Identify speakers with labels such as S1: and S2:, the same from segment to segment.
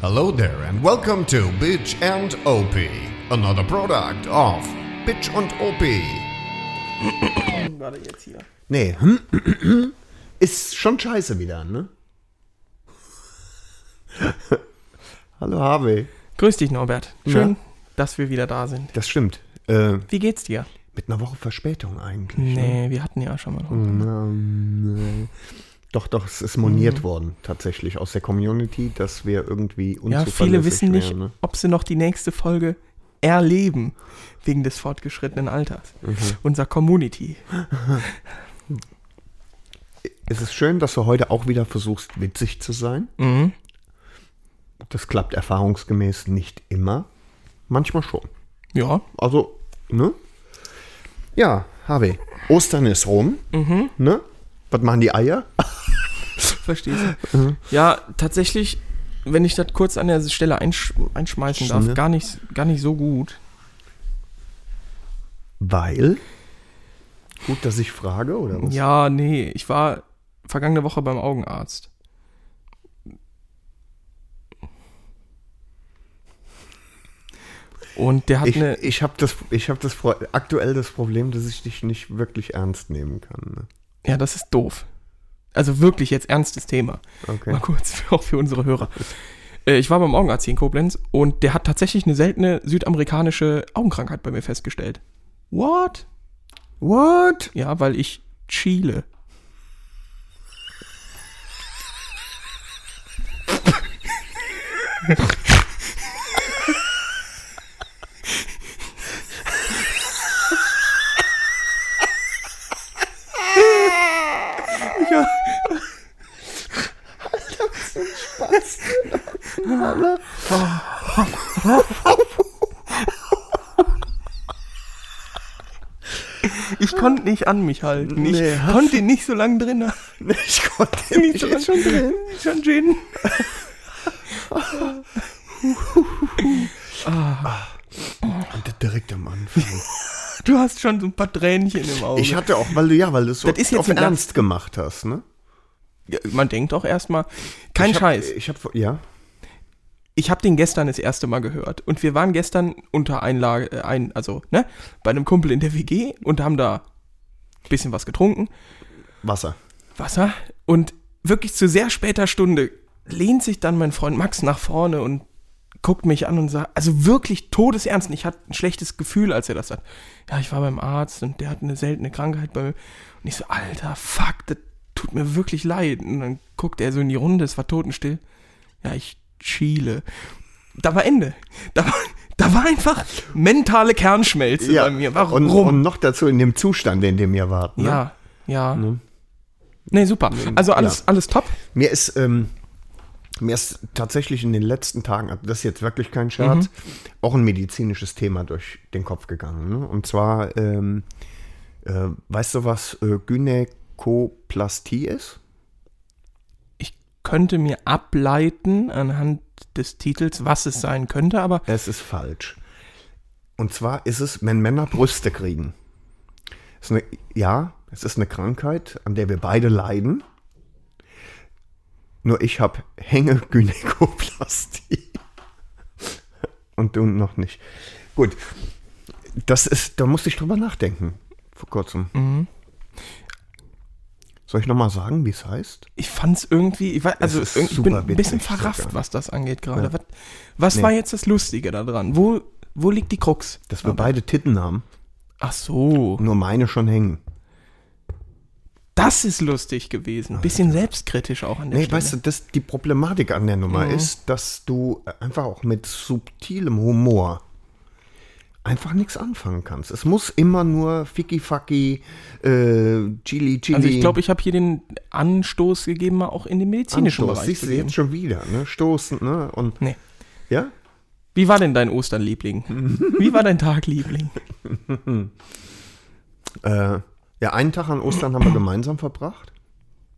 S1: Hello there and welcome to Bitch and OP, another product of Bitch und OP.
S2: Hm, Warte jetzt hier.
S1: Nee, hm, ist schon scheiße wieder, ne? Hallo Harvey,
S2: Grüß dich, Norbert. Schön, dass wir wieder da sind.
S1: das stimmt. Äh,
S2: Wie geht's dir?
S1: mit einer Woche Verspätung eigentlich.
S2: Nee, wir hatten ja schon mal.
S1: Na, nee. Doch, doch, es ist moniert worden tatsächlich aus der Community, dass wir irgendwie
S2: Mhm. Ja,
S1: unzuverlässig
S2: viele wissen nicht,
S1: wären, ne?
S2: ob sie noch die nächste Folge erleben, wegen des fortgeschrittenen Alters. Unser Community.
S1: Es ist schön, dass du heute auch wieder versuchst, witzig zu sein.
S2: Mhm.
S1: Das klappt erfahrungsgemäß nicht immer. Manchmal schon.
S2: Ja,
S1: Also, ne? Ja, Harvey, Ostern ist rum.
S2: Mhm.
S1: Ne? Was machen die Eier?
S2: verstehst du. Ja, tatsächlich, wenn ich das kurz an der Stelle einsch einschmeißen darf,
S1: Schande.
S2: gar nicht, gar nicht so gut.
S1: Weil. Gut, dass ich frage, oder was?
S2: Ja, nee, ich war vergangene Woche beim Augenarzt. Und der hat
S1: Ich,
S2: eine.
S1: ich habe das, ich hab das Pro- aktuell das Problem, dass ich dich nicht wirklich ernst nehmen kann.
S2: Ja, das ist doof. Also wirklich jetzt ernstes Thema.
S1: Ne? Okay.
S2: Mal kurz, für- auch für unsere Hörer. Äh, Ich war beim Augenarzt hier in Koblenz und der hat tatsächlich eine seltene südamerikanische Augenkrankheit bei mir festgestellt. What?
S1: What?
S2: Ja, weil ich Chile. Ich konnte nicht an mich halten.
S1: Nee,
S2: ich
S1: hast
S2: konnte nicht so lange drin.
S1: Ich konnte
S2: Bin ich
S1: nicht
S2: dran?
S1: schon drin.
S2: Schon Gin.
S1: Und direkt am Anfang.
S2: Du hast schon so ein paar Tränchen im Auge.
S1: Ich hatte auch, weil du ja, weil du es so
S2: Oh, ne. Das ist jetzt
S1: auf
S2: ein ganz-
S1: Ernst gemacht hast, ne?
S2: Ja, Man denkt doch erstmal, kein
S1: ich hab,
S2: Scheiß.
S1: Ich hab, ja.
S2: Ich habe den gestern das erste Mal gehört und wir waren gestern unter Einlage äh, ein also, ne, bei einem Kumpel in der WG und haben da ein bisschen was getrunken,
S1: Wasser.
S2: Wasser und wirklich zu sehr später Stunde lehnt sich dann mein Freund Max nach vorne und guckt mich an und sagt, also wirklich todesernst, und ich hatte ein schlechtes Gefühl, als er das sagt. Ja, ich war beim Arzt und der hat eine seltene Krankheit bei mir. Und ich so, alter, fuck, das tut mir wirklich leid. Und dann guckt er so in die Runde, es war totenstill. Ja, ich chile. Da war Ende. Da war, da war einfach mentale Kernschmelze bei mir. Warum?
S1: Und, und noch dazu in dem Zustand, in dem ihr wart. Ne?
S2: Ja, ja. Nee, super. Also alles, alles top.
S1: Mir ist, ähm, mir ist tatsächlich in den letzten Tagen, also das ist jetzt wirklich kein
S2: Mhm.
S1: Scherz, auch ein medizinisches Thema durch den Kopf gegangen. Ne? Und zwar, ähm, äh, weißt du, was äh, Gynäkoplastie ist?
S2: Ich könnte mir ableiten anhand des Titels, was es sein könnte, aber
S1: Es ist falsch. Und zwar ist es, wenn Männer Brüste kriegen. Ist eine, ja, es ist eine Krankheit, an der wir beide leiden. Nur ich habe Hängegynäkoplastie. Und du noch nicht. Gut. Das ist, da musste ich drüber nachdenken. Vor kurzem. Soll ich nochmal sagen, wie es heißt?
S2: ich fand es irgendwie, ich, war, also
S1: ist
S2: irgendwie- ich bin
S1: super
S2: ein bisschen
S1: witzig
S2: verrafft,
S1: sogar.
S2: was das angeht gerade. Was, was war jetzt das Lustige daran? Wo, wo liegt die Krux?
S1: Dass wir beide Titten haben,
S2: Ach so,
S1: nur meine schon hängen.
S2: das ist lustig gewesen. Ein bisschen selbstkritisch auch an der
S1: Ah, Nee,
S2: Stelle. Mhm.
S1: weißt du, das, die Problematik an der Nummer ist, dass du einfach auch mit subtilem Humor einfach nichts anfangen kannst. Es muss immer nur Ficky-Fucky, äh, Chili, Chili.
S2: also ich glaube, ich habe hier den Anstoß gegeben, mal auch in den medizinischen
S1: Anstoß.
S2: Bereich
S1: Siehst
S2: zu
S1: du
S2: gehen.
S1: jetzt schon wieder, ne? Stoßen, ne? Und,
S2: Nee.
S1: ja?
S2: Wie war denn dein Osternliebling? Wie war dein Tagliebling?
S1: Äh, ja, einen Tag an Ostern haben wir gemeinsam verbracht.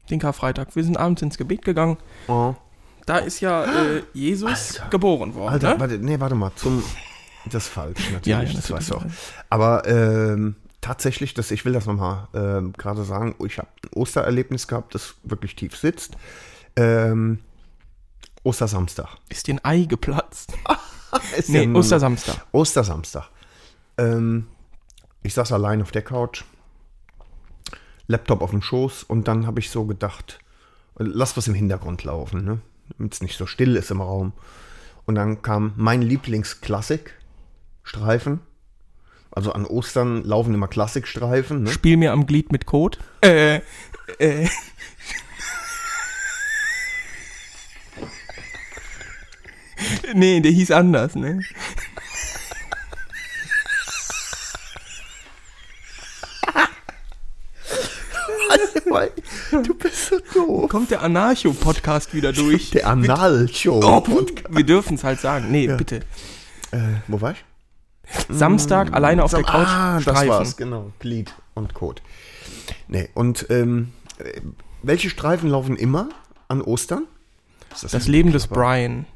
S2: Den Karfreitag. Wir sind abends ins Gebet gegangen.
S1: Oh.
S2: Da ist ja äh, Jesus geboren worden.
S1: Alter,
S2: ne?
S1: warte, nee, warte mal, zum. Das ist falsch, natürlich,
S2: Ja, ja,
S1: das
S2: natürlich.
S1: weißt du auch. Aber ähm, tatsächlich, das, ich will das nochmal ähm, gerade sagen, ich habe ein Ostererlebnis gehabt, das wirklich tief sitzt. Ähm, Ostersamstag.
S2: Ist dir ein Ei geplatzt?
S1: Ist ja
S2: Nee,
S1: ein-
S2: Ostersamstag.
S1: Ostersamstag. Ähm, ich saß allein auf der Couch, Laptop auf dem Schoß und dann habe ich so gedacht, lass was im Hintergrund laufen, ne? damit es nicht so still ist im Raum. Und dann kam mein Lieblingsklassik, Streifen. Also an Ostern laufen immer Klassikstreifen. Ne?
S2: Spiel mir am Glied mit Kot. Äh, äh. nee, der hieß anders, ne?
S1: Warte mal, du bist so doof.
S2: Kommt der Anarcho-Podcast wieder durch?
S1: Der Anal-Show.
S2: Oh, Wir dürfen es halt sagen. Nee, bitte.
S1: Äh, Wo war ich?
S2: Samstag alleine auf der Couch
S1: ah, das
S2: streifen.
S1: war's, genau. Glied und Kot. Nee, und ähm, äh, welche Streifen laufen immer an Ostern? Ist
S2: Das Leben des Brian.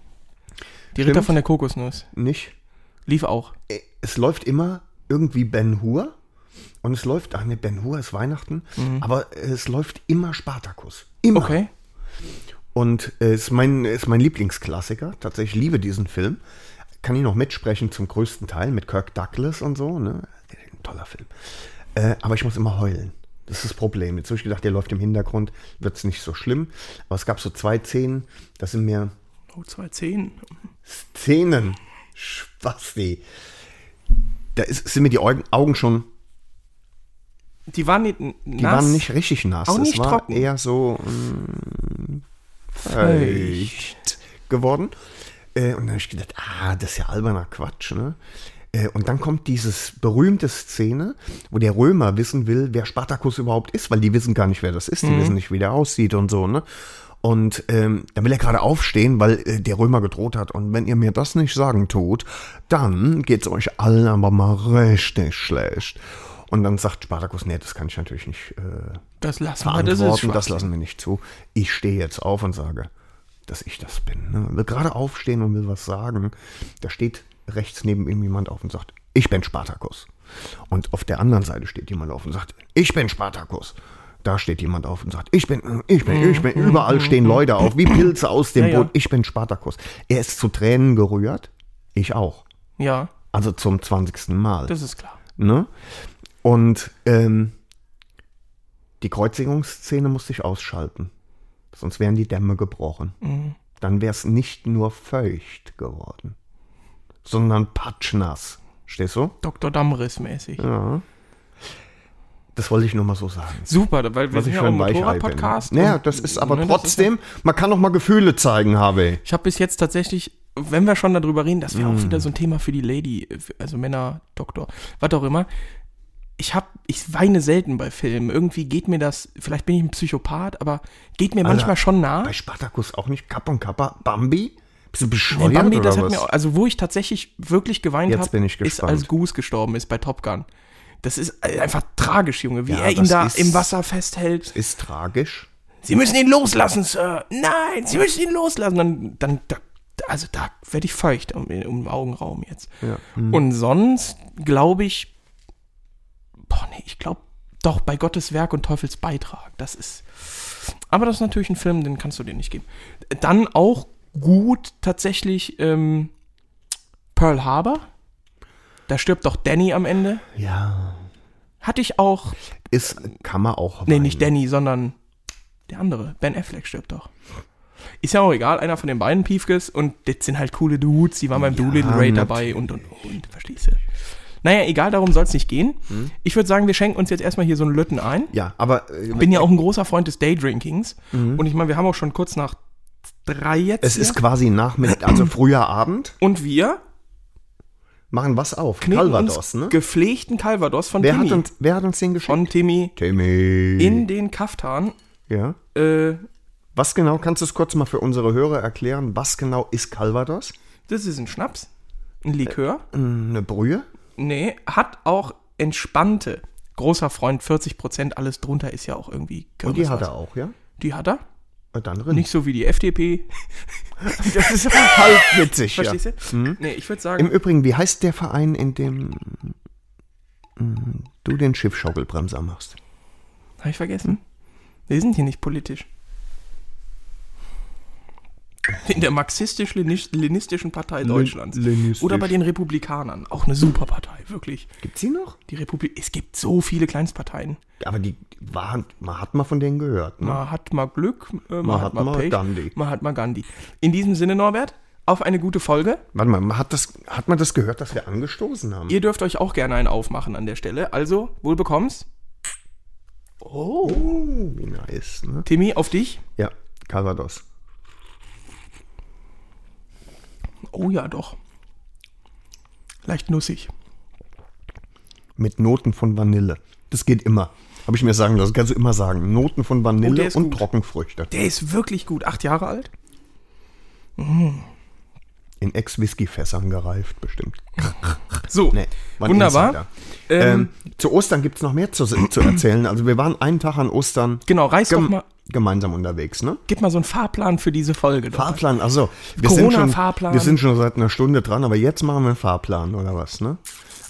S2: Die Ritter von der Kokosnuss.
S1: nicht.
S2: Lief auch.
S1: Äh, Es läuft immer irgendwie Ben Hur und es läuft, ach ne, Ben Hur ist Weihnachten, aber äh, es läuft immer Spartacus. Immer.
S2: Mhm. Okay.
S1: Und äh, ist, mein, ist mein Lieblingsklassiker. Tatsächlich ich liebe diesen Film. Kann ihn noch mitsprechen zum größten Teil mit Kirk Douglas und so. Ne? Ein toller Film. Äh, aber ich muss immer heulen. Das ist das Problem. Jetzt habe ich gedacht, der läuft im Hintergrund, wird es nicht so schlimm. Aber es gab so zwei Szenen, das sind mir
S2: Oh, 210.
S1: Szenen. Spasti. Da ist, sind mir die Augen, Augen schon,
S2: Die waren nicht n- nass.
S1: die waren nicht richtig nass.
S2: Auch
S1: es
S2: nicht
S1: war
S2: trocken.
S1: eher so
S2: Ey.
S1: feucht geworden. Äh, und dann habe ich gedacht, ah, das ist ja alberner Quatsch, ne? Äh, Und dann kommt dieses berühmte Szene, wo der Römer wissen will, wer Spartacus überhaupt ist, weil die wissen gar nicht, wer das ist, die wissen nicht, wie der aussieht und so, ne? Und ähm, dann will er gerade aufstehen, weil äh, der Römer gedroht hat. Und wenn ihr mir das nicht sagen tut, dann geht's euch allen aber mal richtig schlecht. Und dann sagt Spartacus, nee, das kann ich natürlich nicht äh,
S2: Das lassen wir, Ah, das ist
S1: beantworten, das,
S2: schwach.
S1: lassen wir nicht zu. Ich stehe jetzt auf und sage, dass ich das bin. Ne? Will gerade aufstehen und will was sagen. Da steht rechts neben ihm jemand auf und sagt, ich bin Spartacus. Und auf der anderen Seite steht jemand auf und sagt, ich bin Spartacus. Da steht jemand auf und sagt, ich bin, ich bin, ich bin. Überall stehen Leute auf, wie Pilze aus dem
S2: Ja, ja.
S1: Boot. Ich bin Spartacus. Er ist zu Tränen gerührt. Ich auch.
S2: Ja,
S1: Also zum 20. Mal.
S2: das ist klar.
S1: Ne? Und ähm, die Kreuzigungsszene musste ich ausschalten. Sonst wären die Dämme gebrochen.
S2: Mhm.
S1: Dann wäre es nicht nur feucht geworden, sondern patschnass. Stehst du?
S2: Dr. Damris mäßig.
S1: Ja. Das wollte ich nur mal so sagen.
S2: Super, weil wir
S1: Was
S2: sind
S1: ich
S2: ja
S1: für
S2: auch ein
S1: ein Weichei bin.
S2: Motorrad-Podcast.
S1: Naja,
S2: und-
S1: das ist aber
S2: ne, das ist ja-
S1: trotzdem, man kann auch mal Gefühle zeigen, Harvey.
S2: ich habe bis jetzt tatsächlich, wenn wir schon darüber reden, das wäre
S1: Mm.
S2: auch wieder so ein Thema für die Lady, also Männer, Doktor, was auch immer. Ich hab, ich weine selten bei Filmen. Irgendwie geht mir das, vielleicht bin ich ein Psychopath, aber geht mir manchmal schon nah.
S1: Also, Bei Spartacus auch nicht. Kapp und Kappa. Bambi? Bist du bescheuert
S2: Nee, Bambi,
S1: oder
S2: das hat
S1: was?
S2: mir, auch- also wo ich tatsächlich wirklich geweint
S1: Jetzt
S2: habe,
S1: bin ich
S2: ist
S1: gespannt.
S2: als Goose gestorben ist bei Top Gun. Das ist einfach tragisch, Junge, wie
S1: Ja,
S2: er ihn
S1: das
S2: da
S1: ist-
S2: im Wasser festhält.
S1: ist tragisch.
S2: Sie müssen ihn loslassen, Sir. Nein, Sie müssen ihn loslassen. Dann, dann, da, also da werde ich feucht um, um den Augenraum jetzt. Und sonst glaube ich, boah, nee, ich glaube doch bei Gottes Werk und Teufels Beitrag. Das ist, aber das ist natürlich ein Film, den kannst du dir nicht geben. Dann auch gut tatsächlich ähm, Pearl Harbor. Da stirbt doch Danny am Ende.
S1: Ja.
S2: Hatte ich auch,
S1: Ist, kann man auch.
S2: Nee,
S1: weinen.
S2: nicht Danny, sondern der andere. Ben Affleck stirbt doch. Ist ja auch egal, einer von den beiden Piefkes und das sind halt coole Dudes, die waren beim Doolittle Raid dabei und und und, verstehst du? Naja, egal, darum soll es nicht gehen.
S1: Mhm.
S2: Ich würde sagen, wir schenken uns jetzt erstmal hier so einen Lütten ein.
S1: Ja, aber äh,
S2: Bin ja auch ein großer Freund des Daydrinkings und ich meine, wir haben auch schon kurz nach drei jetzt
S1: Mhm. es
S2: hier.
S1: ist quasi Nachmittag, also früher Abend.
S2: und wir
S1: Machen was auf?
S2: knicken
S1: Calvados,
S2: uns
S1: ne?
S2: gepflegten Calvados von
S1: Wer hat,
S2: Timmy.
S1: uns, wer hat uns den geschickt?
S2: von Timmy
S1: Timmy.
S2: in den Kaftan.
S1: ja.
S2: Äh,
S1: Was genau, kannst du es kurz mal für unsere Hörer erklären? Was genau ist Calvados?
S2: das ist ein Schnaps, ein Likör.
S1: Eine Brühe?
S2: Nee, hat auch entspannte. Großer Freund, 40 Prozent, alles drunter ist ja auch irgendwie
S1: Und die hat er
S2: auch.
S1: auch, ja?
S2: Die hat er?
S1: Und dann drin.
S2: Nicht so wie die FDP.
S1: das ist halb witzig, Halt ja.
S2: Verstehst du? Nee, ich würde sagen,
S1: Hm. Im Übrigen, wie heißt der Verein, in dem mm, du den Schiffschaukelbremser machst?
S2: habe ich vergessen. Wir sind hier nicht politisch. In der marxistisch-leninistischen Partei Deutschlands.
S1: leninistisch.
S2: Oder bei den Republikanern. Auch eine super Partei, wirklich.
S1: Gibt's die noch?
S2: Die Republik. Es gibt so viele Kleinstparteien.
S1: Aber die waren, man hat mal von denen gehört. Ne?
S2: Man hat mal Glück, äh, man, hat
S1: Mahatma
S2: mal Pech,
S1: Gandhi.
S2: man hat mal Gandhi. In diesem Sinne, Norbert, auf eine gute Folge.
S1: Warte mal, man hat, das, hat man das gehört, dass wir angestoßen haben?
S2: Ihr dürft euch auch gerne einen aufmachen an der Stelle. Also, wohlbekomm's. Oh.
S1: Oh, wie nice, ne?
S2: Timmy, auf dich.
S1: Ja, Calvados.
S2: Oh ja, doch. Leicht nussig.
S1: Mit Noten von Vanille. Das geht immer. Habe ich mir sagen lassen. Kannst du immer sagen. Noten von
S2: Oh, der
S1: Vanille
S2: ist
S1: und
S2: gut.
S1: Trockenfrüchte.
S2: Der ist wirklich gut. Acht Jahre alt?
S1: In Ex-Whisky-Fässern gereift, bestimmt.
S2: So,
S1: Nee, war ein
S2: wunderbar.
S1: Insider. Ähm, zu Ostern gibt es noch mehr zu, zu erzählen. Also wir waren einen Tag an Ostern
S2: Genau, reiß doch
S1: gem
S2: mal,
S1: gemeinsam unterwegs, ne?
S2: gib mal so einen Fahrplan für diese Folge. doch.
S1: Fahrplan, also wir sind schon,
S2: Corona-Fahrplan.
S1: wir sind schon seit einer Stunde dran, aber jetzt machen wir einen Fahrplan oder was, ne?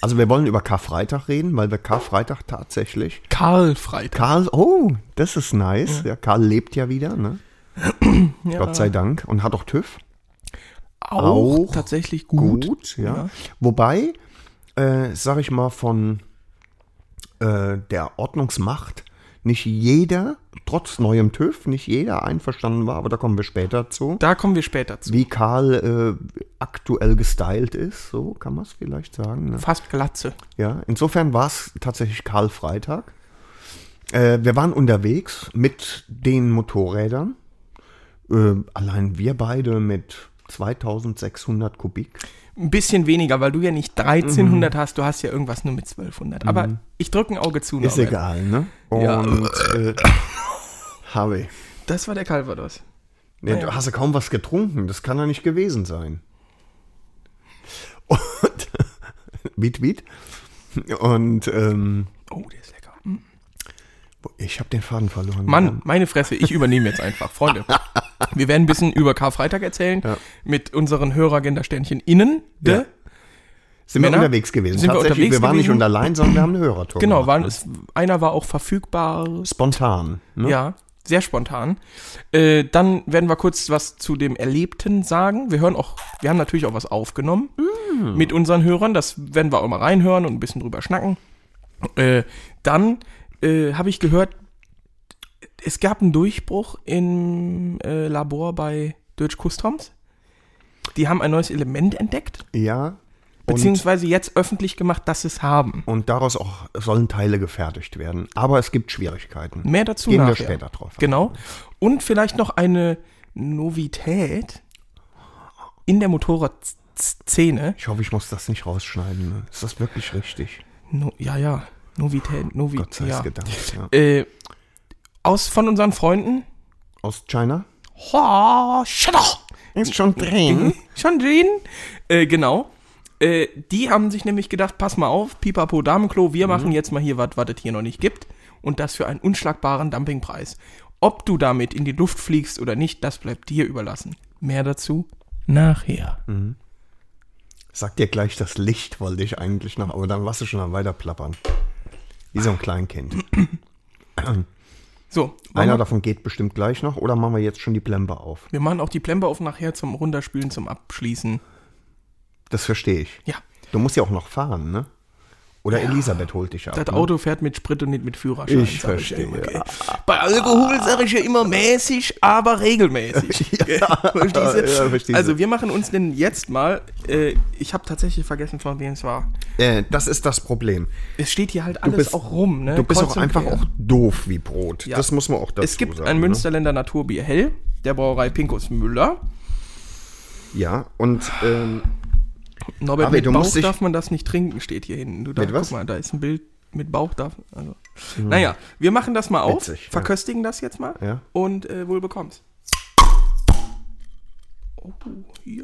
S1: Also wir wollen über Karfreitag reden, weil wir Karfreitag tatsächlich
S2: Karl Freitag.
S1: Karl, oh, das ist nice. Ja, Karl lebt ja wieder, ne? Gott sei Dank und hat auch TÜV.
S2: Auch,
S1: auch
S2: tatsächlich gut.
S1: ja. Wobei, äh, sag ich mal, von äh, der Ordnungsmacht nicht jeder, trotz neuem TÜV, nicht jeder einverstanden war, aber da kommen wir später zu.
S2: Da kommen wir später zu.
S1: Wie Karl äh, aktuell gestylt ist, so kann man es vielleicht sagen. Ne?
S2: Fast Glatze.
S1: Ja, insofern war es tatsächlich Karl Freitag. Äh, wir waren unterwegs mit den Motorrädern. Äh, allein wir beide mit 2600 Kubik.
S2: Ein bisschen weniger, weil du ja nicht 1300 hast, du hast ja irgendwas nur mit 1200. Aber ich drücke ein Auge zu.
S1: Ist
S2: Norbert.
S1: egal, ne? Und
S2: Ja.
S1: äh, habe ich.
S2: Das war der Calvados.
S1: Nee, du hast ja kaum was getrunken. Das kann ja nicht gewesen sein. Und Beat, Beat. Und ähm,
S2: Oh, der ist lecker. Hm.
S1: ich habe den Faden verloren.
S2: Mann, meine Fresse, ich übernehme jetzt einfach. Freunde, wir werden ein bisschen über Karfreitag erzählen mit unseren Höreragenderständchen innen. De.
S1: Ja. Sind wir
S2: Männer?
S1: unterwegs gewesen.
S2: Sind wir
S1: Tatsächlich,
S2: unterwegs
S1: wir waren nicht
S2: gewesen?
S1: unter Line, sondern wir haben eine Hörertour.
S2: Genau,
S1: gemacht.
S2: waren, es, einer war auch verfügbar.
S1: Spontan. Ne?
S2: Ja, sehr spontan. Äh, dann werden wir kurz was zu dem Erlebten sagen. Wir hören auch, wir haben natürlich auch was aufgenommen
S1: Mm.
S2: mit unseren Hörern. Das werden wir auch mal reinhören und ein bisschen drüber schnacken. Äh, dann äh, habe ich gehört, es gab einen Durchbruch im äh, Labor bei Deutsch Customs. Die haben ein neues Element entdeckt,
S1: Ja. Und,
S2: beziehungsweise jetzt öffentlich gemacht, dass sie es haben.
S1: und daraus auch sollen Teile gefertigt werden. Aber es gibt Schwierigkeiten.
S2: Mehr dazu
S1: Gehen wir
S2: nachher.
S1: später drauf. ein.
S2: Genau. Und vielleicht noch eine Novität in der Motorradszene.
S1: Ich hoffe, ich muss das nicht rausschneiden. Ne? Ist das wirklich richtig?
S2: No, ja, ja. Novität,
S1: Gott sei
S2: Novität. Ja.
S1: Dank. Ja.
S2: Äh, aus von unseren Freunden.
S1: Aus China?
S2: Ho, shut
S1: Ist schon drin.
S2: Schon drin? Äh, genau. Äh, die haben sich nämlich gedacht, pass mal auf, pipapo Damenklo,
S1: Mhm.
S2: wir machen jetzt mal hier was, was es hier noch nicht gibt. Und das für einen unschlagbaren Dumpingpreis. Ob du damit in die Luft fliegst oder nicht, das bleibt dir überlassen. Mehr dazu nachher.
S1: Sag dir gleich das Licht, wollte ich eigentlich noch, aber dann warst du schon am Weiterplappern. Wie so ein Kleinkind.
S2: So,
S1: Einer
S2: wollen wir,
S1: davon geht bestimmt gleich noch oder machen wir jetzt schon die Plempe auf?
S2: wir machen auch die Plempe auf nachher zum Runterspülen, zum Abschließen.
S1: Das verstehe ich.
S2: Ja,
S1: Du musst ja auch noch fahren, ne? Oder Elisabeth holt dich ab.
S2: das
S1: ne?
S2: Auto fährt mit Sprit und nicht mit Führerschein.
S1: Ich
S2: sag dir
S1: verstehe.
S2: immer, gell. Bei Alkohol sage ich ja immer mäßig, aber regelmäßig. Gell? Verstehst du?
S1: Ja, verstehe.
S2: Also wir machen uns denn jetzt mal, äh, ich habe tatsächlich vergessen, von wem es war.
S1: äh, das ist das Problem.
S2: Es steht hier halt alles
S1: bist-
S2: auch rum. Ne?
S1: Du bist
S2: Kreuz
S1: auch
S2: und
S1: einfach
S2: quer.
S1: auch doof wie Brot.
S2: Ja.
S1: Das muss man auch dazu
S2: Es gibt
S1: sagen.
S2: ein
S1: ne?
S2: Münsterländer Naturbier Hell, der Brauerei Pinkus Müller.
S1: Ja, und ähm,
S2: Norbert,
S1: Aber
S2: mit
S1: du
S2: Bauch
S1: musst dich-
S2: darf man das nicht trinken, steht hier hinten. Du, da,
S1: Mit was? Hm.
S2: Guck mal, da ist ein Bild mit Bauch darf. Also. Naja, wir machen das mal auf,
S1: Witzig, ja.
S2: verköstigen das jetzt mal
S1: Ja.
S2: und äh, wohl bekommst. Oh, hier.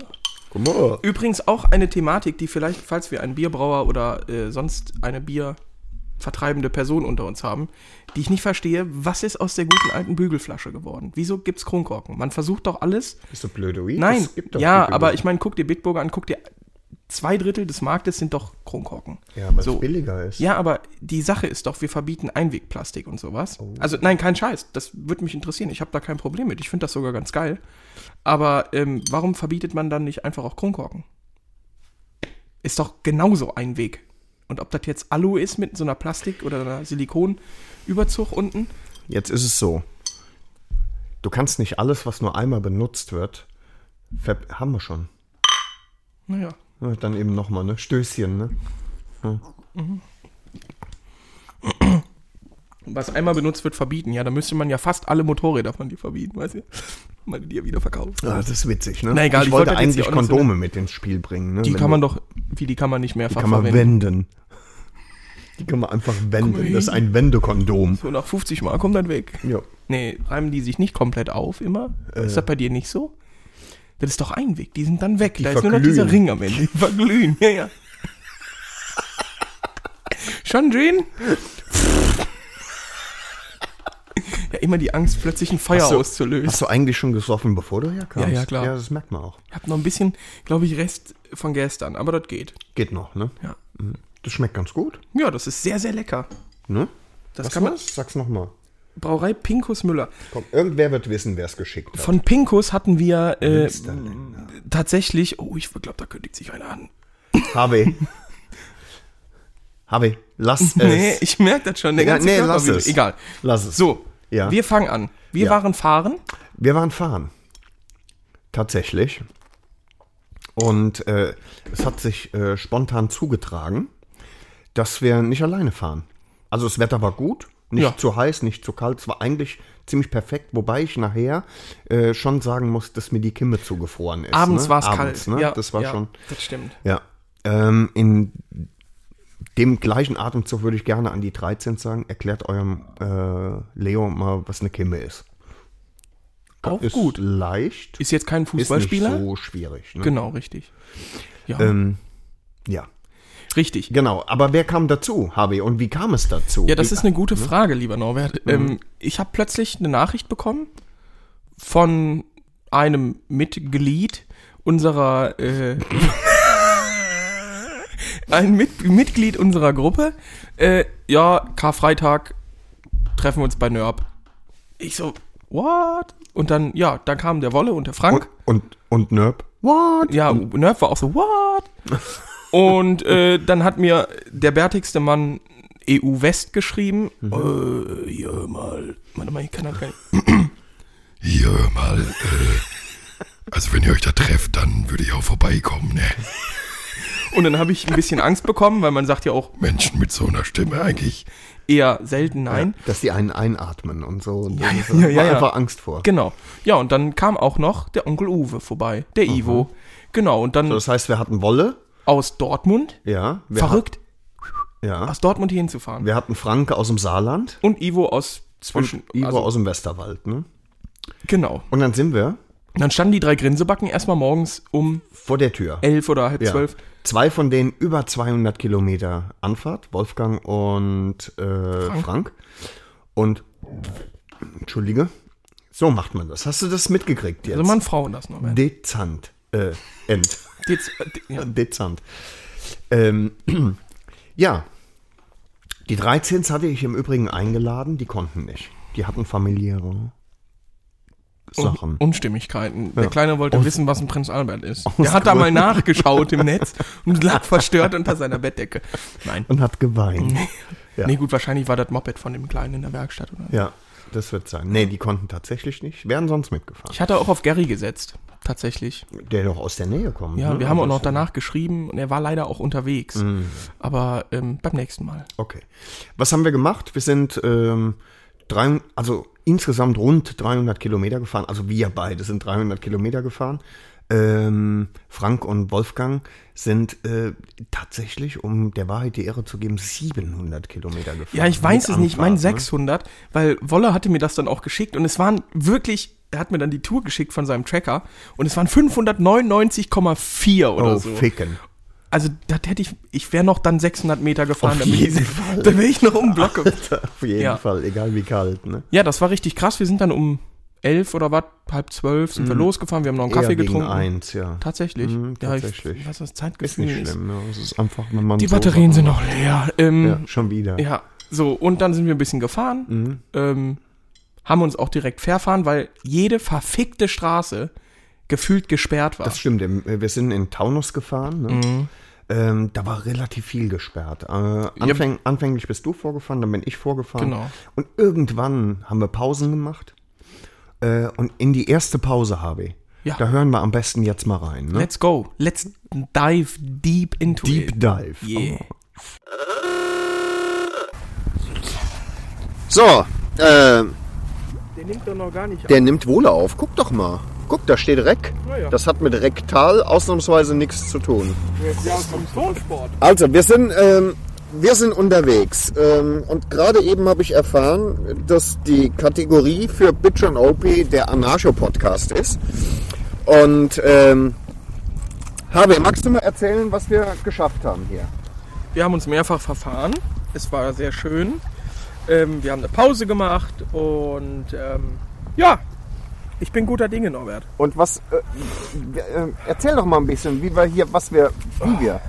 S1: guck mal.
S2: Übrigens auch eine Thematik, die vielleicht, falls wir einen Bierbrauer oder äh, sonst eine biervertreibende Person unter uns haben, die ich nicht verstehe, was ist aus der guten alten Bügelflasche geworden? Wieso gibt's Kronkorken? Man versucht doch alles,
S1: Bist du blöd, Ui?
S2: Nein,
S1: Es gibt doch
S2: ja,
S1: die
S2: aber
S1: Bibel.
S2: ich meine, guck dir Bitburger an, guck dir zwei Drittel des Marktes sind doch Kronkorken.
S1: Ja, weil es
S2: So.
S1: billiger ist.
S2: Ja, aber die Sache ist doch, wir verbieten Einwegplastik und sowas.
S1: Oh.
S2: Also nein, kein Scheiß. Das würde mich interessieren. Ich habe da kein Problem mit. Ich finde das sogar ganz geil. Aber ähm, warum verbietet man dann nicht einfach auch Kronkorken? Ist doch genauso ein Weg. Und ob das jetzt Alu ist mit so einer Plastik- oder einer Silikonüberzug unten?
S1: Jetzt ist es so. Du kannst nicht alles, was nur einmal benutzt wird, ver haben wir schon.
S2: Naja.
S1: Ja, Dann eben nochmal, ne? Stößchen, ne?
S2: Was einmal benutzt wird, verbieten. Ja, da müsste man ja fast alle Motorräder von dir verbieten, weißt du? Weil du die ja wieder verkaufst.
S1: Ah, das ist witzig, ne?
S2: Na, egal,
S1: ich
S2: ich
S1: wollte
S2: wollte jetzt hier
S1: eigentlich
S2: auch nicht so
S1: Kondome mit ins Spiel bringen, ne?
S2: Die
S1: Wenn
S2: kann man
S1: du-
S2: doch, wie, die kann man nicht mehrfach
S1: kann man
S2: verwenden.
S1: wenden. Die kann man einfach wenden.
S2: hin.
S1: Das ist ein Wendekondom.
S2: So nach 50 Mal kommt dann weg.
S1: Ja.
S2: Nee, reimen die sich nicht komplett auf immer? Ist das bei dir nicht so? Das ist doch ein Weg, die sind dann weg. da ist nur noch
S1: verglühen.
S2: dieser Ring am Ende. Die verglühen, ja, ja. Schon, Jean? ja, immer die Angst, plötzlich ein Feuer
S1: Hast du-
S2: auszulösen.
S1: Hast du eigentlich schon gesoffen, bevor du herkamst?
S2: Ja, ja, klar.
S1: Ja, das merkt man auch.
S2: Ich hab noch ein bisschen, glaube ich, Rest von gestern, aber das geht.
S1: Geht noch, ne?
S2: Ja.
S1: Das schmeckt ganz gut,
S2: ja, das ist sehr, sehr lecker.
S1: ne?
S2: Das
S1: Was
S2: kann man.
S1: war's? Sag's nochmal.
S2: Brauerei Pinkus Müller.
S1: Komm, irgendwer wird wissen, wer es geschickt hat.
S2: Von Pinkus hatten wir äh,
S1: Münsterländer.
S2: tatsächlich. Oh, ich glaube, da kündigt sich einer an.
S1: Harvey. Harvey, lass
S2: Nee,
S1: Äh, es.
S2: ich merke das schon. Der
S1: Ja,
S2: ganze
S1: nee,
S2: Körper
S1: lass
S2: wieder-
S1: es.
S2: Egal.
S1: Lass es.
S2: So,
S1: Ja.
S2: wir fangen an. Wir
S1: Ja.
S2: waren fahren.
S1: Wir waren fahren. Tatsächlich. Und äh, es hat sich äh, spontan zugetragen, dass wir nicht alleine fahren. Also das Wetter war gut, nicht
S2: Ja.
S1: zu heiß, nicht zu kalt. Es war eigentlich ziemlich perfekt, wobei ich nachher äh, schon sagen muss, dass mir die Kimme zugefroren ist.
S2: Abends
S1: ne?
S2: war es
S1: Abends,
S2: kalt.
S1: Ne?
S2: Ja,
S1: das war
S2: ja,
S1: schon.
S2: Das stimmt.
S1: Ja. Ähm, in dem gleichen Atemzug würde ich gerne an die 13 sagen, erklärt eurem äh, Leo mal, was eine Kimme ist.
S2: Auch
S1: ist
S2: gut.
S1: leicht.
S2: Ist jetzt kein Fußballspieler.
S1: Ist nicht so schwierig. Ne?
S2: Genau, richtig. Ja,
S1: Ähm, ja,
S2: richtig.
S1: genau. Aber wer kam dazu, Harvey? Und wie kam es dazu?
S2: Ja, das
S1: wie,
S2: ist eine gute Frage, lieber Norbert. Ähm, ich habe plötzlich eine Nachricht bekommen von einem Mitglied unserer äh, ein Mit Mitglied unserer Gruppe. Äh, ja, Karfreitag treffen wir uns bei Nörb. Ich so, what? Und dann, ja, dann kamen der Wolle und der Frank.
S1: Und, und, und Nerb? What?
S2: Ja, Nerf war auch so, what? Und äh, dann hat mir der bärtigste Mann EU West geschrieben.
S1: Mhm.
S2: Äh, ja, mal. Warte mal, ich kann das gar nicht.
S3: Hier, hör mal. Äh, also, wenn ihr euch da trefft, dann würde ich auch vorbeikommen, ne?
S2: Und dann habe ich ein bisschen Angst bekommen, weil man sagt ja auch
S3: Menschen mit so einer Stimme eigentlich.
S2: eher selten nein.
S1: Dass die einen einatmen und so. Und ja,
S2: ja, ja, ja.
S1: einfach Angst vor.
S2: Genau. Ja, und dann kam auch noch der Onkel Uwe vorbei, der Ivo. Genau, und dann
S1: Mhm. Also Das heißt, wir hatten Wolle.
S2: aus Dortmund,
S1: Ja. Wir
S2: verrückt,
S1: Hat, ja.
S2: aus Dortmund hierhin zu fahren.
S1: Wir hatten Franke aus dem Saarland.
S2: Und Ivo aus zwischen.
S1: Ivo
S2: also,
S1: aus dem Westerwald, ne?
S2: genau.
S1: Und dann sind wir
S2: Und dann standen die drei Grinsebacken erstmal morgens um
S1: vor der Tür.
S2: elf oder halb zwölf.
S1: Zwei von denen über 200 Kilometer Anfahrt, Wolfgang und äh, Frank. Und, entschuldige, so macht man das. Hast du das mitgekriegt jetzt?
S2: Also man Frauen das noch. werden.
S1: Dezant. Äh, end.
S2: Dez- de- ja.
S1: Dezant. Ähm, ja, die 13 hatte ich im Übrigen eingeladen, die konnten nicht. Die hatten familiäre Sachen.
S2: Unstimmigkeiten. Der Kleine wollte wissen, was ein Prinz Albert ist. Der hat da mal nachgeschaut im Netz und lag verstört unter seiner Bettdecke. Nein.
S1: und hat geweint. Ja.
S2: Nee, gut, wahrscheinlich war das Moped von dem Kleinen in der Werkstatt. Oder?
S1: Ja, das wird sein. Nee, die konnten tatsächlich nicht. Wären sonst mitgefahren.
S2: Ich hatte auch auf Gary gesetzt, tatsächlich.
S1: Der doch aus der Nähe kommt.
S2: Ja,
S1: ne?
S2: wir haben auch
S1: Also
S2: noch danach geschrieben und er war leider auch unterwegs.
S1: Mhm.
S2: Aber ähm, beim nächsten Mal.
S1: Okay. Was haben wir gemacht? Wir sind ähm, drei, also insgesamt rund 300 Kilometer gefahren. Also wir beide sind 300 Kilometer gefahren. Ähm, Frank und Wolfgang sind äh, tatsächlich, um der Wahrheit die Ehre zu geben, 700 Kilometer gefahren. ne?
S2: Ja, ich weiß
S1: Mit
S2: es nicht. Ich meine
S1: Anfahrt,
S2: 600, weil Wolle hatte mir das dann auch geschickt und es waren wirklich, er hat mir dann die Tour geschickt von seinem Tracker und es waren 599,4
S1: Ne?
S2: oder
S1: Oh,
S2: so.
S1: ficken.
S2: Also, das hätte ich, ich wäre noch dann 600 Meter gefahren,
S1: Auf
S2: damit ich,
S1: jeden Fall.
S2: dann wäre ich noch um den Block. gefahren.
S1: Auf jeden
S2: Ja.
S1: Fall, egal wie kalt. Ne?
S2: Ja, das war richtig krass. Wir sind dann um elf oder was, halb zwölf sind wir losgefahren, wir haben noch einen Kaffee
S4: Mhm. Eher gegen
S2: getrunken.
S4: eins, ja.
S2: Tatsächlich.
S4: Mhm,
S2: Ja, ich,
S4: tatsächlich.
S2: was das
S4: Ist
S2: Zeitgefühl
S4: nicht
S2: ist.
S1: ne?
S4: schlimm. Ja. Es ist einfach, wenn man
S2: Die
S4: so
S2: Batterien sind
S4: Sachen-
S2: noch leer. Ähm,
S4: Ja, schon wieder.
S2: ja. so, und dann sind wir ein bisschen gefahren,
S4: Mhm.
S2: ähm, haben uns auch direkt verfahren, weil jede verfickte Straße gefühlt gesperrt war.
S4: Das stimmt. im- äh, Wir sind in Taunus gefahren. Ne?
S2: Mhm.
S4: Ähm, da war relativ viel gesperrt. Äh, anfäng, Anfänglich bist du vorgefahren, dann bin ich vorgefahren.
S2: Genau.
S4: Und irgendwann haben wir Pausen gemacht. Äh, und in die erste Pause, HB,
S2: Ja.
S4: da hören wir am besten jetzt mal rein. Ne?
S2: Let's go. Let's dive deep into
S4: Deep
S2: it.
S4: Dive.
S2: Yeah.
S4: So, äh,
S2: Der nimmt doch noch gar nicht
S4: der nimmt Wohle auf. Guck doch mal. Guck, da steht Reck.
S2: Na ja.
S4: Das hat mit Rektal ausnahmsweise nichts zu tun.
S2: Ja, zum Tonsport.
S4: Also, wir sind, ähm, wir sind unterwegs. Ähm, und gerade eben habe ich erfahren, dass die Kategorie für Bitch and OP der Anarcho-Podcast ist. Und, ähm, Habe, magst du mal erzählen, was wir geschafft haben hier?
S2: Wir haben uns mehrfach verfahren. Es war sehr schön. Ähm, wir haben eine Pause gemacht und ähm, ja, ich bin guter Dinge, Norbert.
S4: Und was, äh, äh, erzähl doch mal ein bisschen, wie wir hier, was wir, wie wir.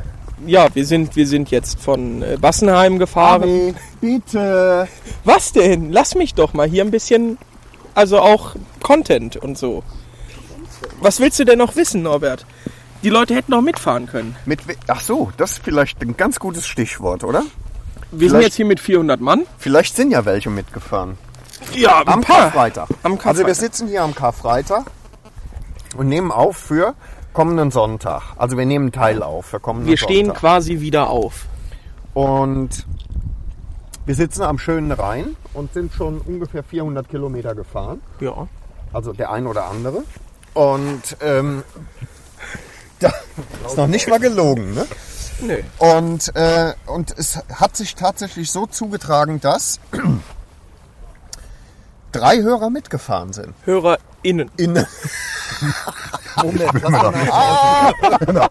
S2: Ja, wir sind, wir sind jetzt von äh, Bassenheim gefahren.
S4: Harvey, bitte.
S2: Was denn? Lass mich doch mal hier ein bisschen, also auch Content und so. Was willst du denn noch wissen, Norbert? Die Leute hätten noch mitfahren können.
S4: Mit, we- ach so, das ist vielleicht ein ganz gutes Stichwort, oder?
S2: Wir sind
S4: Vielleicht-
S2: jetzt hier mit 400 Mann.
S4: Vielleicht sind ja welche mitgefahren.
S2: Ja,
S4: Am Karfreitag.
S2: Am
S4: Also
S2: Karfreitag.
S4: wir sitzen hier am Karfreitag und nehmen auf für kommenden Sonntag. Also wir nehmen teil auf für kommenden
S2: Wir stehen
S4: Sonntag.
S2: quasi wieder auf.
S4: Und wir sitzen am schönen Rhein und sind schon ungefähr 400 Kilometer gefahren.
S2: Ja.
S4: Also der ein oder andere. Und ähm, da ist noch nicht mal gelogen, ne?
S2: Nö.
S4: Und, äh, und es hat sich tatsächlich so zugetragen, dass drei Hörer mitgefahren sind.
S2: HörerInnen.
S4: In Moment, lass mal nach.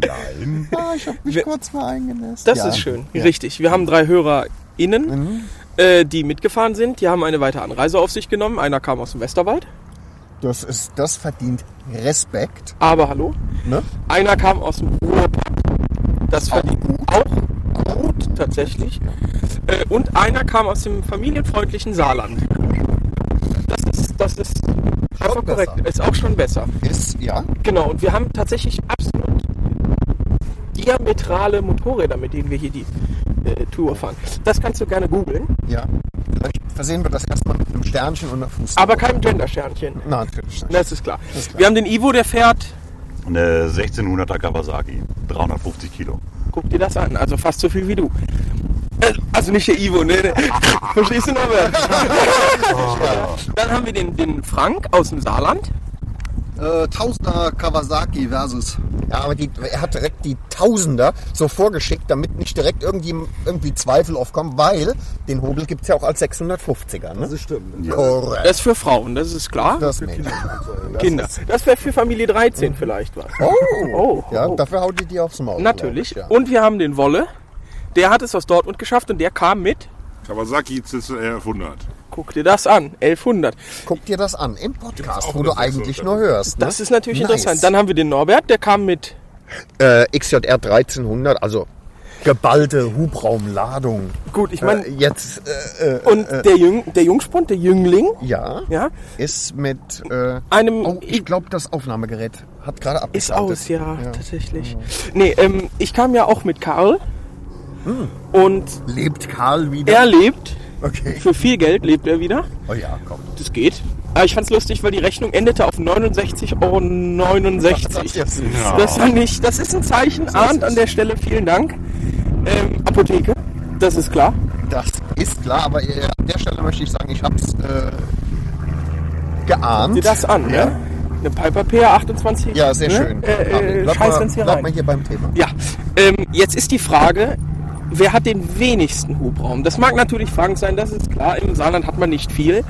S4: Nein. Ah, ich habe mich
S2: Wir-
S4: kurz mal eingenässt.
S2: Das
S4: Ja. Mhm.
S2: ist schön. Richtig. Wir haben drei HörerInnen, äh, die mitgefahren sind. Die haben eine weitere Anreise auf sich genommen. Einer kam aus dem Westerwald.
S4: Das, ist, das verdient Respekt.
S2: Aber hallo.
S4: Ne?
S2: Einer kam aus dem Ruhrpott. Das verdient auch gut tatsächlich. Äh, Und einer kam aus dem familienfreundlichen Saarland. Das ist, das ist einfach
S4: besser.
S2: korrekt. Ist auch schon besser.
S4: Ist, ja.
S2: Genau, und wir haben tatsächlich absolut diametrale Motorräder, mit denen wir hier die äh, Tour fahren. Das kannst du gerne googeln,
S4: ja. Vielleicht versehen wir das erstmal mit einem Sternchen und einer Fuß.
S2: aber kein Gendersternchen.
S4: Nein, natürlich nicht.
S2: Das ist klar. Wir haben den Ivo, der fährt,
S5: Eine 1600er Kawasaki, 350 Kilo.
S2: guck dir das an, also fast so viel wie du. Äh, Also nicht der Ivo, ne? ne. Verstehst du noch Dann haben wir den, den Frank aus dem Saarland.
S6: Äh, Tausender Kawasaki versus.
S4: Ja, aber die, er hat direkt die Tausender so vorgeschickt, damit nicht direkt irgendwie, irgendwie Zweifel aufkommen, weil den Hobel gibt es ja auch als 650er. Ne?
S6: Das stimmt.
S4: Korrekt.
S2: Das ist für Frauen, das ist klar.
S4: Das Mädchen.
S2: Kinder. Das wäre für Familie 13 vielleicht was.
S4: Oh,
S2: Oh,
S4: ja,
S2: oh.
S4: dafür haut die die aufs Maul.
S2: Natürlich.
S4: glaub ich,
S2: Und wir haben den Wolle. Der hat es aus Dortmund geschafft und der kam mit,
S7: Kawasaki CCR100.
S2: guck dir das an, 1100.
S4: ja. Guck dir das an im Podcast,
S7: auch
S4: wo du
S7: eine
S4: eigentlich
S7: 600er.
S4: nur hörst. Ne?
S2: Das ist natürlich
S4: Nice.
S2: interessant. Dann haben wir den Norbert, der kam mit,
S4: äh, XJR 1300, also geballte Hubraumladung.
S2: gut, ich meine,
S4: äh, jetzt, äh, äh,
S2: und der, Jüng, der Jungspund, der Jüngling,
S4: ja,
S2: ja,
S4: ist mit äh,
S2: Einem-
S4: Oh, ich glaube, das Aufnahmegerät hat gerade
S2: ist
S4: abgeschaltet.
S2: aus, ja, tatsächlich.
S4: Mhm.
S2: Nee, ähm, ich kam ja auch mit Karl
S4: Mhm.
S2: und
S4: Lebt Karl wieder?
S2: er lebt,
S4: Okay.
S2: für viel Geld lebt er wieder.
S4: Oh ja, komm.
S2: Das geht. Aber ich fand's lustig, weil die Rechnung endete auf 69,69 Euro.
S4: jetzt
S2: Das fand ich, das ist ein Zeichen. Arndt an der Stelle, vielen Dank. Ähm, Apotheke, das ist klar.
S4: Das ist klar, aber äh, an der Stelle möchte ich sagen, ich hab's äh, geahnt.
S2: Sieh das an,
S4: Ja.
S2: ne? Eine Piper PA 28.
S4: Ja, sehr
S2: ne?
S4: schön.
S2: Äh, äh,
S4: Bleib
S2: scheiß
S4: mal-
S2: uns hier
S4: bleib
S2: rein.
S4: mal hier beim Thema.
S2: Ja, ähm, jetzt ist die Frage, wer hat den wenigsten Hubraum? Das mag natürlich Frank sein, das ist klar. Im Saarland hat man nicht viel.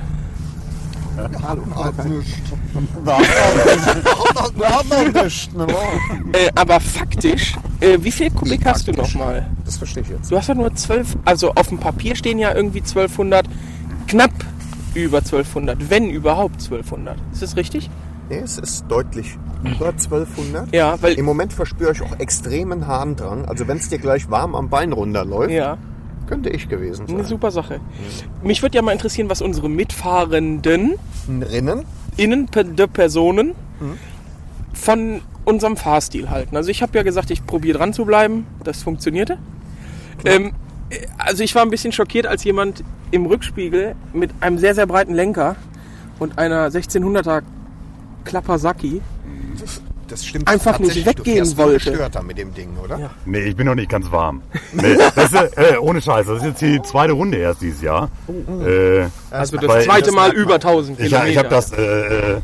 S2: Äh, aber faktisch, äh, wie viel Kubik hast du nochmal?
S4: Das verstehe ich jetzt.
S2: Du hast ja nur 12, also auf dem Papier stehen ja irgendwie 1200, knapp über 1200, wenn überhaupt 1200. Ist das richtig?
S4: Nee, es ist deutlich über 1200.
S2: Ja, weil-
S4: Im Moment verspüre ich auch extremen Harndrang. Also wenn es dir gleich warm am Bein runterläuft,
S2: Ja,
S4: könnte ich gewesen
S2: eine
S4: sein.
S2: super Sache. Mich würde ja mal interessieren, was unsere Mitfahrenden,
S4: Rinnen?
S2: innen der Personen, von unserem Fahrstil halten. Also ich habe ja gesagt, ich probiere dran zu bleiben. Das funktionierte. Ähm, äh, also ich war ein bisschen schockiert, als jemand im Rückspiegel mit einem sehr, sehr breiten Lenker und einer 1600er Klappersacki
S4: Das, das stimmt.
S2: Einfach nicht
S4: tatsächlich.
S2: weggehen
S4: du fährst nur
S2: wollte.
S4: gestörter mit dem Ding, oder?
S2: Ja.
S5: Nee, ich bin noch nicht ganz warm. Nee, das ist, äh, ohne Scheiß, das ist jetzt die zweite Runde erst dieses Jahr.
S4: Oh,
S5: Äh,
S2: Also
S5: Weil
S2: das
S5: ich-
S2: zweite
S4: das
S2: Mal
S4: merkt man.
S2: über 1000
S5: ich ich habe das äh, äh,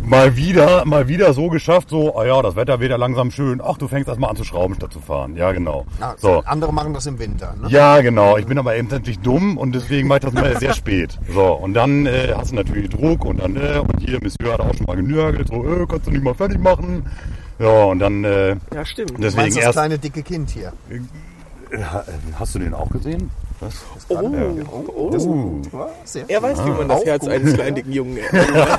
S5: mal wieder mal wieder so geschafft, so, ah ja, das Wetter wird ja langsam schön. Ach, du fängst erst mal an zu schrauben, statt zu fahren. Ja, genau.
S4: Ah,
S5: So.
S4: Andere machen das im Winter. Ne?
S5: Ja, genau. Ich bin aber eben natürlich dumm und deswegen mache ich das mal sehr spät. So, und dann äh, hast du natürlich Druck und dann, äh, und hier, Monsieur hat auch schon mal genörgelt, so, äh, kannst du nicht mal fertig machen. Ja, und dann, äh,
S2: Ja, stimmt.
S5: deswegen
S4: Meinst du das
S5: erst...
S4: kleine dicke Kind hier?
S5: äh, Hast du den auch gesehen? Was?
S2: Oh,
S4: Das,
S2: oh.
S4: war sehr
S2: Er weiß, wie man das Herz eines kleinen dicken Jungen erobert.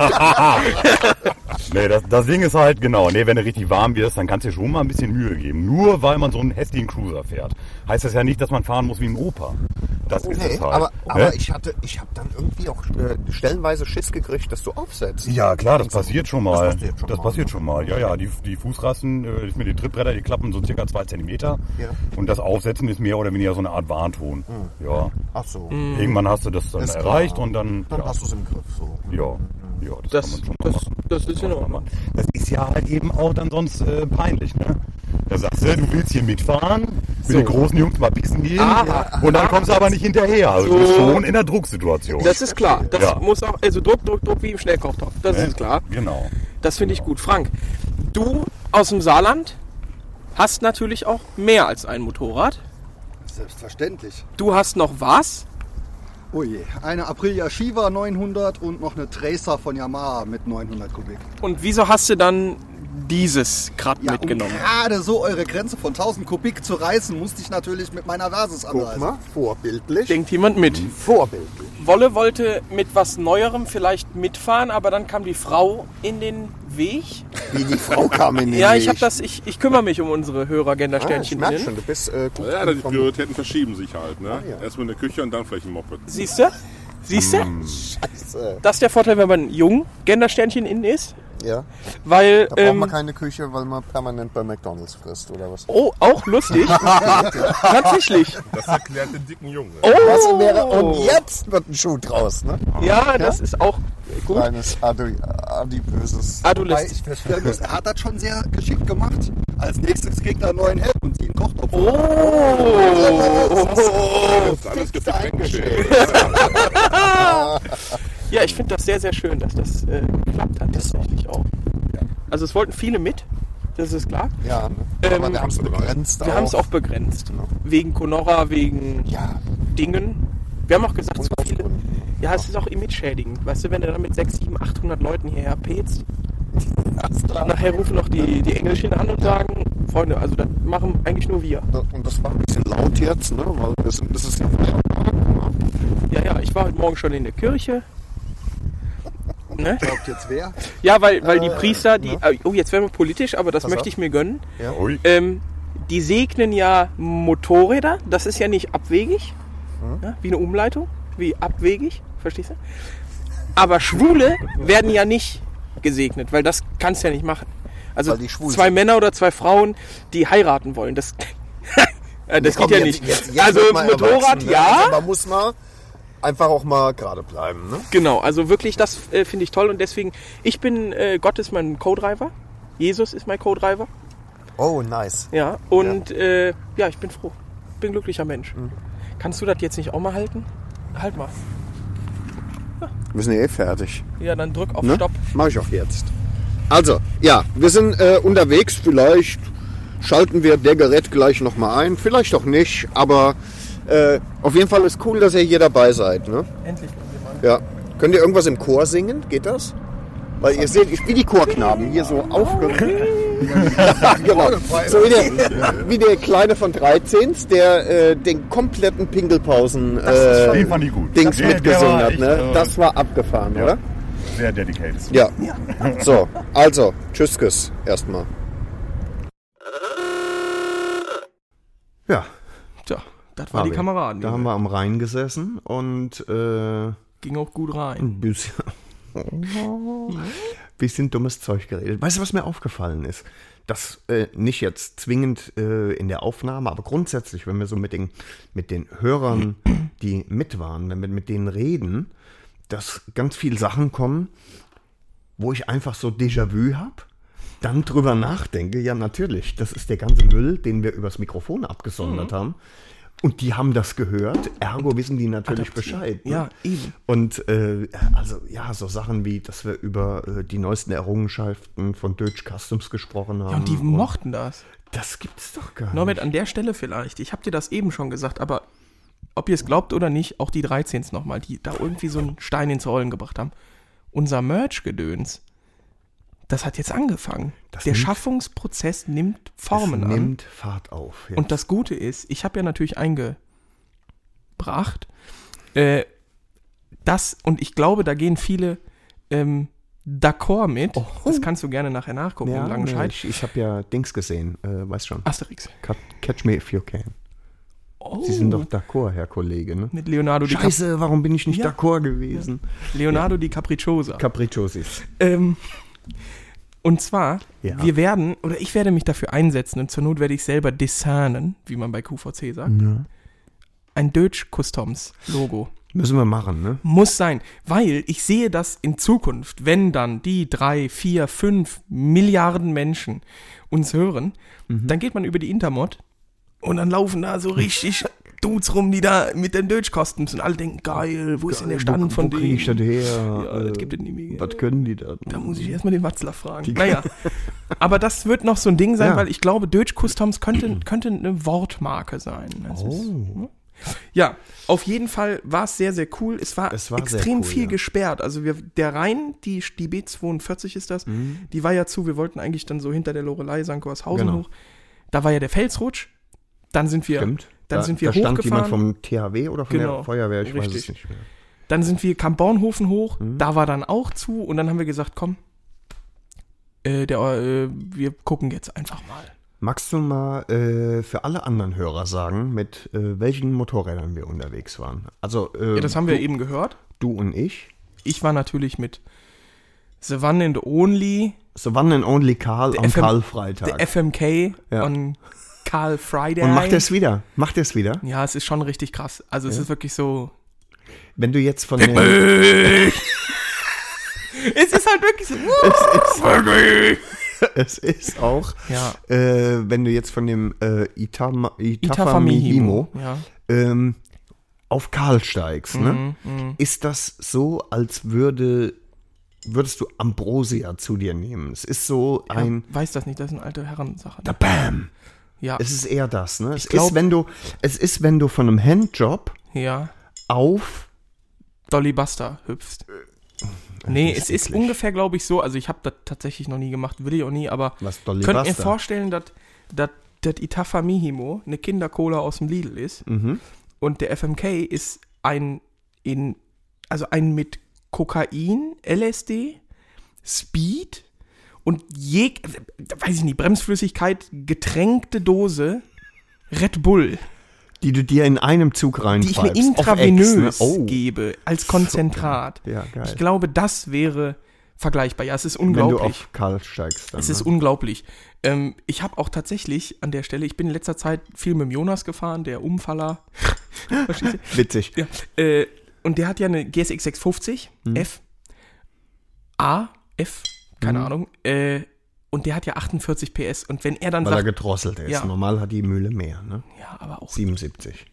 S5: Nee, das, das Ding ist halt, genau, nee, wenn du richtig warm wirst, dann kannst du dir schon mal ein bisschen Mühe geben. Nur weil man so einen hässlichen Cruiser fährt, heißt das ja nicht, dass man fahren muss wie ein Opa. Das ist
S4: Nee,
S5: es halt.
S4: aber,
S5: ne?
S4: aber ich hatte, ich habe dann irgendwie auch äh, stellenweise Schiss gekriegt, dass du aufsetzt.
S5: Ja, klar, das passiert schon mal.
S4: Das passiert schon mal.
S5: mal. Ja, ja, die, die Fußrassen, äh, ich mir die Trittbretter, die klappen so circa zwei Zentimeter.
S4: Ja.
S5: Und das Aufsetzen ist mehr oder weniger so eine Art Warnton. Ja.
S4: Ach so.
S2: Hm.
S5: Irgendwann hast du das dann
S4: Ist klar.
S5: erreicht und dann.
S4: Dann
S5: ja.
S4: hast du es im Griff. So.
S5: ja. Ja, das, kann
S2: Das,
S5: man schon
S2: das,
S5: mal machen.
S2: das ist in Ordnung.
S5: Das ist ja halt eben auch dann sonst äh, peinlich, ne? Da sagst du, du willst hier mitfahren, mit den großen Jungs mal pissen gehen
S2: Aha.
S5: und dann kommst du aber nicht hinterher. Also du bist
S2: So.
S5: schon in der Drucksituation.
S2: Das ist klar. Das
S5: Ja.
S2: muss auch, also Druck, Druck, Druck wie im Schnellkochtopf. Das
S5: Ne?
S2: ist klar.
S5: Genau.
S2: Das finde ich gut. Frank, du aus dem Saarland hast natürlich auch mehr als ein Motorrad.
S8: Selbstverständlich.
S2: Du hast noch was?
S8: Oh je, eine Aprilia Shiva 900 und noch eine Tracer von Yamaha mit 900 Kubik.
S2: Und wieso hast du dann dieses Krat
S8: Ja,
S2: mitgenommen?
S8: um gerade so eure Grenze von 1000 Kubik zu reißen, musste ich natürlich mit meiner Versus
S4: Guck
S8: anreißen.
S4: mal, vorbildlich.
S2: Denkt jemand mit?
S4: Vorbildlich.
S2: Wolle wollte mit was Neuerem vielleicht mitfahren, aber dann kam die Frau in den Weg.
S4: Wie die Frau kam in den
S2: Ja, ich
S4: Weg.
S2: habe das. Ich, ich kümmere mich um unsere Hörer
S4: Ah, ich
S2: Gendersternchen.
S4: merk schon, du bist äh, gut
S9: Ja, die
S4: vom-
S9: Prioritäten verschieben sich halt. Ne?
S4: ja.
S9: Erstmal eine Küche und dann vielleicht ein Moped.
S2: Siehst du? Siehst du?
S4: Mm. Scheiße.
S2: Das ist der Vorteil, wenn man jung Gendersternchen innen ist,
S4: Ja.
S2: weil
S4: Da braucht
S2: ähm,
S4: man keine Küche, weil man permanent bei McDonalds frisst oder was.
S2: oh auch lustig tatsächlich.
S9: Das erklärt den dicken Jungen.
S2: Oh,
S4: Das wäre, und jetzt wird ein Schuh draus, ne?
S2: ja, das ist auch gut.
S4: Kleines Adi adipöses.
S8: Wobei
S2: Adoleszenz.
S8: ich feststellen muss, er hat das schon sehr geschickt gemacht. Als nächstes kriegt er einen neuen Helm und zieht einen Kochtopf.
S2: Oh,
S9: Das ist alles gefickt.
S2: ja, ich finde das sehr, sehr schön, dass das äh, geklappt hat tatsächlich auch. Also es wollten viele mit, das ist klar.
S4: Ja, ne?
S2: Ähm,
S4: aber wir haben es begrenzt.
S2: Wir haben es auch Genau. begrenzt. Wegen Conora, wegen
S4: Ja,
S2: Dingen. Wir haben auch gesagt,
S4: Und
S2: zu
S4: aus
S2: viele.
S4: Gründen.
S2: Ja, es ist auch image-schädigend. Weißt du, wenn du dann mit 6, 7, 800 Leuten hierher petzt,
S4: ganz klar.
S2: nachher rufen noch die, die Engelchen an und sagen, Freunde, also das machen eigentlich nur wir.
S4: Und das war ein bisschen laut jetzt, ne? Weil wir sind, das ist ja Feierabend.
S2: Ja, ja, ich war heute Morgen schon in der Kirche. Ne?
S8: Glaubt jetzt wer?
S2: Ja, weil, weil die Priester, die, oh, jetzt werden wir politisch, aber das
S4: Äh, ne? Pass
S2: möchte
S4: auf.
S2: ich mir gönnen.
S4: Ja.
S5: Ui.
S2: Ähm, die segnen ja Motorräder, das ist ja nicht abwegig,
S4: Hm?
S2: ja, wie eine Umleitung, wie abwegig, verstehst du? Aber Schwule werden ja nicht gesegnet, weil das kannst du ja nicht machen. Also
S4: Weil die schwul
S2: zwei
S4: sind.
S2: Männer oder zwei Frauen, die heiraten wollen, das, Äh, das
S4: Komm,
S2: geht ja
S4: jetzt-
S2: nicht.
S4: jetzt- jetzt
S2: also
S4: wird mal
S2: Motorrad
S4: erwachsen, ne?
S2: ja,
S4: Also man muss mal einfach auch mal gerade bleiben, ne?
S2: Genau, also wirklich, das äh, finde ich toll und deswegen, ich bin, äh, Gott ist mein Co-Driver, Jesus ist mein Co-Driver,
S4: Oh, nice.
S2: ja, und ja. Mhm. Äh, ja, ich bin froh, bin glücklicher Mensch. Kannst du das jetzt nicht auch mal halten? Halt mal.
S4: Wir sind eh fertig.
S2: Ja, dann drück auf
S4: Ne?
S2: Stopp.
S4: Mach ich auch jetzt. Also, ja, wir sind äh, unterwegs. Vielleicht schalten wir der Gerät gleich nochmal ein. Vielleicht auch nicht. Aber äh, auf jeden Fall ist cool, dass ihr hier dabei seid. Ne?
S2: Endlich mal jemand.
S4: Ja. Könnt ihr irgendwas im Chor singen? Geht das? Weil ihr seht, ich bin die Chorknaben hier so aufgeregt. genau. So wie der, wie der Kleine von 13, der äh, den kompletten Pinkelpausen äh,
S5: Den fand ich gut.
S4: Dings
S5: Der- der
S4: mitgesungen
S5: war
S4: hat.
S5: echt,
S4: Ne?
S5: äh,
S4: Das war abgefahren,
S5: ja.
S4: oder?
S5: Sehr dedicated.
S4: Ja. So, also, tschüss, Küss erstmal.
S1: Ja,
S2: Tja, das waren die
S1: Fabian.
S2: Kameraden.
S1: Da haben wir am Rhein gesessen und äh,
S2: Ging auch gut rein.
S1: ein bisschen, bisschen dummes Zeug geredet. Weißt du, was mir aufgefallen ist? Das äh, nicht jetzt zwingend äh, in der Aufnahme, aber grundsätzlich, wenn wir so mit den, mit den Hörern, die mit waren, wenn wir mit denen reden, dass ganz viele Sachen kommen, wo ich einfach so Déjà-vu habe, dann drüber nachdenke, ja natürlich, das ist der ganze Müll, den wir übers Mikrofon
S2: Mhm.
S1: abgesondert haben. Und die haben das gehört, ergo wissen die natürlich Bescheid. ne?
S2: Ja, eben.
S1: Und äh, also ja, so Sachen wie, dass wir über äh, die neuesten Errungenschaften von Deutsch Customs gesprochen haben.
S2: Ja, und die mochten das.
S1: Das gibt's doch gar nicht.
S2: Norbert, an der Stelle vielleicht. Ich habe dir das eben schon gesagt, aber ob ihr es glaubt oder nicht, auch die 13 nochmal, die da irgendwie so einen Stein ins Rollen gebracht haben. Unser Merch-Gedöns, das hat jetzt angefangen.
S1: Das
S2: der
S1: nimmt-
S2: Schaffungsprozess nimmt
S1: Es
S2: Formen an.
S1: nimmt Fahrt auf. ja.
S2: ne? Und das Gute ist, ich habe ja natürlich eingebracht, äh, das, und ich glaube, da gehen viele ähm, d'accord mit. Das kannst du gerne nachher nachgucken
S1: Oh. ja,
S2: in
S1: nee,
S2: Langenscheid.
S1: ich ich habe ja Dings gesehen, äh, weiß schon.
S2: Asterix.
S1: Cut- Catch me if you can.
S2: Oh,
S1: Sie sind doch d'accord, Herr Kollege, ne?
S2: mit Leonardo, Di Cap
S1: Scheiße, warum bin ich nicht
S2: Ja.
S1: d'accord gewesen?
S2: Leonardo Di Capricciosa.
S1: Capricciosis.
S2: Ähm, und zwar,
S1: Ja.
S2: wir werden, oder ich werde mich dafür einsetzen und zur Not werde ich selber designen, wie man bei QVC sagt, ein Deutsch Customs Logo.
S1: Müssen wir machen, ne?
S2: Muss sein, weil ich sehe das in Zukunft, wenn dann die drei, vier, fünf Milliarden Menschen uns hören,
S1: Mhm.
S2: dann geht man über die Intermod und dann laufen da so richtig Dudes rum, die da mit den Deutsch Customs und alle denken, geil, wo ist denn der Stand
S1: Wo-
S2: von
S1: wo
S2: denen?
S1: krieg ich das her?
S2: Ja, das
S1: Äh,
S2: gibt es nie mehr.
S1: Was können die da?
S2: Da muss ich erstmal den Watzler fragen. naja. Aber das wird noch so ein Ding sein,
S1: Ja.
S2: weil ich glaube, Deutsch Customs könnte, könnte eine Wortmarke sein. Das ist-
S1: Oh.
S2: ne? ja, auf jeden Fall war es sehr, sehr cool. Es war,
S1: Es war sehr
S2: extrem
S1: cool,
S2: viel
S1: ja.
S2: gesperrt. Also wir, der Rhein, die, die B42 ist
S1: Mhm.
S2: das, die war ja zu. Wir wollten eigentlich dann so hinter der Lorelei, St. Gorshausen
S1: Genau.
S2: hoch. Da war ja der Felsrutsch. Dann sind wir,
S1: Stimmt.
S2: dann
S1: da,
S2: sind wir
S1: da stand
S2: hochgefahren.
S1: jemand vom THW oder von
S2: Genau,
S1: der Feuerwehr, ich weiß
S2: richtig.
S1: es nicht mehr.
S2: Dann sind wir Kampbornhofen hoch,
S1: Mhm.
S2: da war dann auch zu und dann haben wir gesagt, komm, äh, der, äh, wir gucken jetzt einfach mal.
S1: Magst du mal äh, für alle anderen Hörer sagen, mit äh, welchen Motorrädern wir unterwegs waren? Also äh,
S2: Ja, das haben wir eben gehört.
S1: du und ich.
S2: Ich war natürlich mit The One and Only,
S1: So wann denn Only Karl am
S2: FM
S1: Karl-Freitag?
S2: The FMK
S1: Ja.
S2: on Karl Friday.
S1: Und macht es wieder, macht es wieder.
S2: Ja, es ist schon richtig krass. Also es ist wirklich so.
S1: Wenn du jetzt von der,
S2: Es ist halt wirklich so.
S1: es ist auch,
S2: Ja.
S1: äh, wenn du jetzt von dem äh, Itama, Itafamihimo,
S2: Itafamihimo. Ja.
S1: ähm, auf Karl steigst,
S2: Mhm.
S1: ne? ist das so, als würde, würdest du Ambrosia zu dir nehmen? Es ist so ein
S2: Weiß das nicht, das ist eine alte Herrensache. ne?
S1: da Bam!
S2: Ja.
S1: Es ist eher das, ne? Es
S2: glaub-
S1: ist, wenn du, es ist, wenn du von einem Handjob
S2: ja.
S1: auf
S2: Dolly Buster hüpfst. Nee, es ist
S1: Äh, eklig.
S2: ungefähr, glaube ich, so. Also ich habe das tatsächlich noch nie gemacht, will ich auch nie, aber
S1: Was, Dolly
S2: könnt ihr
S1: Buster?
S2: vorstellen, dass das Itafa Mihimo eine Kindercola aus dem Lidl ist
S1: Mhm.
S2: und der FMK ist ein in also ein mit Kokain, LSD, Speed und jeg weiß ich nicht, Bremsflüssigkeit getränkte Dose Red Bull
S1: die du dir in einem Zug
S2: die ich
S1: reinpfeifst. auf
S2: mir
S1: Ex, ne?
S2: intravenös
S1: Oh.
S2: gebe, als Konzentrat.
S1: Ja, geil.
S2: Ich glaube, das wäre vergleichbar. Ja, es ist
S1: Halt. Wenn du
S2: unglaublich.
S1: auf Karl steigst. Dann,
S2: Es ist
S1: ne?
S2: unglaublich. Ähm, ich habe auch tatsächlich an der Stelle, ich bin in letzter Zeit viel mit dem Jonas gefahren, der Umfaller. Verstehst du?
S1: witzig.
S2: ja. äh, und der hat ja eine GSX 650
S1: Mhm.
S2: F. A, F, keine
S1: Mhm.
S2: Ahnung. Äh, und der hat ja 48 PS. Und wenn er dann
S1: Weil er
S2: sagt,
S1: gedrosselt ist.
S2: Ja.
S1: Normal hat die Mühle mehr, ne?
S2: ja, aber auch.
S1: 77.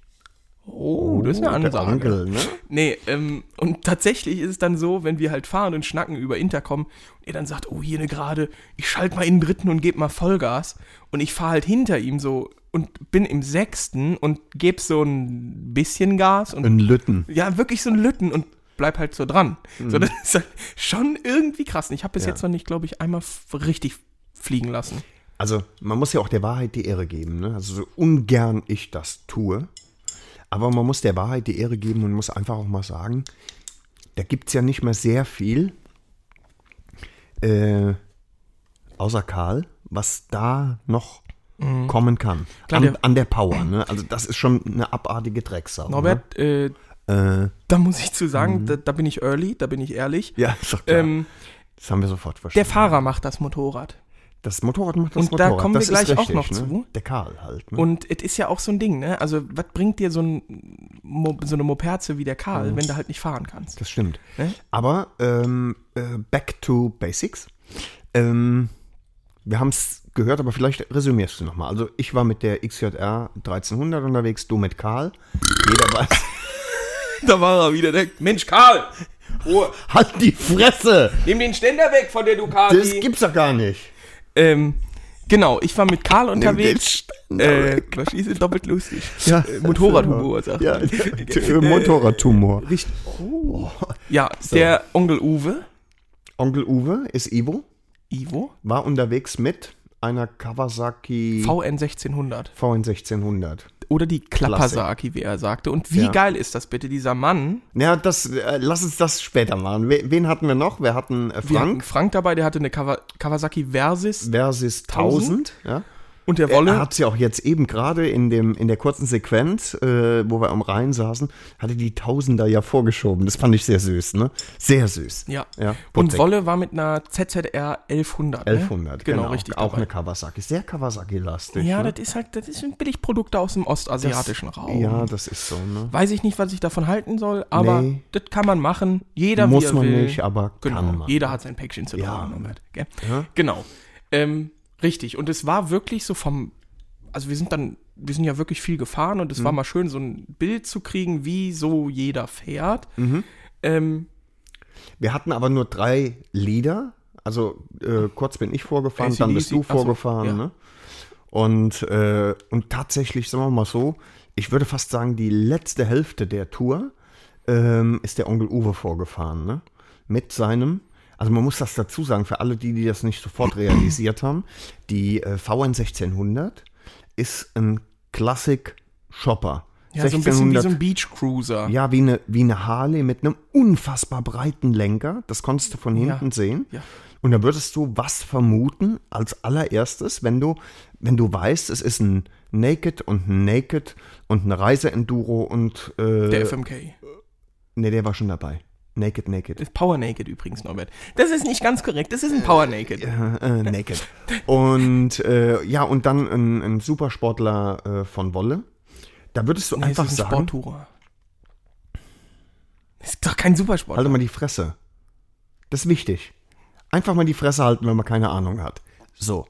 S2: Oh, das ist eine
S1: Der
S2: Ansage.
S1: Onkel, ne?
S2: Nee, ähm, und tatsächlich ist es dann so, wenn wir halt fahren und schnacken über Intercom und er dann sagt, oh, hier eine Gerade, ich schalte mal in den dritten und gebe mal Vollgas und ich fahre halt hinter ihm so und bin im sechsten und gebe so ein bisschen Gas und
S1: Ein Lütten.
S2: ja, wirklich so ein Lütten und bleib halt so dran. So, das ist halt schon irgendwie krass. Und Ich habe bis jetzt noch nicht, glaube ich, einmal f- richtig fliegen lassen.
S1: Also man muss ja auch der Wahrheit die Ehre geben. Ne? Also so ungern ich das tue, aber man muss der Wahrheit die Ehre geben und muss einfach auch mal sagen, da gibt es ja nicht mehr sehr viel, äh, außer Karl, was da noch kommen kann.
S2: Mhm. Klar,
S1: an,
S2: der-
S1: an der Power. Ne? Also das ist schon eine abartige Drecksau.
S2: Norbert, äh,
S1: Ne?
S2: da muss ich zu sagen, da, da bin ich early, da bin ich ehrlich.
S1: Äh, ja, ist doch klar.
S2: Ähm,
S1: das haben wir sofort
S2: der
S1: verstanden.
S2: Fahrer macht das Motorrad.
S1: das Motorrad macht das
S2: Und da
S1: Motorrad.
S2: kommen wir
S1: das ist
S2: gleich auch
S1: richtig,
S2: noch
S1: ne?
S2: zu.
S1: Der Karl halt. Ne?
S2: Und es ist ja auch so ein Ding, ne? Also, was bringt dir so, ein, Mo- so eine Moperze wie der Karl, wenn du halt nicht fahren kannst?
S1: Das stimmt.
S2: Ne?
S1: Aber ähm, äh, back to basics. Ähm, wir haben es gehört, aber vielleicht resümierst du nochmal. Also ich war mit der XJR 1300 unterwegs, du mit Karl. Jeder weiß.
S2: Da war er wieder, der Mensch, Karl! Ruhe,
S1: halt die Fresse!
S2: nimm den Ständer weg von der Ducati!
S1: Das gibt's doch gar nicht.
S2: Ähm, genau, ich war mit Karl unterwegs.
S1: den Ständer
S2: Äh, was ist doppelt lustig?
S1: Ja.
S2: Äh, Motorradhumor, sagt
S1: Ja,
S2: man.
S1: für Motorradtumor.
S2: äh, Richtig. Ja, der Onkel Uwe,
S1: Onkel Uwe ist Ivo,
S2: Ivo,
S1: war unterwegs mit einer Kawasaki
S2: VN 1600.
S1: VN 1600.
S2: Oder die Klappersaki, wie er sagte. Und wie
S1: Ja.
S2: geil ist das bitte, dieser Mann?
S1: Ja, das, äh, lass uns das später machen. We- Wen hatten wir noch? Wir hatten äh,
S2: Wir hatten
S1: Frank
S2: Frank dabei, der hatte eine Kawa Kawasaki Versys
S1: versus 1000. Ja.
S2: und der
S1: Er
S2: Wolle.
S1: hat sie auch jetzt eben gerade in, dem, in der kurzen Sequenz, äh, wo wir am Rhein saßen, hatte die Tausender ja vorgeschoben. Das fand ich sehr süß, ne? Sehr süß.
S2: ja.
S1: ja
S2: und
S1: Botek.
S2: Wolle war mit einer ZZR 1100. ne?
S1: 1100,
S2: genau, richtig.
S1: Auch
S2: dabei.
S1: eine Kawasaki. Sehr Kawasaki-lastig.
S2: Ja,
S1: ne?
S2: das ist halt, das sind Billigprodukte aus dem ostasiatischen Raum.
S1: Ja, das ist so, ne?
S2: Weiß ich nicht, was ich davon halten soll, aber
S1: Nee.
S2: das kann man machen. Jeder
S1: Muss
S2: wie er
S1: man
S2: will.
S1: nicht, aber
S2: genau.
S1: kann man.
S2: Jeder hat sein Päckchen zu
S1: Ja.
S2: tragen. Norbert, gell? Genau. Ähm, richtig. Und es war wirklich so vom, also wir sind dann, wir sind ja wirklich viel gefahren und es
S1: Mhm.
S2: war mal schön, so ein Bild zu kriegen, wie so jeder fährt.
S1: Mhm.
S2: Ähm,
S1: Wir hatten aber nur drei Lieder. Also äh, kurz bin ich vorgefahren, dann bist du
S2: AC/DC, achso,
S1: vorgefahren.
S2: ja.
S1: ne? und, äh, und tatsächlich, sagen wir mal so, ich würde fast sagen, die letzte Hälfte der Tour ähm, ist der Onkel Uwe vorgefahren. Ne? Mit seinem, also man muss das dazu sagen, für alle die, die das nicht sofort realisiert haben, die äh, VN 1600 ist ein Classic Shopper.
S2: ja, so ein bisschen wie so ein Beach Cruiser.
S1: Ja, wie eine, wie eine Harley mit einem unfassbar breiten Lenker. Das konntest du von hinten
S2: Ja.
S1: sehen.
S2: Ja.
S1: Und da würdest du was vermuten als allererstes, wenn du, wenn du weißt, es ist ein Naked und ein Naked und ein Reiseenduro und äh,
S2: Der FMK.
S1: Nee, der war schon dabei. Naked, Naked.
S2: Das ist Power Naked übrigens, Norbert. Das ist nicht ganz korrekt. Das ist ein Power Naked.
S1: Äh, äh, naked. Und äh, ja, und dann ein, ein Supersportler äh, von Wolle. Da würdest du
S2: Nee,
S1: einfach
S2: es ist ein
S1: sagen,
S2: Sporttourer. Das ist doch kein Supersport.
S1: Halte Halt mal die Fresse. Das ist wichtig. Einfach mal die Fresse halten, wenn man keine Ahnung hat. So.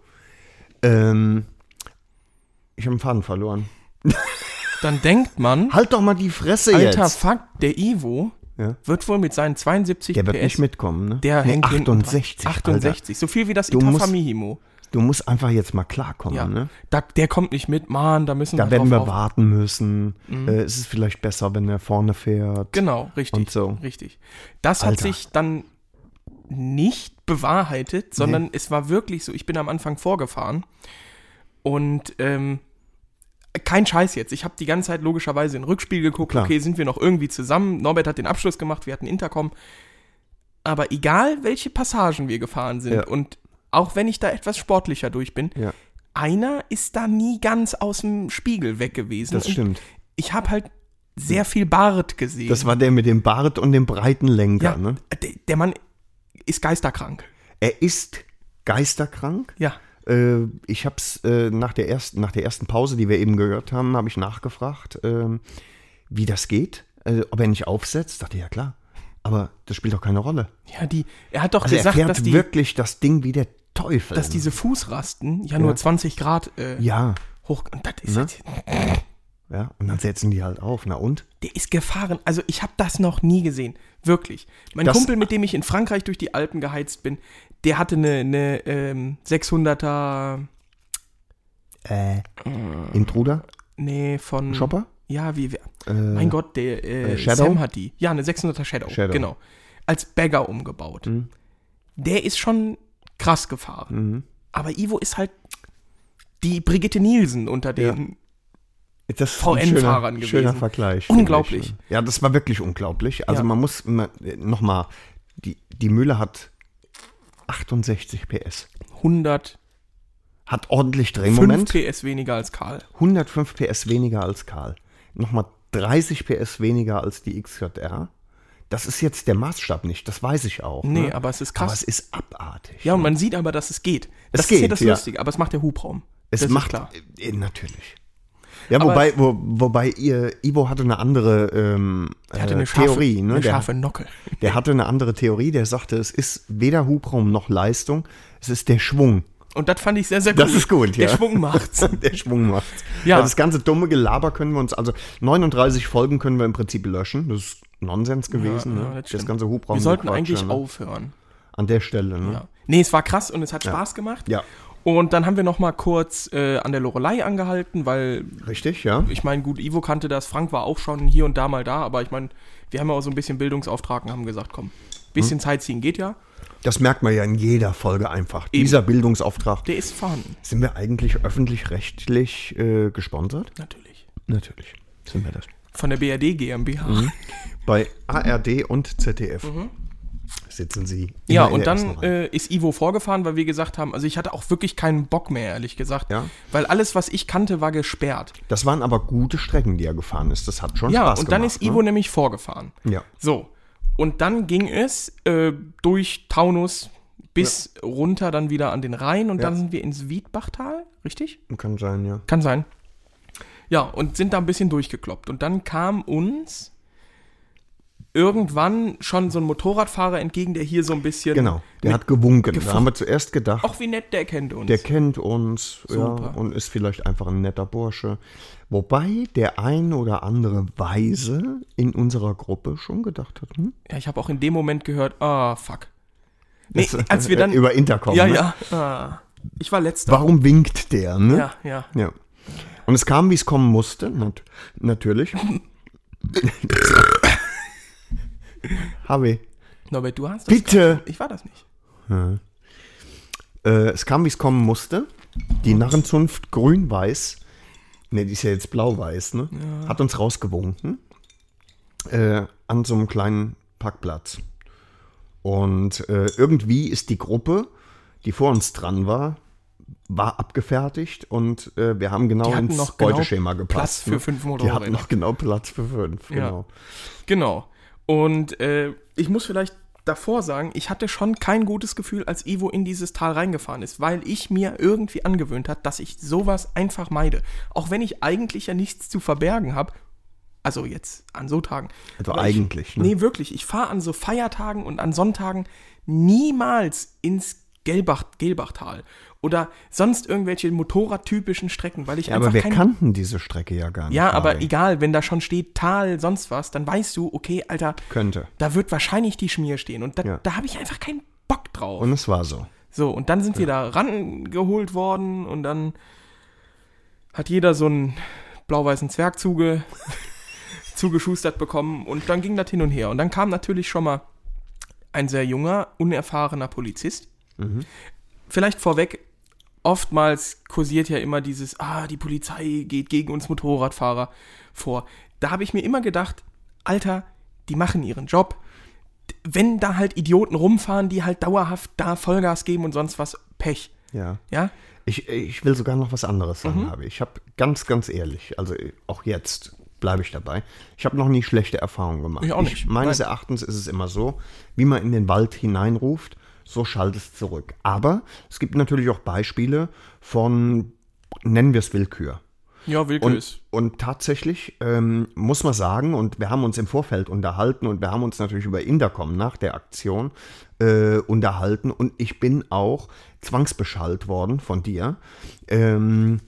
S1: Ähm, ich habe einen Faden verloren.
S2: Dann denkt man,
S1: Halt doch mal die Fresse
S2: alter
S1: jetzt.
S2: Fuck, der Ivo
S1: Ja.
S2: wird wohl mit seinen 72
S1: Der wird
S2: PS,
S1: nicht mitkommen, ne?
S2: der
S1: nee,
S2: hängt hinten dran.
S1: 68.
S2: 68, so viel wie das
S1: Du musst-
S2: Itafamihimo.
S1: Alter. Du musst einfach jetzt mal klarkommen,
S2: Ja.
S1: ne?
S2: Da, der kommt nicht mit, Mann, da müssen
S1: Da
S2: wir
S1: werden
S2: drauf
S1: wir
S2: auf- Mhm.
S1: warten müssen. Äh, es ist vielleicht besser, wenn er vorne fährt.
S2: Genau, richtig.
S1: Und so.
S2: Richtig. Das hat
S1: Alter.
S2: sich dann nicht bewahrheitet, sondern es war wirklich so, ich bin am Anfang vorgefahren und ähm, kein Scheiß jetzt. Ich habe die ganze Zeit logischerweise in den Rückspiel geguckt,
S1: Klar.
S2: okay, sind wir noch irgendwie zusammen? Norbert hat den Abschluss gemacht, wir hatten Intercom. Aber egal, welche Passagen wir gefahren sind
S1: Ja.
S2: und auch wenn ich da etwas sportlicher durch bin,
S1: Ja.
S2: einer ist da nie ganz aus dem Spiegel weg gewesen.
S1: Das
S2: Und
S1: stimmt.
S2: Ich habe halt sehr viel Bart gesehen.
S1: Das war der mit dem Bart und dem breiten Lenker,
S2: Ja, äh,
S1: ne?
S2: der, der Mann ist geisterkrank.
S1: Er ist geisterkrank.
S2: Ja.
S1: Äh, ich habe es äh, nach, der ersten- nach der ersten Pause, die wir eben gehört haben, habe ich nachgefragt, ähm, wie das geht, äh, ob er nicht aufsetzt. Dachte ja klar, aber das spielt doch keine Rolle.
S2: Ja, die, er hat doch
S1: Also
S2: gesagt,
S1: er fährt
S2: dass, die,
S1: wirklich das Ding wie der Teufel.
S2: dass diese Fußrasten ja, nur 20 Grad äh,
S1: ja, Ne?
S2: hoch. Und das ist jetzt,
S1: ja, und dann setzen die halt auf. Na und?
S2: der ist gefahren. Also ich habe das noch nie gesehen. Wirklich. Mein
S1: Das-
S2: Kumpel, mit dem ich in Frankreich durch die Alpen geheizt bin, der hatte eine, eine ähm, 600er,
S1: Äh, Intruder,
S2: nee, von...
S1: Chopper,
S2: Ja, wie, wie mein Gott, der äh,
S1: äh, Shadow?
S2: Sam hat die. Ja, eine 600er Shadow,
S1: Shadow. Mhm.
S2: genau. Als Bagger umgebaut. Der ist schon krass gefahren. Aber Ivo ist halt die Brigitte Nielsen unter den.
S1: Das ist
S2: VN
S1: ein schöner,
S2: Fahrern gewesen.
S1: schöner Vergleich. finde
S2: Unglaublich.
S1: Ich, ne? Ja, das war wirklich unglaublich. Also
S2: Ja.
S1: man muss nochmal, die, die Mühle hat 68 PS.
S2: 100
S1: Hat ordentlich
S2: 5
S1: Drehmoment.
S2: PS weniger als Karl.
S1: 105 PS weniger als Karl. Nochmal 30 PS weniger als die XJR. Das ist jetzt der Maßstab nicht, das weiß ich auch.
S2: Nee,
S1: ne?
S2: aber es ist
S1: Aber es
S2: krass.
S1: ist abartig.
S2: ja, und man sieht aber, dass es geht.
S1: Es
S2: das ist ja
S1: geht,
S2: das
S1: ja.
S2: Lustige, aber es macht der Hubraum.
S1: es
S2: das
S1: macht
S2: ist klar.
S1: äh, natürlich. Ja,
S2: Aber-
S1: wobei, wo, wobei ihr, Ivo hatte eine andere ähm,
S2: Der hatte
S1: äh,
S2: eine scharfe,
S1: Theorie. Ne?
S2: eine
S1: Der-
S2: scharfe Nocke.
S1: Der hatte eine andere Theorie, der sagte, es ist weder Hubraum noch Leistung, es ist der Schwung.
S2: Und das fand ich sehr, sehr gut.
S1: Das ist gut,
S2: Der
S1: ja.
S2: Schwung macht's.
S1: Der Schwung macht.
S2: Ja.
S1: Ja. Das ganze dumme Gelaber können wir uns, also 39 Folgen können wir im Prinzip löschen. Das ist Nonsens gewesen,
S2: Ja, ja,
S1: ne?
S2: das
S1: Das,
S2: stimmt.
S1: ganze Hubraum.
S2: Wir sollten
S1: Gequatsche,
S2: eigentlich
S1: ne?
S2: aufhören.
S1: An der Stelle, ne?
S2: Ja. Nee, es war krass und es hat Spaß gemacht.
S1: Ja.
S2: Und dann haben wir noch mal kurz äh, an der Lorelei angehalten, weil
S1: Richtig, ja.
S2: ich meine, gut, Ivo kannte das, Frank war auch schon hier und da mal da, aber ich meine, wir haben ja auch so ein bisschen Bildungsauftrag und haben gesagt, komm, bisschen Zeit ziehen geht ja.
S1: Das merkt man ja in jeder Folge einfach. Dieser Bildungsauftrag.
S2: Der ist vorhanden.
S1: Sind wir eigentlich öffentlich-rechtlich äh, gesponsert?
S2: Natürlich.
S1: Natürlich. Sind wir das.
S2: Von der BRD GmbH.
S1: Bei ARD und ZDF sitzen sie.
S2: Mhm. Ja,
S1: immer in
S2: und
S1: der ersten
S2: dann
S1: Reihe.
S2: äh, ist Ivo vorgefahren, weil wir gesagt haben, also ich hatte auch wirklich keinen Bock mehr, ehrlich gesagt.
S1: Ja.
S2: Weil alles, was ich kannte, war gesperrt.
S1: Das waren aber gute Strecken, die er gefahren ist. Das hat schon
S2: Ja,
S1: Spaß
S2: und dann
S1: gemacht,
S2: ist Ivo
S1: ne?
S2: nämlich vorgefahren.
S1: Ja.
S2: So. Und dann ging es äh, durch Taunus bis runter dann wieder an den Rhein und dann sind wir ins Wiedbachtal, richtig?
S1: Kann sein, ja.
S2: Kann sein. Ja, und sind da ein bisschen durchgekloppt. Und dann kam uns irgendwann schon so ein Motorradfahrer entgegen, der hier so ein bisschen.
S1: Genau, der
S2: mit-
S1: hat gewunken.
S2: Gefu-
S1: Da haben wir zuerst gedacht,
S2: Ach, wie nett, der kennt uns.
S1: der kennt uns ja,
S2: Super.
S1: und ist vielleicht einfach ein netter Bursche. Wobei der ein oder andere Weise in unserer Gruppe schon gedacht hat, hm?
S2: ja, ich habe auch in dem Moment gehört, ah, fuck. Nee,
S1: Das-
S2: als wir dann.
S1: über Intercom.
S2: ja,
S1: ne?
S2: ja. Ah, ich war letzter.
S1: Warum winkt der, ne?
S2: Ja, ja.
S1: Ja. Und es kam, wie es kommen musste, nat natürlich. Harvey,
S2: Norbert, du hast das.
S1: bitte.
S2: Ich war das nicht.
S1: Äh, es kam, wie es kommen musste. Die Narrenzunft grün-weiß, ne, die ist ja jetzt blau-weiß, ne? Hat uns rausgewunken. Äh, an so einem kleinen Parkplatz. Und äh, irgendwie ist die Gruppe, die vor uns dran war, war abgefertigt und äh, wir haben genau
S2: Die hatten
S1: ins
S2: noch genau
S1: Beuteschema
S2: Platz
S1: gepasst.
S2: für
S1: ne?
S2: fünf
S1: Die
S2: Motorräder.
S1: hatten noch genau Platz für fünf, genau.
S2: Genau. Und äh, ich muss vielleicht davor sagen, ich hatte schon kein gutes Gefühl, als Ivo in dieses Tal reingefahren ist, weil ich mir irgendwie angewöhnt hat, dass ich sowas einfach meide. Auch wenn ich eigentlich ja nichts zu verbergen habe. Also jetzt an so Tagen.
S1: Also
S2: Aber
S1: eigentlich,
S2: Ich,
S1: ne?
S2: Nee, wirklich. Ich fahre an so Feiertagen und an Sonntagen niemals ins Gelbach, Gelbachtal oder sonst irgendwelche motorradtypischen Strecken, weil ich
S1: Aber
S2: einfach
S1: wir
S2: kein
S1: kannten diese Strecke ja gar nicht.
S2: ja, aber
S1: Harvey.
S2: egal, wenn da schon steht Tal, sonst was, dann weißt du, okay, Alter,
S1: Könnte.
S2: da wird wahrscheinlich die Schmier stehen. Und da,
S1: Ja.
S2: da habe ich einfach keinen Bock drauf.
S1: Und es war so.
S2: so, und dann sind wir da rangeholt worden und dann hat jeder so einen blau-weißen Zwerg zuge, zugeschustert bekommen und dann ging das hin und her. Und dann kam natürlich schon mal ein sehr junger, unerfahrener Polizist. Vielleicht vorweg, oftmals kursiert ja immer dieses, ah, die Polizei geht gegen uns Motorradfahrer vor. Da habe ich mir immer gedacht, Alter, die machen ihren Job. D- Wenn da halt Idioten rumfahren, die halt dauerhaft da Vollgas geben und sonst was, Pech.
S1: Ja.
S2: Ja?
S1: Ich, ich will sogar noch was anderes sagen,
S2: Mhm.
S1: habe ich. Ich habe ganz, ganz ehrlich, also auch jetzt bleibe ich dabei. Ich habe noch nie schlechte Erfahrungen gemacht.
S2: Ich auch nicht.
S1: meines
S2: Nein.
S1: Erachtens ist es immer so, wie man in den Wald hineinruft, so schallt es zurück. Aber es gibt natürlich auch Beispiele von, nennen wir es Willkür.
S2: Ja, Willkür
S1: Und, und tatsächlich ähm, muss man sagen, und wir haben uns im Vorfeld unterhalten und wir haben uns natürlich über Intercom nach der Aktion äh, unterhalten und ich bin auch zwangsbeschallt worden von dir, ähm,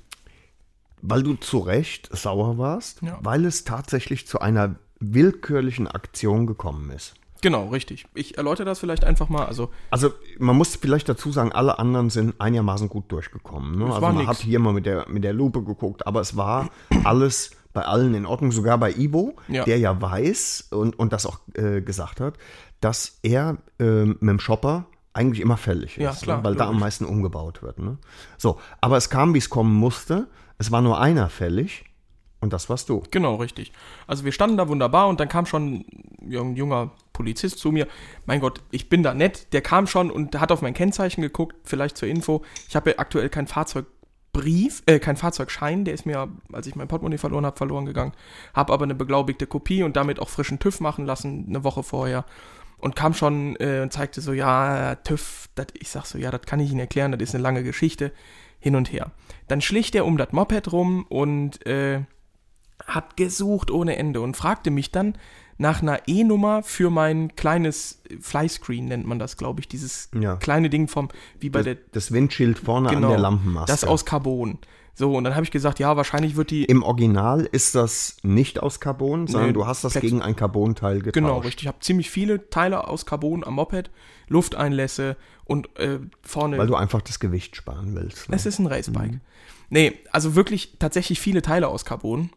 S1: weil du zu Recht sauer warst,
S2: Ja.
S1: weil es tatsächlich zu einer willkürlichen Aktion gekommen ist.
S2: Genau, richtig. Ich erläutere das vielleicht einfach mal. Also,
S1: Also man muss vielleicht dazu sagen, alle anderen sind einigermaßen gut durchgekommen. Ne? Also
S2: war
S1: man
S2: nix.
S1: hat hier mal mit der, mit der Lupe geguckt, aber es war alles bei allen in Ordnung, sogar bei Ivo,
S2: Ja.
S1: der ja weiß und, und das auch äh, gesagt hat, dass er ähm, mit dem Shopper eigentlich immer fällig
S2: Ja,
S1: ist,
S2: klar,
S1: ne? weil da am
S2: logisch.
S1: meisten umgebaut wird. Ne? So, aber es kam, wie es kommen musste. Es war nur einer fällig und das warst du.
S2: Genau, richtig. Also wir standen da wunderbar und dann kam schon ein junger Polizist zu mir. Mein Gott, ich bin da nett. Der kam schon und hat auf mein Kennzeichen geguckt, vielleicht zur Info. Ich habe ja aktuell keinen Fahrzeugbrief, äh, keinen Fahrzeugschein, der ist mir, als ich mein Portemonnaie verloren habe, verloren gegangen. Habe aber eine beglaubigte Kopie und damit auch frischen TÜV machen lassen, eine Woche vorher. Und kam schon äh, und zeigte so, ja, TÜV, dat, ich sag so, ja, das kann ich Ihnen erklären, das ist eine lange Geschichte, hin und her. Dann schlich der um das Moped rum und äh, hat gesucht ohne Ende und fragte mich dann nach einer E-Nummer für mein kleines äh, Flyscreen, nennt man das, glaube ich, dieses
S1: Ja.
S2: kleine Ding vom, wie bei der,
S1: Das Windschild vorne
S2: genau,
S1: an der Lampenmaske.
S2: das aus Carbon. So, und dann habe ich gesagt, ja, wahrscheinlich wird die,
S1: Im Original ist das nicht aus Carbon, sondern
S2: Nee,
S1: du hast das
S2: Plex-
S1: gegen ein Carbon-Teil getauscht.
S2: genau, richtig, ich habe ziemlich viele Teile aus Carbon am Moped, Lufteinlässe und äh, vorne
S1: Weil du einfach das Gewicht sparen willst. Ne?
S2: Es ist ein Racebike. Mhm. Nee, also wirklich tatsächlich viele Teile aus Carbon.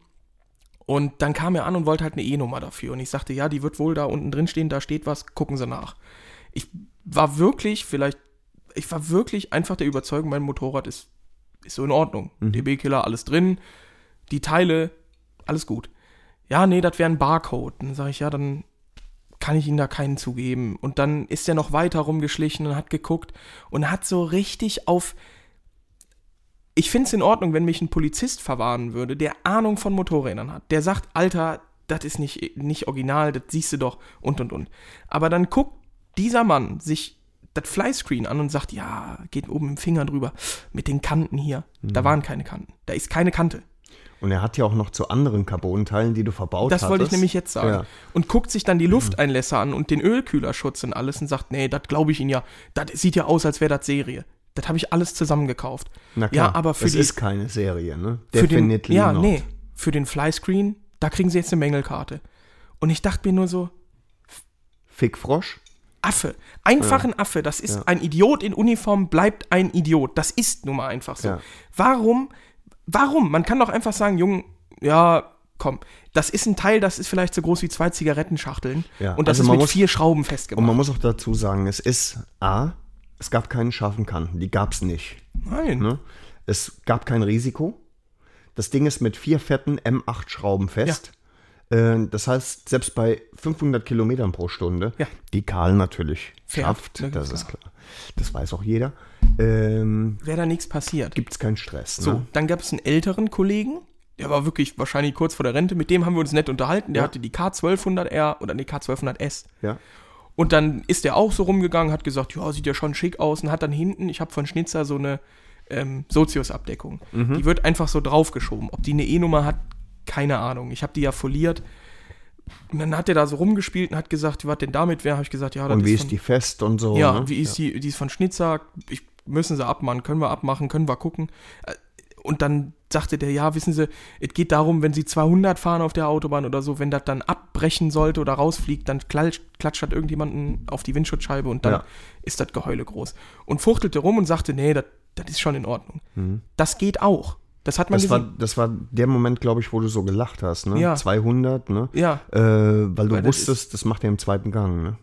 S2: Und dann kam er an und wollte halt eine E-Nummer dafür. Und ich sagte, ja, die wird wohl da unten drin stehen, da steht was, gucken Sie nach. Ich war wirklich, vielleicht, ich war wirklich einfach der Überzeugung, mein Motorrad ist, ist so in Ordnung. DB-Killer, alles drin, die Teile, alles gut. Ja, nee, das wäre ein Barcode. Dann sage ich, ja, dann kann ich Ihnen da keinen zugeben. Und dann ist er noch weiter rumgeschlichen und hat geguckt und hat so richtig auf ich finde es in Ordnung, wenn mich ein Polizist verwarnen würde, der Ahnung von Motorrädern hat. Der sagt, Alter, das ist nicht, nicht original, das siehst du doch und und und. Aber dann guckt dieser Mann sich das Flyscreen an und sagt, ja, geht oben mit dem Finger drüber, mit den Kanten hier.
S1: Mhm.
S2: Da waren keine Kanten. Da ist keine Kante.
S1: Und er hat ja auch noch zu anderen Carbonteilen, die du verbaut
S2: Das
S1: hattest.
S2: wollte ich nämlich jetzt sagen.
S1: Ja. Mhm.
S2: Und guckt sich dann die Lufteinlässe an und den Ölkühlerschutz und alles und sagt, nee, das glaube ich Ihnen ja. Das sieht ja aus, als wäre das Serie. Das habe ich alles zusammengekauft.
S1: Na klar,
S2: ja, aber für
S1: es
S2: die
S1: ist keine Serie, ne?
S2: für den,
S1: Definitely
S2: ja,
S1: not.
S2: nee, für den Flyscreen, da kriegen sie jetzt eine Mängelkarte. Und ich dachte mir nur so,
S1: Fickfrosch?
S2: Affe, einfach ein Affe, das ist ein Idiot in Uniform, bleibt ein Idiot. Das ist nun mal einfach so.
S1: Ja.
S2: Warum, warum? Man kann doch einfach sagen, Junge, ja, komm, das ist ein Teil, das ist vielleicht so groß wie zwei Zigarettenschachteln
S1: Ja,
S2: und das
S1: also
S2: ist
S1: man
S2: mit
S1: muss-
S2: vier Schrauben
S1: Und man
S2: festgemacht.
S1: muss auch dazu sagen, es ist A, es gab keine scharfen Kanten, die gab es nicht.
S2: Nein.
S1: Ne? Es gab kein Risiko. Das Ding ist mit vier fetten M8-Schrauben fest. Äh, Das heißt, selbst bei 500 Kilometern pro Stunde,
S2: Ja.
S1: die Karl natürlich
S2: Fährt,
S1: schafft,
S2: ne,
S1: das
S2: klar.
S1: ist klar. Das weiß auch jeder, ähm,
S2: Wäre da nichts passiert.
S1: gibt es keinen Stress.
S2: So,
S1: Ne?
S2: dann gab es einen älteren Kollegen, der war wirklich wahrscheinlich kurz vor der Rente, mit dem haben wir uns nett unterhalten, der hatte die K1200R oder die K1200S.
S1: Ja.
S2: Und dann ist der auch so rumgegangen, hat gesagt, ja, sieht ja schon schick aus und hat dann hinten, ich habe von Schnitzer so eine ähm, Sozius-Abdeckung.
S1: Mhm.
S2: Die wird einfach so draufgeschoben. Ob die eine E-Nummer hat, keine Ahnung. Ich habe die ja foliert. Und dann hat der da so rumgespielt und hat gesagt, was denn damit wäre, habe ich gesagt, ja, das
S1: Und wie
S2: von-
S1: ist die fest und so.
S2: ja,
S1: ne?
S2: wie ist die, die ist von Schnitzer, ich, müssen sie abmachen, können wir abmachen, können wir gucken. Äh, Und dann sagte der, ja, wissen Sie, es geht darum, wenn Sie 200 fahren auf der Autobahn oder so, wenn das dann abbrechen sollte oder rausfliegt, dann klatscht, klatscht das irgendjemanden auf die Windschutzscheibe und dann
S1: Ja.
S2: ist das Geheule groß. Und fuchtelte rum und sagte, nee, das das ist schon in Ordnung. Das geht auch. Das hat man
S1: Mhm. Das war,
S2: gesehen.
S1: das war der Moment, glaube ich, wo du so gelacht hast, ne?
S2: Ja.
S1: 200, ne?
S2: Ja.
S1: Äh, weil du
S2: Weil das
S1: wusstest, das, macht er im zweiten Gang, ne?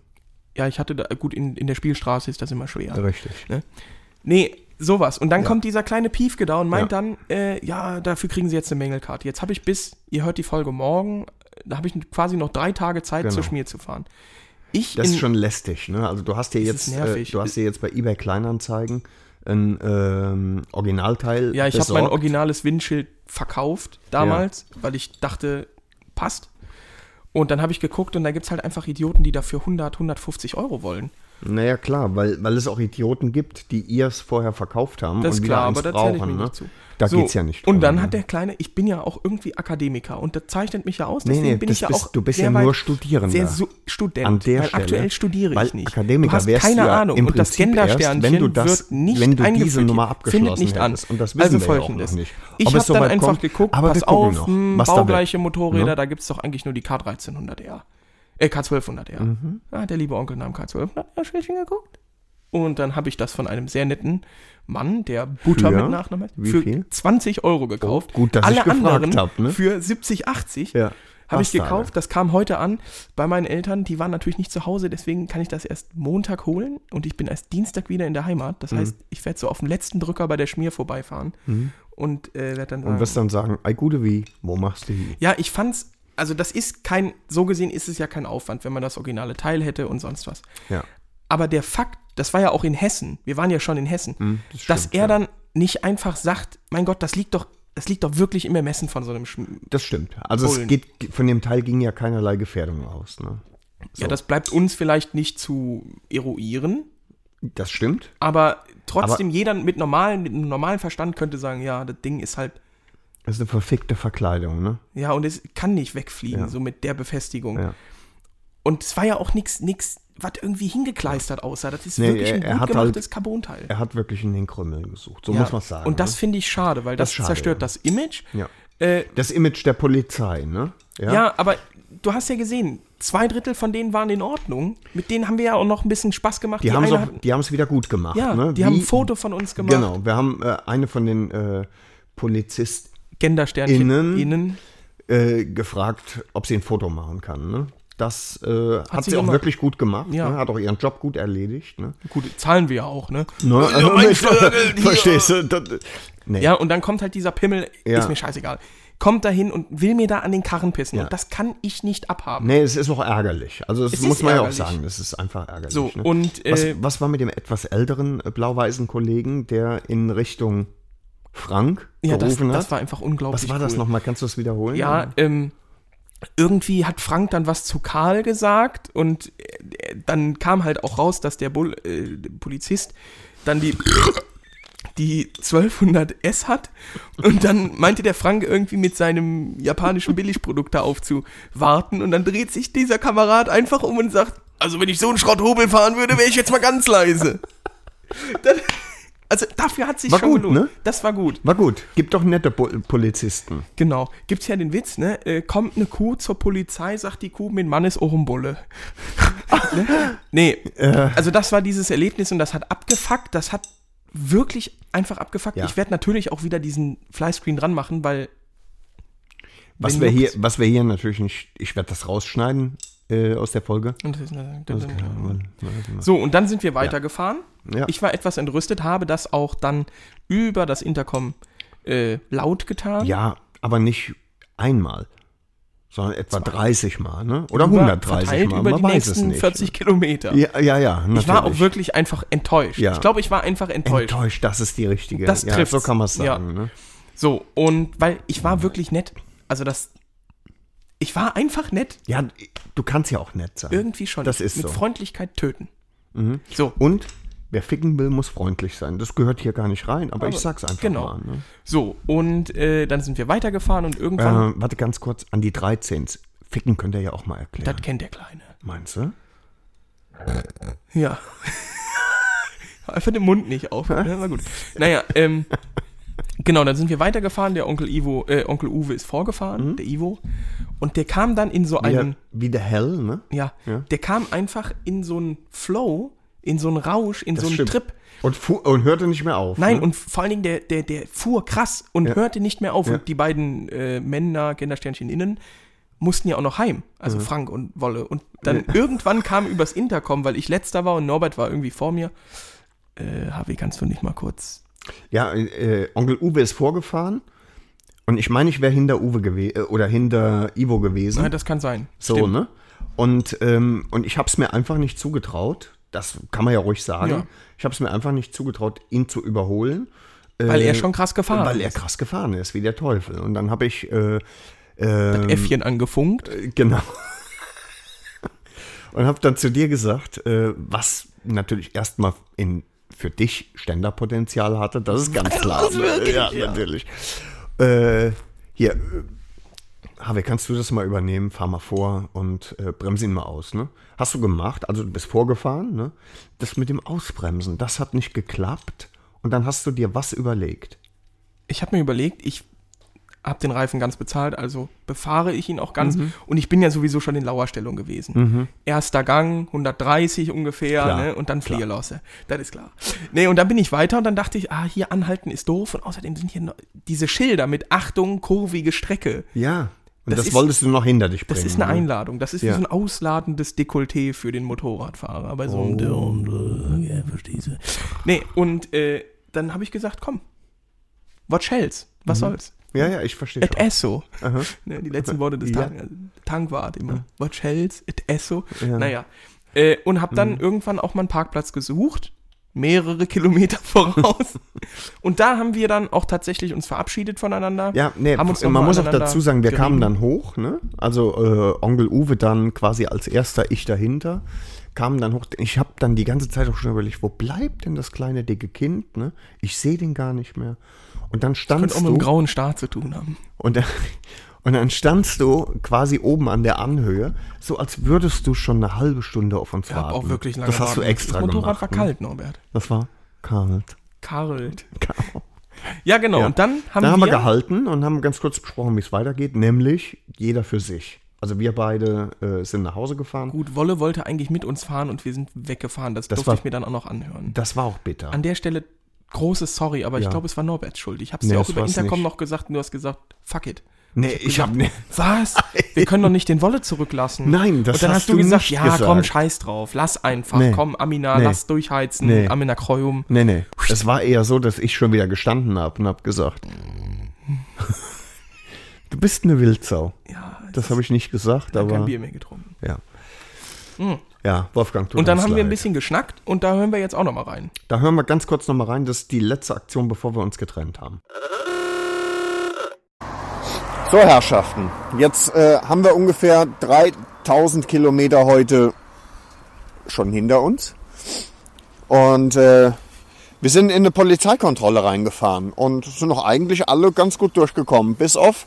S2: ja, ich hatte da, gut, in, in der Spielstraße ist das immer schwer.
S1: Richtig.
S2: Nee, sowas. Und dann kommt dieser kleine Piefke da und meint
S1: Ja.
S2: dann, äh, ja, dafür kriegen sie jetzt eine Mängelkarte. Jetzt habe ich bis, ihr hört die Folge morgen, da habe ich quasi noch drei Tage Zeit,
S1: Genau.
S2: zur Schmier zu fahren. Ich
S1: Das
S2: in,
S1: ist schon lästig, ne? Also du hast dir
S2: Das ist
S1: jetzt, äh,
S2: nervig.
S1: du hast dir jetzt bei eBay Kleinanzeigen ein ähm, Originalteil.
S2: ja, ich habe mein
S1: besorgt.
S2: originales Windschild verkauft damals, weil ich dachte, passt. Und dann habe ich geguckt und da gibt es halt einfach Idioten, die dafür 100, 150 Euro wollen.
S1: Naja, klar, weil, weil es auch Idioten gibt, die ihr es vorher verkauft haben
S2: Das ist
S1: und
S2: klar,
S1: wieder
S2: aber
S1: eins
S2: da zähle ich
S1: brauchen,
S2: mich
S1: ne?
S2: nicht zu.
S1: Da
S2: So,
S1: geht's ja nicht
S2: Und
S1: drum,
S2: dann
S1: ne?
S2: hat der kleine, ich bin ja auch irgendwie Akademiker und das zeichnet mich ja aus,
S1: Nee, nee,
S2: bin
S1: das
S2: ich ja
S1: bist-
S2: auch
S1: du bist
S2: sehr
S1: ja
S2: weit-
S1: nur Studierender.
S2: Sehr su Student,
S1: An der
S2: weil
S1: Stelle,
S2: aktuell studiere
S1: weil
S2: ich nicht.
S1: Akademiker
S2: du hast
S1: wärst
S2: keine
S1: du ja
S2: Ahnung
S1: im
S2: und das
S1: Prinzip erst,
S2: Gendersternchen
S1: wenn du das-
S2: wird nicht
S1: wenn du diese
S2: eingeführt.
S1: Nummer abgeschlossen
S2: findet nicht an.
S1: hättest. Und das wissen
S2: also
S1: wir ja auch noch
S2: folgendes.
S1: nicht.
S2: Ich
S1: Ob
S2: habe
S1: es so
S2: dann
S1: weit
S2: einfach
S1: kommt,
S2: geguckt,
S1: aber wir
S2: pass
S1: gucken
S2: auf,
S1: noch,
S2: hm,
S1: was da wird.
S2: baugleiche Motorräder,
S1: Ne?
S2: da gibt es doch eigentlich nur die K1300R. Äh, K1200R.
S1: Mhm.
S2: Ah, der liebe Onkel nahm K1200R, Schildchen geguckt. Und dann habe ich das von einem sehr netten Mann, der Butter
S1: Für?
S2: mit Nachnamen heißt,
S1: Wie
S2: für
S1: viel?
S2: 20 Euro gekauft.
S1: Oh, gut, dass ich gefragt
S2: anderen
S1: hab, ne?
S2: Für 70, 80.
S1: Ja.
S2: Habe ich
S1: Bastarde.
S2: gekauft, das kam heute an bei meinen Eltern. Die waren natürlich nicht zu Hause, deswegen kann ich das erst Montag holen und ich bin erst Dienstag wieder in der Heimat. Das
S1: Mhm.
S2: heißt, ich werde so auf dem letzten Drücker bei der Schmier vorbeifahren und äh, werde dann sagen,
S1: Und wirst dann sagen, ei gute wie, wo machst du die?
S2: ja, ich fand's, also das ist kein, so gesehen ist es ja kein Aufwand, wenn man das originale Teil hätte und sonst was.
S1: Ja.
S2: Aber der Fakt, das war ja auch in Hessen, wir waren ja schon in Hessen,
S1: Hm, das
S2: dass
S1: stimmt,
S2: er
S1: ja.
S2: dann nicht einfach sagt, mein Gott, das liegt doch, das liegt doch wirklich im Ermessen von so einem Schm
S1: Das stimmt. Also
S2: Bullen.
S1: es geht, von dem Teil ging ja keinerlei Gefährdung aus. Ne?
S2: Ja, das bleibt uns vielleicht nicht zu eruieren,
S1: Das stimmt.
S2: aber trotzdem jeder mit normalen, mit einem normalen Verstand könnte sagen, ja, das Ding ist halt,
S1: Das ist eine verfickte Verkleidung, ne?
S2: ja, und es kann nicht wegfliegen,
S1: Ja.
S2: so mit der Befestigung.
S1: Ja.
S2: Und es war ja auch nichts, nix, was irgendwie hingekleistert aussah. Das ist
S1: Nee,
S2: wirklich ein
S1: er- er
S2: gut
S1: hat
S2: gemachtes
S1: halt-
S2: Carbonteil.
S1: Er hat wirklich in den Krümmel gesucht, so
S2: Ja,
S1: muss man sagen.
S2: Und das
S1: ne?
S2: finde ich schade, weil
S1: Das
S2: das,
S1: ist schade,
S2: zerstört
S1: ja.
S2: das Image.
S1: Ja.
S2: Äh,
S1: das Image der Polizei, ne?
S2: ja. aber du hast ja gesehen, zwei Drittel von denen waren in Ordnung. Mit denen haben wir ja auch noch ein bisschen Spaß gemacht.
S1: Die haben es
S2: eine
S1: auch-
S2: hat-
S1: die haben es wieder gut gemacht.
S2: ja,
S1: ne?
S2: die haben
S1: Wie-
S2: ein Foto von uns gemacht.
S1: Genau, wir haben äh, eine von den äh, Polizisten
S2: Gendersternchen.
S1: Innen.
S2: Innen.
S1: äh, gefragt, ob sie ein Foto machen kann. Ne? Das äh, hat,
S2: sie
S1: sie auch
S2: gemacht.
S1: wirklich gut gemacht,
S2: Ja.
S1: ne? hat auch ihren Job gut erledigt. Ne?
S2: Gut, zahlen wir ja auch, ne?
S1: Ne?
S2: Ja, mein Vögel hier.
S1: Verstehst du? Das, nee.
S2: Ja, und dann kommt halt dieser Pimmel,
S1: Ja.
S2: ist mir scheißegal. Kommt dahin und will mir da an den Karren pissen.
S1: Ja.
S2: Und das kann ich nicht abhaben.
S1: Nee, es ist auch ärgerlich. Also das
S2: Es ist
S1: muss man ja auch
S2: ärgerlich.
S1: sagen, das ist einfach ärgerlich. ne?
S2: So, und, äh,
S1: was, was war mit dem etwas älteren äh, blau-weißen Kollegen, der in Richtung Frank
S2: Ja, das,
S1: gerufen
S2: das
S1: hat?
S2: war einfach unglaublich.
S1: was war das
S2: cool.
S1: nochmal? Kannst du das wiederholen?
S2: Ja, ähm, irgendwie hat Frank dann was zu Karl gesagt und äh, dann kam halt auch raus, dass der Bull, äh, der Polizist dann die, die 1200S hat und dann meinte der Frank irgendwie mit seinem japanischen Billigprodukt da aufzuwarten und dann dreht sich dieser Kamerad einfach um und sagt, also wenn ich so einen Schrotthobel fahren würde, wäre ich jetzt mal ganz leise. Dann, also dafür hat sich
S1: War
S2: schon
S1: gut,
S2: gelohnt.
S1: ne?
S2: Das war gut.
S1: War gut, gibt doch nette Pol- Polizisten.
S2: Genau. Gibt's ja den Witz, ne? Äh, kommt eine Kuh zur Polizei, sagt die Kuh, mein Mann ist Ohrenbulle. ne? Nee.
S1: Äh.
S2: Also das war dieses Erlebnis und das hat abgefuckt. Das hat wirklich einfach abgefuckt.
S1: Ja.
S2: Ich werde natürlich auch wieder diesen Flyscreen dran machen, weil
S1: Was
S2: Wen
S1: wir, hier,
S2: juckt's?
S1: was wir hier natürlich nicht, ich werde das rausschneiden äh, aus der Folge.
S2: so und dann sind wir weitergefahren.
S1: Ja.
S2: Ich war etwas entrüstet, habe das auch dann über das Intercom äh, laut getan.
S1: Ja, aber nicht einmal, sondern etwa 30 Mal, ne? Oder
S2: Über-
S1: 130
S2: verteilt
S1: Mal,
S2: über
S1: man
S2: die
S1: weiß es
S2: nächsten
S1: nicht.
S2: 40 Kilometer.
S1: ja, ja, ja, natürlich.
S2: Ich war auch wirklich einfach enttäuscht.
S1: Ja.
S2: Ich glaube, ich war einfach enttäuscht.
S1: enttäuscht, das ist die richtige.
S2: Das
S1: ja,
S2: trifft's.
S1: so kann man es
S2: Ja.
S1: sagen. Ne?
S2: So, und weil ich war wirklich nett. Also das. Ich war einfach nett.
S1: Ja, du kannst ja auch nett sein.
S2: Irgendwie schon.
S1: Das ist
S2: Mit
S1: so. Mhm.
S2: Freundlichkeit töten. So,
S1: Und wer ficken will, muss freundlich sein. Das gehört hier gar nicht rein, aber, ich sag's einfach
S2: genau.
S1: mal. Ne?
S2: so. Und äh, dann sind wir weitergefahren und irgendwann.
S1: Äh, warte ganz kurz, an die 13. Ficken könnt ihr ja auch mal erklären.
S2: Das kennt der Kleine.
S1: Meinst du?
S2: Ja. Einfach den Mund nicht auf. Ne? Na gut. Naja, ähm, genau, dann sind wir weitergefahren. Der Onkel Ivo, äh, Onkel Uwe ist
S1: Mhm.
S2: vorgefahren, der Ivo. Und der kam dann in so einen.
S1: Wieder, wieder hell, ne?
S2: Ja,
S1: Ja.
S2: der kam einfach in so einen Flow, in so einen Rausch, in so einen
S1: stimmt.
S2: Trip.
S1: Und, fu- und hörte nicht mehr auf.
S2: Nein,
S1: ne?
S2: und vor allen Dingen, der, der, der fuhr krass und
S1: Ja.
S2: hörte nicht mehr auf.
S1: Ja.
S2: Und die beiden äh, Männer, Gendersternchen innen, mussten ja auch noch heim. Also
S1: Mhm.
S2: Frank und Wolle. Und dann irgendwann kam übers Intercom, weil ich letzter war und Norbert war irgendwie vor mir. Äh, Harvey, kannst du nicht mal kurz.
S1: Ja, äh, Onkel Uwe ist vorgefahren. Und ich meine, ich wäre hinter Uwe gewesen oder hinter Ivo gewesen.
S2: Nein, das kann sein.
S1: so,
S2: Stimmt.
S1: ne? Und, ähm, und ich habe es mir einfach nicht zugetraut. Das kann man ja ruhig sagen.
S2: Ja.
S1: Ich habe es mir einfach nicht zugetraut, ihn zu überholen. Ähm,
S2: Weil er schon krass gefahren
S1: äh, Weil er
S2: ist.
S1: krass gefahren ist, wie der Teufel. Und dann habe ich, äh, ähm,
S2: Äffchen angefunkt.
S1: genau. und habe dann zu dir gesagt, äh, was natürlich erstmal in für dich Ständerpotenzial hatte, das ist ganz klar. ne? ja, natürlich. Äh, hier, äh, Harvey, kannst du das mal übernehmen? Fahr mal vor und äh, bremse ihn mal aus. Ne? Hast du gemacht, also du bist vorgefahren. Ne? Das mit dem Ausbremsen, das hat nicht geklappt. Und dann hast du dir was überlegt.
S2: ich habe mir überlegt, ich habe den Reifen ganz bezahlt, also befahre ich ihn auch ganz.
S1: Mhm.
S2: Und ich bin ja sowieso schon in Lauerstellung gewesen. Erster Gang, 130 ungefähr,
S1: Klar,
S2: ne? und dann Fliegerlosse. Das ist klar. Nee, und dann bin ich weiter und dann dachte ich, ah, hier anhalten ist doof. Und außerdem sind hier noch diese Schilder mit Achtung, kurvige Strecke.
S1: Ja. Und das,
S2: ist-
S1: wolltest du noch hinter dich bringen.
S2: Das ist eine
S1: ne?
S2: Einladung. Das ist wie
S1: Ja.
S2: so ein ausladendes Dekolleté für den Motorradfahrer bei so
S1: Oh,
S2: einem Dirndl. Ja, verstehst du. Nee, und äh, dann habe ich gesagt, komm, what shells?
S1: Mhm.
S2: Was soll's?
S1: Ja, ja, ich verstehe.
S2: Et
S1: schon.
S2: esso.
S1: Aha.
S2: Ne, die letzten Worte des
S1: Ja.
S2: Tank, also Tankwart immer. What shells? Et esso.
S1: Ja. Mhm.
S2: Naja. Äh, und habe dann irgendwann auch mal einen Parkplatz gesucht. Mehrere Kilometer voraus. und da haben wir dann auch tatsächlich uns verabschiedet voneinander.
S1: Ja, nee,
S2: haben uns noch
S1: man
S2: mal
S1: muss auch
S2: aneinander
S1: dazu sagen, wir
S2: gerieben.
S1: kamen dann hoch, ne? Also äh, Onkel Uwe dann quasi als erster, ich dahinter, kamen dann hoch. Ich habe dann die ganze Zeit auch schon überlegt, wo bleibt denn das kleine dicke Kind, ne? Ich sehe den gar nicht mehr. Und dann
S2: Könnte auch
S1: standst
S2: mit dem
S1: du
S2: grauen Star zu tun haben.
S1: und dann, und dann standst du quasi oben an der Anhöhe, so als würdest du schon eine halbe Stunde auf uns
S2: Ich
S1: warten.
S2: hab auch wirklich lange
S1: Das hast Ah, du
S2: warten
S1: extra
S2: müssen. Das
S1: gemacht.
S2: Motorrad war kalt, Norbert.
S1: Ne? Das war kalt.
S2: Kalt.
S1: Kalt.
S2: Ja, genau.
S1: Ja.
S2: Und dann haben
S1: Dann haben
S2: wir,
S1: wir gehalten und haben ganz kurz besprochen, wie es weitergeht, nämlich jeder für sich. Also wir beide äh, sind nach Hause gefahren.
S2: gut, Wolle wollte eigentlich mit uns fahren und wir sind weggefahren. Das,
S1: Das
S2: durfte
S1: war-
S2: ich mir dann auch noch anhören.
S1: Das war auch bitter.
S2: An der Stelle großes Sorry, aber ich
S1: Ja.
S2: glaube, es war Norberts Schuld. Ich habe es
S1: Nee,
S2: dir auch
S1: das
S2: über
S1: war's
S2: Intercom
S1: nicht.
S2: noch gesagt und du hast gesagt, fuck it.
S1: nee, ich habe ne,
S2: Was? Wir können doch nicht den Wolle zurücklassen.
S1: Nein, das
S2: Und dann
S1: hast
S2: hast, du
S1: du
S2: gesagt,
S1: nicht
S2: ja, komm,
S1: gesagt.
S2: scheiß drauf. Lass einfach.
S1: Nee.
S2: Komm, Amina,
S1: Nee.
S2: lass durchheizen.
S1: Nee.
S2: Amina Kreum.
S1: nee, nee. Es war eher so, dass ich schon wieder gestanden habe und habe gesagt, du bist eine Wildsau.
S2: Ja,
S1: Das habe ich nicht gesagt,
S2: ich kein
S1: aber
S2: Bier mehr getrunken.
S1: ja. Ja, Wolfgang, tut
S2: Und dann
S1: uns
S2: haben wir ein
S1: leid.
S2: bisschen geschnackt und da hören wir jetzt auch nochmal rein.
S1: Da hören wir ganz kurz nochmal rein, das ist die letzte Aktion, bevor wir uns getrennt haben.
S4: So, Herrschaften, jetzt äh, haben wir ungefähr 3000 Kilometer heute schon hinter uns. Und äh, wir sind in eine Polizeikontrolle reingefahren und sind noch eigentlich alle ganz gut durchgekommen. Bis auf,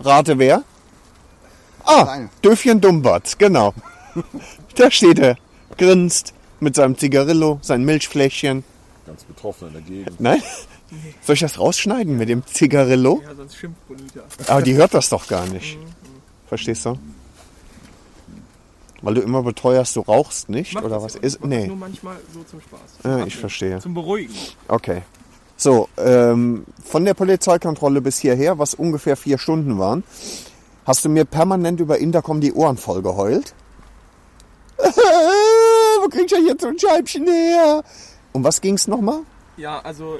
S4: rate wer? Ah,
S8: Deine.
S4: Döfchen Dumbatz, genau. da steht er, grinst mit seinem Zigarillo, sein Milchfläschchen.
S10: Ganz betroffen in der Gegend.
S4: Nein? Soll ich das rausschneiden mit dem Zigarillo?
S2: Ja, sonst schimpft Bonita.
S4: Aber die hört das doch gar nicht. Verstehst du? Weil du immer beteuerst, du rauchst nicht
S2: Macht
S4: oder
S2: das
S4: was
S2: ja auch.
S4: ist?
S2: Ich mach das
S4: Nee,
S2: Nur manchmal so zum Spaß.
S4: ah, ich verstehe.
S2: Zum Beruhigen.
S4: Okay. So, ähm, von der Polizeikontrolle bis hierher, was ungefähr vier Stunden waren, hast du mir permanent über Intercom die Ohren voll geheult. Wo krieg ich ja jetzt so ein Scheibchen her? Um was ging's nochmal?
S2: Ja, also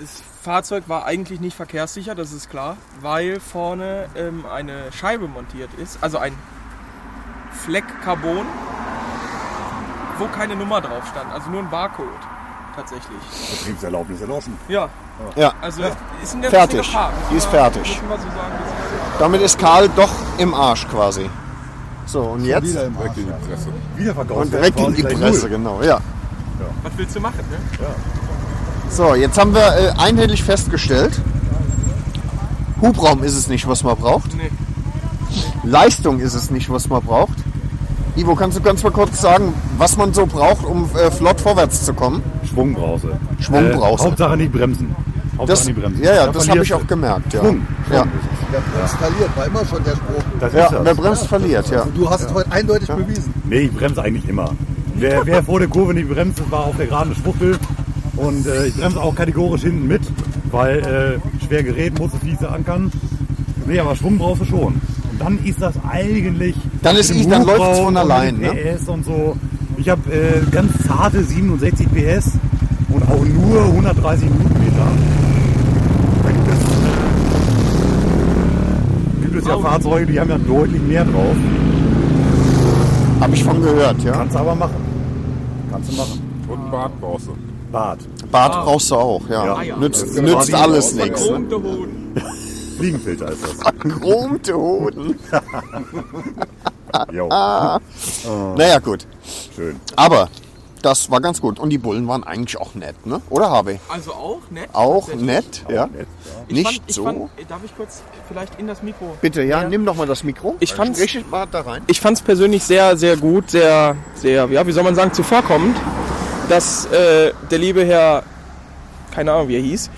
S2: das Fahrzeug war eigentlich nicht verkehrssicher, das ist klar, weil vorne ähm, eine Scheibe montiert ist, also ein Fleck Carbon, wo keine Nummer drauf stand, also nur ein Barcode tatsächlich.
S5: Betriebserlaubnis erlaufen.
S2: Ja,
S4: Ja,
S2: also ist in der
S4: Fertig.
S2: ist in Gefahr, müssen
S4: Die ist
S2: wir-
S4: fertig.
S2: Müssen wir so sagen, das ist
S4: damit ist Karl doch im Arsch quasi. So, und jetzt?
S5: Wieder im Arsch.
S10: Die Presse.
S5: Wieder verkauft.
S4: Und direkt in die Presse, genau, ja.
S2: was willst du machen, ne?
S4: So, jetzt haben wir äh, einhellig festgestellt, Hubraum ist es nicht, was man braucht.
S2: Nee.
S4: Leistung ist es nicht, was man braucht. Ivo, kannst du ganz mal kurz sagen, was man so braucht, um äh, flott vorwärts zu kommen?
S5: Äh, Schwungbrause.
S4: Schwungbrause.
S5: Äh, Hauptsache nicht bremsen. Hauptsache
S4: Das,
S5: nicht bremsen.
S4: ja, ja,
S5: Da
S4: das habe
S5: verlierst
S4: ich auch
S5: du.
S4: gemerkt. Ja,
S5: Schwung.
S4: ja.
S8: Der bremst verliert, war immer schon der Spruch.
S5: Das ist
S4: ja wer
S5: das.
S4: bremst, verliert. Ja.
S8: Du hast es heute eindeutig bewiesen.
S5: Nee, ich bremse eigentlich immer. Wer, wer vor der Kurve nicht bremst, das war auf der geraden Schwuchtel. Und äh, ich bremse auch kategorisch hinten mit, weil äh, schwer Gerät muss es fiese ankern. Nee, aber Schwung brauchst du schon. Und dann ist das eigentlich.
S4: Dann ist
S5: mit dem
S4: ich- dann läuft's
S5: Hubraum
S4: von
S5: und
S4: allein,
S5: mit
S4: ne?
S5: PS und so. Ich habe äh, ganz zarte 67 PS und auch nur 130 Newtonmeter. Da gibt es- Gibt es ja Fahrzeuge, die haben ja deutlich mehr drauf.
S4: Habe ich von gehört. Ja.
S5: Kannst du aber machen. Kannst du machen.
S10: Und einen Bart brauchst du.
S5: Bart.
S4: Bart brauchst du auch. Ja.
S5: Ja.
S4: Nützt,
S5: Ja.
S4: nützt
S5: Ja.
S4: alles
S5: Ja.
S4: nichts. Ne?
S5: Fliegenfilter ist das.
S4: Chromte Hoden.
S5: Jo,
S4: Naja, gut.
S5: schön.
S4: Aber das war ganz gut. Und die Bullen waren eigentlich auch nett, ne? oder, HB?
S2: Also auch, ne?
S4: Auch nett, ja.
S2: Ich
S4: Nicht
S2: fand, ich
S4: so.
S2: Fand, darf ich kurz vielleicht in das Mikro
S4: Bitte, ja, nimm doch mal das Mikro.
S2: Ich fand's-
S4: Sprich mal da rein.
S2: ich fand es persönlich sehr, sehr gut, sehr, sehr, ja, wie soll man sagen, zuvorkommend, dass äh, der liebe Herr, keine Ahnung, wie er hieß,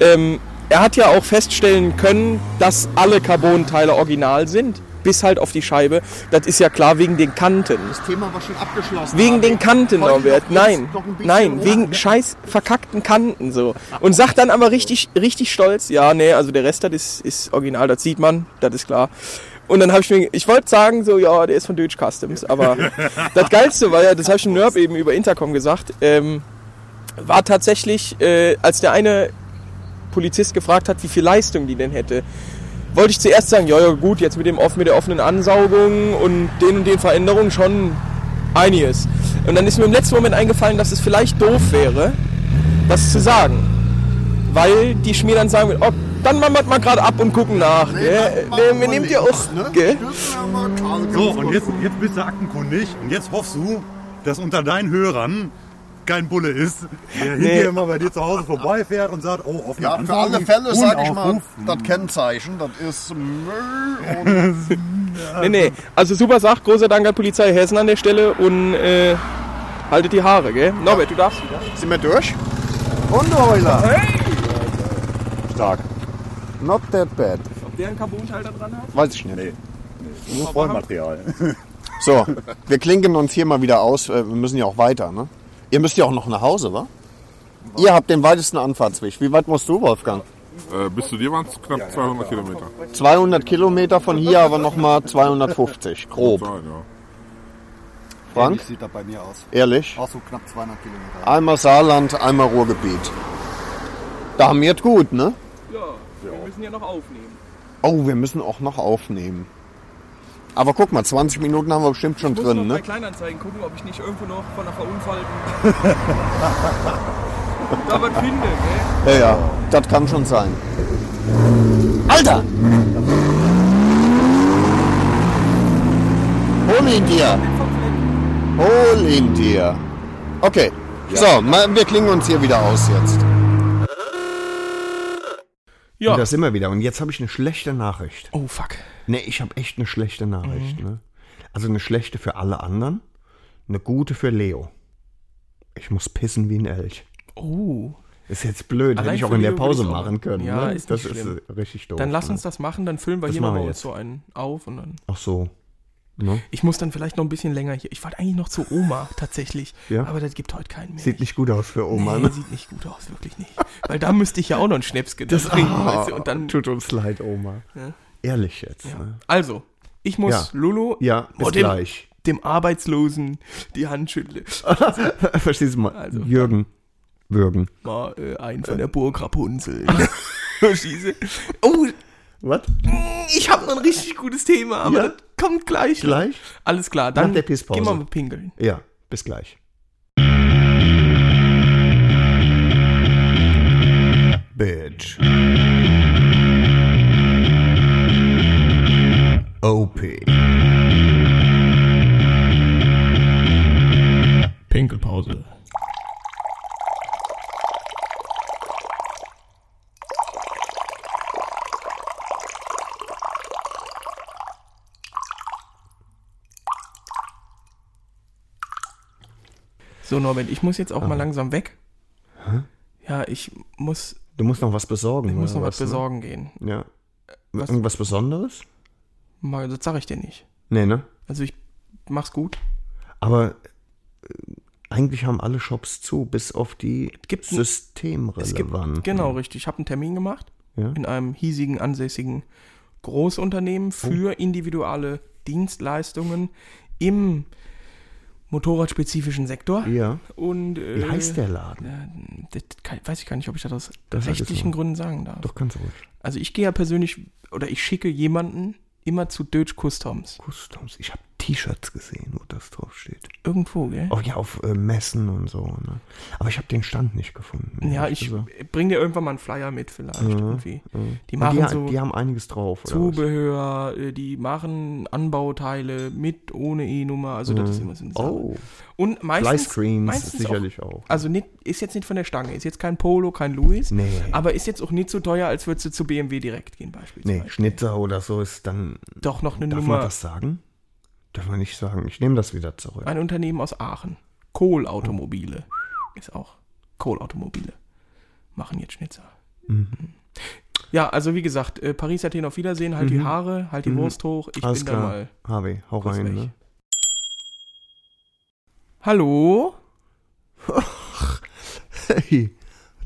S2: ähm, er hat ja auch feststellen können, dass alle Carbon-Teile original sind. bis halt auf die Scheibe. Das ist ja klar wegen den Kanten.
S1: Das Thema war schon abgeschlossen.
S2: Wegen den Kanten,
S1: Heute
S2: Norbert.
S1: noch kurz
S2: Nein,
S1: noch ein bisschen ne?
S2: nein,
S1: rum.
S2: wegen scheiß verkackten Kanten so. Und sagt dann aber richtig, richtig stolz, ja, nee, also der Rest, das ist, ist original, das sieht man, das ist klar. Und dann habe ich mir, ich wollte sagen, so, ja, der ist von Deutsch Customs, aber das Geilste war ja, das habe ich dem Nerb eben über Intercom gesagt, ähm, war tatsächlich, äh, als der eine Polizist gefragt hat, wie viel Leistung die denn hätte, wollte ich zuerst sagen, ja, ja, gut, jetzt mit, dem, off- mit der offenen Ansaugung und den und den Veränderungen schon einiges. Und dann ist mir im letzten Moment eingefallen, dass es vielleicht doof wäre, das zu sagen. Weil die Schmier dann sagen, würden, oh, dann machen wir das mal gerade ab und gucken nach. gell? Nee, wir nehmt ihr auch. Gell?
S5: So, und jetzt, jetzt bist du aktenkundig und jetzt hoffst du, dass unter deinen Hörern kein Bulle ist, der hinterher mal bei dir zu Hause vorbeifährt und sagt, oh, auf
S8: Ja, für alle Fälle sag ich mal, das Kennzeichen, das ist Müll und
S2: Nee, nee. Also super Sach, großer Dank an Polizei Hessen an der Stelle und äh, haltet die Haare, gell? Norbert, du darfst wieder.
S1: Sind wir durch?
S4: Hundeheuler.
S5: Stark.
S4: Not that bad.
S2: Ob der einen Carbonschalter dran hat?
S4: Weiß ich nicht.
S5: Nur Vollmaterial.
S4: So, wir klinken uns hier mal wieder aus. Äh, Wir müssen ja auch weiter, ne? Ihr müsst ja auch noch nach Hause, wa? Ihr habt den weitesten Anfahrtsweg. Wie weit musst du, Wolfgang?
S10: Äh, bis zu dir waren es knapp 200 Kilometer.
S4: 200 Kilometer von hier, aber nochmal 250. Grob.
S10: Sein, Ah, ja.
S4: Frank?
S8: Wie sieht das bei mir aus?
S4: Ehrlich?
S8: Auch so knapp 200 Kilometer.
S4: Einmal Saarland, einmal Ruhrgebiet. Da haben wir es gut, ne?
S2: Ja, wir müssen ja noch aufnehmen.
S4: Oh, wir müssen auch noch aufnehmen. Aber guck mal, 20 Minuten haben wir bestimmt schon drin, ne?
S2: Kleinanzeigen gucken, ob ich nicht irgendwo noch von einer verunfallten... da was finde, gell?
S4: Ja, ja, das kann schon sein. Alter! Hol ihn dir! Hol ihn dir! Okay, so, mal, wir klingen uns hier wieder aus jetzt.
S1: Ja.
S2: Ja.
S1: Und das immer wieder. Und jetzt habe ich eine schlechte Nachricht.
S2: Oh fuck.
S1: Ne, ich habe echt eine schlechte
S2: Mhm.
S1: Nachricht. Ne? Also eine schlechte für alle anderen, eine gute für Leo. Ich muss pissen wie ein Elch.
S2: Oh.
S1: Ist jetzt blöd, hätte
S2: Allein
S1: ich auch
S2: für
S1: in der
S2: Leo
S1: Pause
S2: würde ich's auch-
S1: machen können.
S2: Ja,
S1: ne?
S2: ist
S1: das
S2: nicht schlimm.
S1: ist äh, richtig doof.
S2: Dann lass
S1: ne?
S2: uns das machen, dann füllen wir
S1: Das
S2: hier mal
S1: machen
S2: bei
S1: wir
S2: uns
S1: jetzt.
S2: so einen auf und dann.
S1: Ach so. Ne?
S2: Ich muss dann vielleicht noch ein bisschen länger hier. Ich wollte eigentlich noch zu Oma tatsächlich,
S1: Ja.
S2: aber das gibt heute keinen mehr.
S1: Sieht nicht gut aus für Oma.
S2: Nee,
S1: Ne?
S2: sieht nicht gut aus, wirklich nicht. Weil da müsste ich ja auch noch einen Schnaps getrunken trinken, weißt du, und dann
S1: Ah, Tut uns leid, Oma. Ehrlich jetzt. Ne?
S2: Also, ich muss
S1: Ja.
S2: Lulu
S1: Ja, bis
S2: oh, dem,
S1: gleich.
S2: dem Arbeitslosen die Hand schütteln.
S1: Verstehst du mal?
S2: Also.
S1: Jürgen. Würgen.
S2: Mal äh, einen von der Burg Rapunzel. Schieße. Oh,
S1: Was?
S2: ich habe noch ein richtig gutes Thema, aber
S1: Ja?
S2: das kommt gleich.
S1: Gleich?
S2: Alles klar, dann
S1: Nach der Pisspause.
S2: gehen wir mal pinkeln.
S1: Ja, bis gleich. Bitch. OP.
S2: Pinkelpause. So, Norbert, ich muss jetzt auch
S1: Ah.
S2: mal langsam weg. Ja, ich muss,
S1: Du musst noch was besorgen.
S2: ich muss noch
S1: oder
S2: was besorgen gehen.
S1: Ne? Ja. Irgendwas Besonderes?
S2: Mal, das sag ich dir nicht.
S1: Nee, ne?
S2: Also ich mach's gut.
S1: Aber äh, eigentlich haben alle Shops zu, bis auf die
S2: Gibt n-
S1: systemrelevant.
S2: Es gibt, genau, richtig. Ich habe einen Termin gemacht
S1: Ja. Oh.
S2: in einem hiesigen, ansässigen Großunternehmen für individuelle Dienstleistungen im motorradspezifischen Sektor.
S1: Ja.
S2: Und, äh,
S1: Wie heißt der Laden?
S2: Das kann, weiß ich gar nicht, ob ich das aus
S1: Das sag ich
S2: rechtlichen
S1: mal.
S2: Gründen sagen darf.
S1: Doch ganz ruhig.
S2: Also ich gehe ja persönlich oder ich schicke jemanden immer zu Deutsch Customs.
S1: Customs. Ich habe T-Shirts gesehen, wo das draufsteht.
S2: Irgendwo, gell?
S1: Auch ja, auf äh, Messen und so. Ne? Aber ich habe den Stand nicht gefunden.
S2: ja,
S1: ehrlich
S2: ich
S1: gesagt.
S2: bring dir irgendwann mal einen Flyer mit vielleicht. irgendwie. Die
S1: Und
S2: machen
S1: Die,
S2: so.
S1: die haben einiges drauf. oder
S2: Zubehör, äh, die machen Anbauteile mit, ohne E-Nummer, also das ist immer so eine
S1: was?
S2: Sache.
S1: Oh,
S2: Und meistens,
S1: Flyscreens
S2: meistens
S1: sicherlich auch.
S2: Auch, also nicht, ist jetzt nicht von der Stange, ist jetzt kein Polo, kein Louis,
S1: Nee.
S2: aber ist jetzt auch nicht so teuer, als würdest du zu BMW direkt gehen beispielsweise.
S1: Nee, Schnitzer oder so ist dann.
S2: Doch noch eine
S1: Darf
S2: Nummer,
S1: man das sagen? Darf man nicht sagen. Ich nehme das wieder zurück.
S2: ein Unternehmen aus Aachen, Kohlautomobile, ist auch, Kohlautomobile, machen jetzt Schnitzer. Mhm. Ja, also wie gesagt, äh, Paris, Athen auf Wiedersehen, halt die Haare, halt die
S1: Mhm.
S2: Wurst hoch, ich
S1: Alles
S2: bin
S1: klar.
S2: da mal.
S1: Harvey, hau
S2: kurz
S1: rein.
S2: weg.
S1: Ne?
S2: Hallo?
S1: Hey,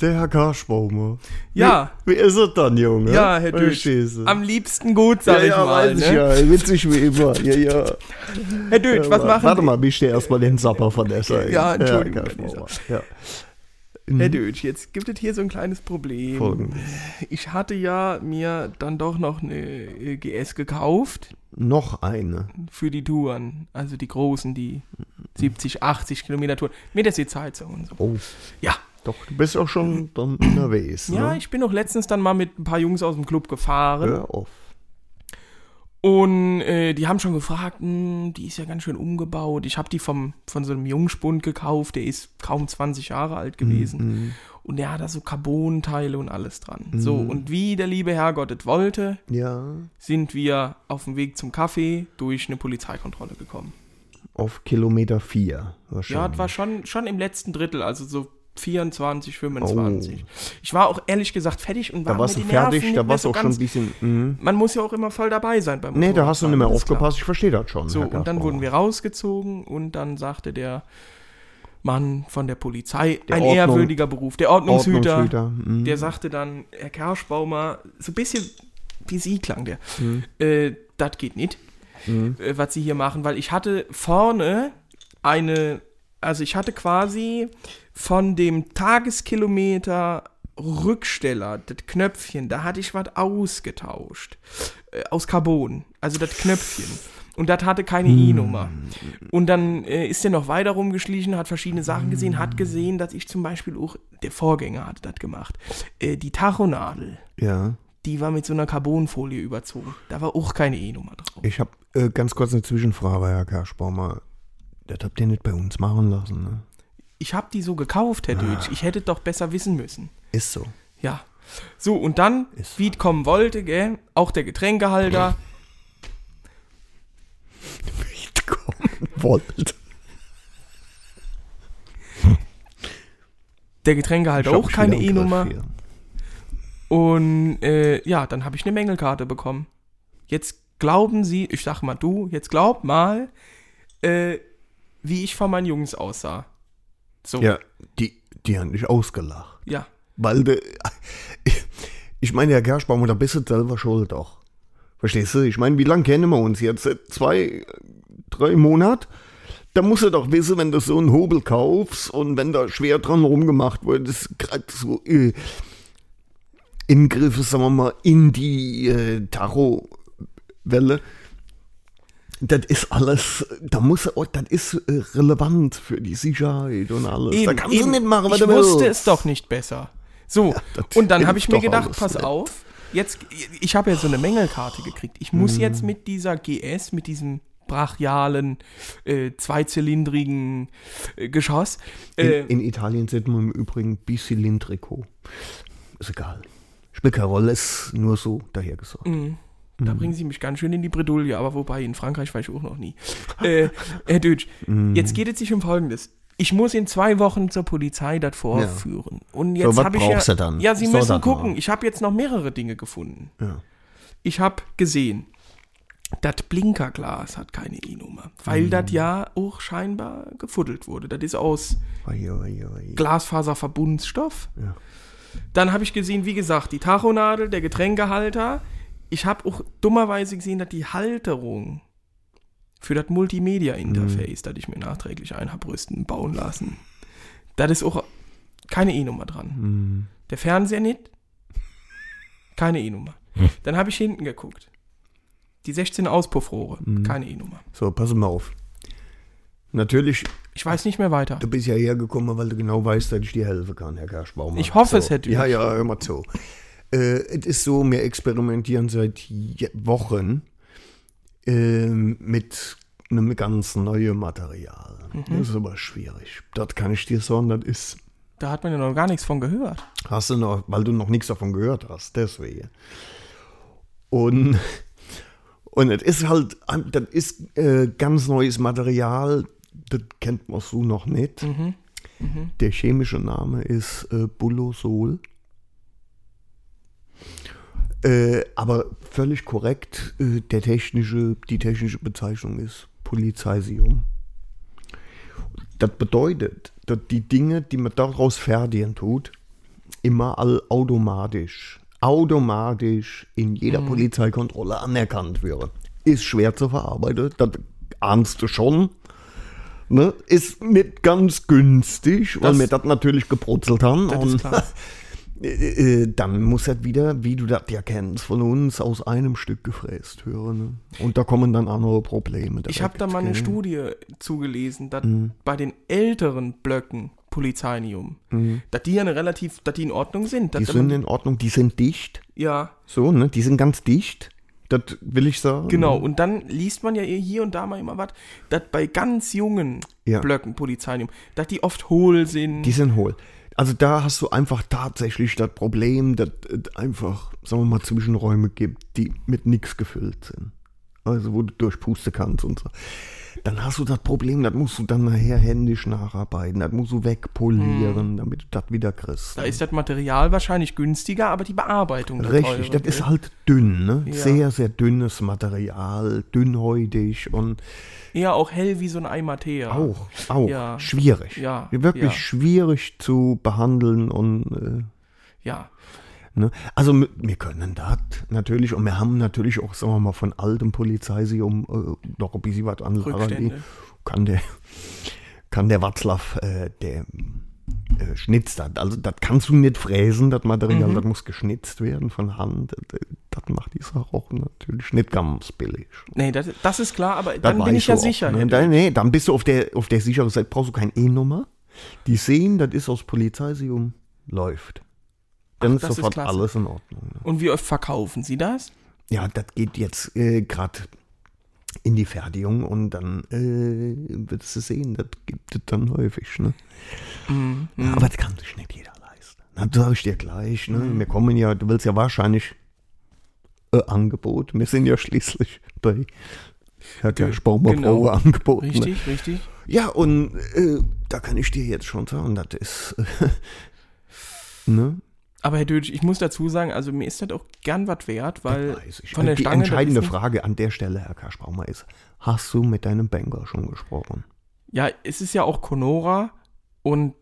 S1: der Herr Karschbaumer.
S2: Ja,
S1: Wie ist es dann, Junge?
S2: ja, Herr Düsch.
S1: Verstehst du?
S2: Am liebsten gut, sag
S1: ja, ja,
S2: ich mal.
S1: weiß
S2: Ne?
S1: ich ja. Witzig wie immer. Ja, ja.
S2: Herr Düsch, was machen
S1: Warte mal, ich stehe erstmal den Sapper von der Seite.
S2: Ja, Entschuldigung,
S1: Karschbaumer.
S2: Lisa.
S1: Ja.
S2: Herr Dötsch, jetzt gibt es hier so ein kleines Problem.
S1: Mhm. Folgendes.
S2: Ich hatte ja mir dann doch noch eine äh, GS gekauft
S1: Noch eine.
S2: für die Touren. Also die großen, die 70, 80 Kilometer Touren. Mir das die Zeit so und so.
S1: Oh,
S2: Ja.
S1: doch, du bist auch schon dann unterwegs.
S2: Ja,
S1: ne?
S2: ich bin doch letztens dann mal mit ein paar Jungs aus dem Club gefahren.
S1: Hör auf.
S2: Und äh, die haben schon gefragt, "Hm, die ist ja ganz schön umgebaut. Ich habe die vom, von so einem Jungspund gekauft, der ist kaum 20 Jahre alt gewesen. Und der hat da so Carbonteile und alles dran. So, und wie der liebe Herrgott es wollte,
S1: Ja,
S2: sind wir auf dem Weg zum Kaffee durch eine Polizeikontrolle gekommen.
S1: auf Kilometer 4
S2: Ja,
S1: wahrscheinlich.
S2: das war schon, schon im letzten Drittel, also so 24, 25. Ich war auch ehrlich gesagt fertig und
S1: Oh.
S2: war
S1: da warst du
S2: mit den Nerven
S1: fertig,
S2: nicht
S1: da
S2: mehr
S1: warst du
S2: so
S1: auch schon ein
S2: ganz-
S1: bisschen. Mhm.
S2: Man muss ja auch immer voll dabei sein beim
S1: Nee, da hast du nicht mehr
S2: Motorradfahren, ist klar.
S1: aufgepasst, ich verstehe das schon.
S2: So,
S1: Herr
S2: und dann
S1: Gaspar.
S2: wurden wir rausgezogen und dann sagte der Mann von der Polizei,
S1: Der
S2: ein
S1: Ordnung-
S2: ehrwürdiger Beruf, der Ordnungshüter,
S1: Ordnungshüter, mhm.
S2: der sagte dann, Herr Kerschbaumer, so ein bisschen wie Sie klang der, äh, das geht nicht, äh, was Sie hier machen, weil ich hatte vorne eine, also ich hatte quasi von dem Tageskilometer Rücksteller, das Knöpfchen, da hatte ich was ausgetauscht. Äh, aus Carbon, also das Knöpfchen. Und das hatte keine I-Nummer. Und dann äh, ist er noch weiter rumgeschlichen, hat verschiedene Sachen gesehen, hat gesehen, dass ich zum Beispiel auch, der Vorgänger hatte das gemacht, äh, die Tachonadel,
S1: Ja,
S2: die war mit so einer Carbonfolie überzogen. Da war auch keine E-Nummer drauf.
S1: ich habe äh, ganz kurz eine Zwischenfrage, Herr Kerschbaumer. Das habt ihr nicht bei uns machen lassen, ne?
S2: Ich habe die so gekauft, Herr Dötsch. Ich hätte doch besser wissen müssen.
S1: Ist so.
S2: Ja. So, und dann,
S1: Ist
S2: wie es kommen wollte, gell, auch der Getränkehalter,
S1: Nicht kommen wollt.
S2: der Getränkehalter auch keine E-Nummer. Und äh, ja, dann habe ich eine Mängelkarte bekommen. Jetzt glauben Sie, ich sag mal du, jetzt glaub mal, äh, wie ich von meinen Jungs aussah. So,
S1: Ja, die, die haben dich ausgelacht.
S2: ja.
S1: Weil de, ich meine, Herr Kerschbaumer, da bist du selber schuld auch. Verstehst du? Ich meine, wie lange kennen wir uns jetzt? Seit Zwei, drei Monate? Da musst du doch wissen, wenn du so einen Hobel kaufst und wenn da schwer dran rumgemacht wird, das ist gerade so äh, Ingriffe, sagen wir mal, in die äh, Tarotwelle. Das ist alles, da muss er, oh, das ist äh, relevant für die Sicherheit und alles. da kannst du nicht machen, was
S2: ich
S1: du willst.
S2: wusste es doch nicht besser. So,
S1: das
S2: und dann habe
S1: stimmt
S2: ich mir
S1: doch
S2: gedacht,
S1: alles
S2: pass
S1: nicht.
S2: auf, jetzt, ich habe ja so eine Mängelkarte gekriegt. Ich muss
S1: Mhm.
S2: jetzt mit dieser GS, mit diesem brachialen, äh, zweizylindrigen äh, Geschoss, äh,
S1: In, in Italien sind wir im Übrigen Bicylindrico. Ist egal. Spielt keine Rolle, ist nur so dahergesagt.
S2: Mhm. Da
S1: Mhm.
S2: bringen sie mich ganz schön in die Bredouille, aber wobei, in Frankreich war ich auch noch nie. äh, Herr Dütsch,
S1: Mhm.
S2: jetzt geht es sich um Folgendes. Ich muss in zwei Wochen zur Polizei das vorführen. Und jetzt
S1: was
S2: habe ich
S1: brauchst
S2: ja,
S1: du dann?
S2: Ja, Sie
S1: So,
S2: müssen
S1: sag mal.
S2: gucken. Ich habe jetzt noch mehrere Dinge gefunden.
S1: Ja.
S2: Ich habe gesehen, das Blinkerglas hat keine E-Nummer, weil
S1: Mhm.
S2: das ja auch scheinbar gefuddelt wurde. Das ist aus
S1: Oi, oi, oi.
S2: Glasfaserverbundstoff.
S1: Ja.
S2: Dann habe ich gesehen, wie gesagt, die Tachonadel, der Getränkehalter. Ich habe auch dummerweise gesehen, dass die Halterung für das
S1: Mhm.
S2: Multimedia-Interface, das ich mir nachträglich ein habe rüsten, bauen lassen, das ist auch keine E-Nummer dran.
S1: Mhm.
S2: Der Fernseher nicht, keine E-Nummer.
S1: Hm.
S2: Dann habe ich hinten geguckt. Die 16 Auspuffrohre,
S1: Mhm.
S2: keine E-Nummer.
S1: So, pass mal auf. Natürlich,
S2: Ich weiß nicht mehr weiter.
S1: du bist ja hergekommen, weil du genau weißt, dass ich dir helfen kann, Herr Kerschbaum.
S2: Ich hoffe
S1: so.
S2: es, Herr Dürr.
S1: Ja, ja, hör mal zu. Äh, es ist so, wir experimentieren seit Je Wochen ähm, mit einem ganz neuen Material.
S2: Mhm.
S1: Das ist aber schwierig. Das kann ich dir sagen, das ist
S2: Da hat man ja noch gar nichts von gehört.
S1: Hast du noch, weil du noch nichts davon gehört hast, deswegen. Und, und es ist halt, das ist äh, ganz neues Material, das kennt man so noch nicht. Der chemische Name ist äh, Bullosol. Äh, aber völlig korrekt, äh, der technische, die technische Bezeichnung ist Polizeisium. Das bedeutet, dass die Dinge, die man daraus fertigen tut, immer all automatisch, automatisch in
S2: Mhm.
S1: jeder Polizeikontrolle anerkannt wäre. Ist schwer zu verarbeiten, das ahnst du schon. Ne? Ist nicht ganz günstig, weil
S2: Das-
S1: wir das natürlich gebrutzelt haben.
S2: Das ist
S1: und
S2: klar.
S1: äh, dann muss das wieder, wie du das ja kennst, von uns aus einem Stück gefräst hören. Ne? Und da kommen dann andere Probleme.
S2: Ich habe da mal eine
S1: Studie.
S2: Studie zugelesen, dass
S1: Mhm.
S2: bei den älteren Blöcken Polizeinium, dass die ja eine relativ, dass die in Ordnung sind. dass
S1: Mhm. Die
S2: da
S1: sind
S2: man-
S1: in Ordnung, die sind dicht.
S2: ja,
S1: So, ne? Die sind ganz dicht. Das will ich sagen.
S2: genau. Und dann liest man ja hier und da mal immer was, dass bei ganz jungen
S1: Ja.
S2: Blöcken Polizeinium, dass die oft hohl sind.
S1: Die sind hohl. Also da hast du einfach tatsächlich das Problem, dass es einfach, sagen wir mal, Zwischenräume gibt, die mit nichts gefüllt sind. Also wo du durchpusten kannst und so. Dann hast du das Problem, das musst du dann nachher händisch nacharbeiten, das musst du
S2: Mhm.
S1: wegpolieren, damit du das wieder kriegst.
S2: da ist das Material wahrscheinlich günstiger, aber die Bearbeitung der
S1: Richtig,
S2: teure.
S1: das ist halt dünn, ne?
S2: Ja.
S1: Sehr, sehr dünnes Material, dünnhäutig und
S2: eher auch hell wie so ein Eimer Tee. ja.
S1: auch, auch
S2: Ja.
S1: schwierig.
S2: Ja,
S1: Wirklich
S2: ja.
S1: schwierig zu behandeln und äh,
S2: Ja.
S1: Ne? Also m- wir können das natürlich und wir haben natürlich auch, sagen wir mal, von altem Polizeisium äh, noch ein bisschen was anderes. aber
S2: Rückstände.
S1: die Kann der, kann der Watzlaw, äh, der äh, schnitzt das. Also das kannst du nicht fräsen, das Material,
S2: Mhm.
S1: das muss geschnitzt werden von Hand. Das, das macht die Sache auch natürlich nicht ganz billig.
S2: Nee, das, das ist klar, aber
S1: Das
S2: dann
S1: weiß
S2: bin ich ja
S1: auch. ne?
S2: sicher.
S1: Nee, dann, nee, dann bist du auf der, auf der sicheren Seite, brauchst du keine E-Nummer. Die sehen, das ist aus Polizeisium, läuft. Dann ist
S2: das ist
S1: sofort
S2: klasse.
S1: alles in Ordnung. Ne?
S2: Und wie oft verkaufen Sie das?
S1: Ja, das geht jetzt äh, gerade in die Fertigung und dann äh, wirst du sehen, das gibt es dann häufig. Ne?
S2: Mhm.
S1: Ja, aber das kann sich nicht jeder leisten. Na, das sage ich dir gleich. Ne?
S2: Mhm.
S1: Wir kommen ja, du willst ja wahrscheinlich äh, Angebot. Wir sind ja schließlich bei Herr
S2: Ge-
S1: Gersch Baumer
S2: genau.
S1: Brauer Angebot. Ne?
S2: Richtig, richtig.
S1: Ja, und äh, da kann ich dir jetzt schon sagen, das ist. ne?
S2: Aber Herr Dötsch, ich muss dazu sagen, also mir ist das auch gern was wert, weil
S1: Weiß ich.
S2: von der
S1: die
S2: Stange. das
S1: entscheidende
S2: ist nicht-
S1: Frage an der Stelle, Herr Kaschbaumer, ist: Hast du mit deinem Banker schon gesprochen?
S2: Ja, es ist ja auch Conora und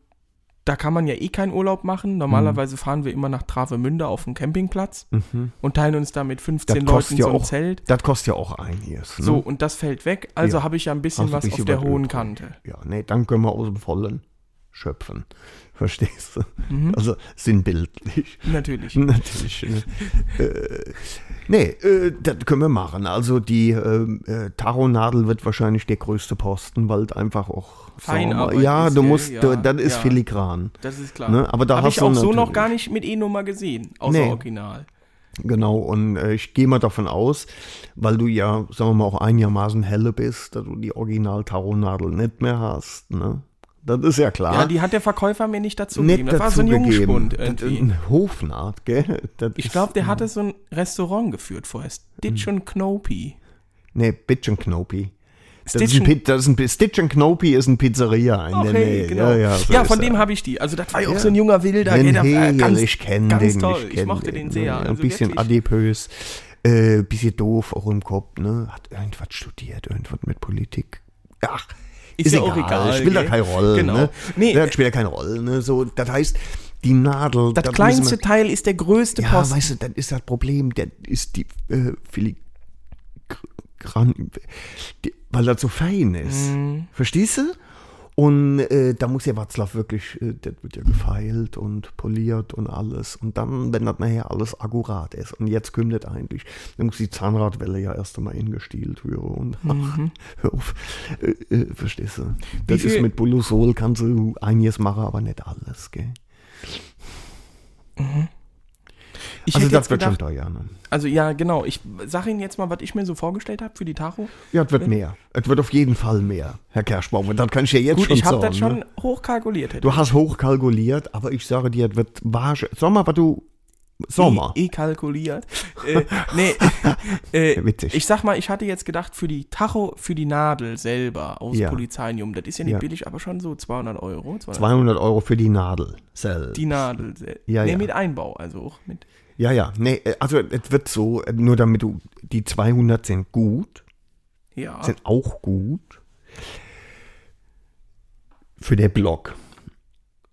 S2: da kann man ja eh keinen Urlaub machen. Normalerweise
S1: Mhm.
S2: fahren wir immer nach Travemünde auf den Campingplatz und teilen uns da mit 15 Leuten so ein
S1: auch,
S2: Zelt.
S1: das kostet ja auch einiges. Ne?
S2: So, und das fällt weg. Also
S1: Ja.
S2: habe ich ja ein bisschen
S1: Hast du
S2: was
S1: ein bisschen
S2: auf der
S1: was
S2: hohen
S1: übrig.
S2: Kante.
S1: Ja, nee, dann können wir aus dem Vollen schöpfen. Verstehst du?
S2: Mhm.
S1: Also sinnbildlich.
S2: Natürlich.
S1: Natürlich. Ne? äh, nee, äh, das können wir machen. Also die ähm, äh, Taronnadel wird wahrscheinlich der größte Posten, weil einfach auch. sagen wir mal,
S2: Feinarbeit
S1: Ja,
S2: ist,
S1: du
S2: gell?
S1: musst,
S2: Ja,
S1: du, das ist
S2: ja.
S1: filigran.
S2: Das ist klar.
S1: Ne, aber da
S2: habe
S1: hast
S2: ich
S1: du
S2: auch so noch
S1: natürlich-
S2: gar nicht mit E-Nummer gesehen, außer
S1: Nee.
S2: Original.
S1: Genau, und äh, ich gehe mal davon aus, weil du ja, sagen wir mal, auch einigermaßen helle bist, dass du die Original-Taronnadel nicht mehr hast. Ne? Das ist ja klar.
S2: Ja, die hat der Verkäufer mir nicht dazu
S1: nicht
S2: gegeben. Das war so ein Jungspund
S1: Das ist
S2: irgendwie.
S1: ein Hofnaht, gell? Das
S2: Ich
S1: ist- Hm.
S2: glaube, der hatte so ein Restaurant geführt vorher. Stitch und Knopi.
S1: Nee, Bitch and Knopi. Das
S2: Stitch
S1: ist ein,
S2: and-
S1: Pi- das ist ein, Pi- Stitch and Knopi ist ein Pizzeria in der Nähe. Ja, ja, so
S2: genau. ja
S1: ist
S2: von
S1: er.
S2: dem habe ich die. Also das war ja auch
S1: Ja.
S2: so ein junger Wilder.
S1: Wenn
S2: gell, der war
S1: Hegel,
S2: äh, ganz,
S1: ich kenne
S2: ganz
S1: den,
S2: toll.
S1: ich,
S2: Ich,
S1: kenn
S2: mochte den sehr.
S1: ne? ein
S2: also
S1: bisschen
S2: wirklich.
S1: adipös, äh, bisschen doof auch im Kopf, ne? Hat irgendwas studiert, irgendwas mit Politik. Ach, ist,
S2: ja
S1: egal,
S2: auch egal,
S1: spielt da
S2: gell?
S1: keine Rolle,
S2: Genau.
S1: ne?
S2: Nee,
S1: das
S2: äh,
S1: spielt ja keine Rolle, ne? So, das heißt, die Nadel,
S2: Das
S1: müssen
S2: kleinste
S1: wir-
S2: Teil ist der größte
S1: ja,
S2: Posten.
S1: weißt du, das ist das Problem, das ist die äh, Filigran, die, weil das so fein ist.
S2: Mhm.
S1: Verstehst du? Und äh, da muss ja Watzlaw wirklich, äh, das wird ja gefeilt und poliert und alles. Und dann, wenn das nachher alles akkurat ist, und jetzt kommt das eigentlich, dann muss die Zahnradwelle ja erst einmal hingestielt werden. Und hör auf, äh, äh, verstehst du? Das ist
S2: Mhm. viel-
S1: mit Bulusol, kannst du einiges machen, aber nicht alles, gell?
S2: ich
S1: also
S2: hätte
S1: das
S2: jetzt
S1: wird schon
S2: gedacht,
S1: teuer, ne?
S2: Also ja, genau. Ich sage Ihnen jetzt mal, was ich mir so vorgestellt habe für die Tacho.
S1: Ja, es wird mehr. Es wird auf jeden Fall mehr, Herr Kerschbaum. Und das kann ich ja jetzt
S2: Gut,
S1: schon
S2: ich habe
S1: sagen.
S2: das schon
S1: Ne?
S2: hochkalkuliert. Hätte.
S1: Du hast hochkalkuliert, aber ich sage dir, es wird wahrscheinlich. Sag mal, was du Sommer.
S2: Eh, eh kalkuliert. äh, nee, äh,
S1: Witzig.
S2: ich sag mal, ich hatte jetzt gedacht, für die Tacho, für die Nadel selber aus
S1: Ja.
S2: Polizeinium, das ist ja nicht
S1: Ja.
S2: billig, aber schon so 200 Euro. 200
S1: 200 Euro für die Nadel. Sell.
S2: Die Nadel selber.
S1: Ja,
S2: nee,
S1: ja.
S2: mit Einbau, also auch mit.
S1: ja, ja. Nee, äh, also es wird so, äh, nur damit du, die 200 sind gut,
S2: Ja.
S1: sind auch gut. Für den Block.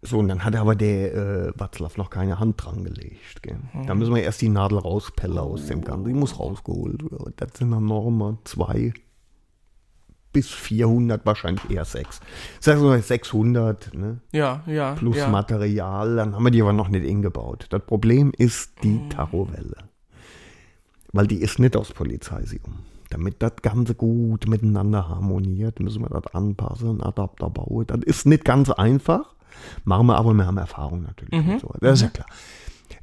S1: So, und dann hat aber der äh, Watzlaw noch keine Hand dran gelegt. Gell? Da müssen wir erst die Nadel rauspellen aus dem Ganzen. Die muss rausgeholt werden. Das sind dann nochmal zwei bis 400, wahrscheinlich eher sechs. Sagen wir mal 600, ne?
S2: Ja, ja.
S1: plus
S2: ja.
S1: Material, dann haben wir die aber noch nicht eingebaut. Das Problem ist die Tarowelle. Weil die ist nicht aus Polizeisium. Damit das Ganze gut miteinander harmoniert, müssen wir das anpassen, einen Adapter bauen. Das ist nicht ganz einfach, machen wir aber, wir haben Erfahrung natürlich. Und so. Das ist ja klar.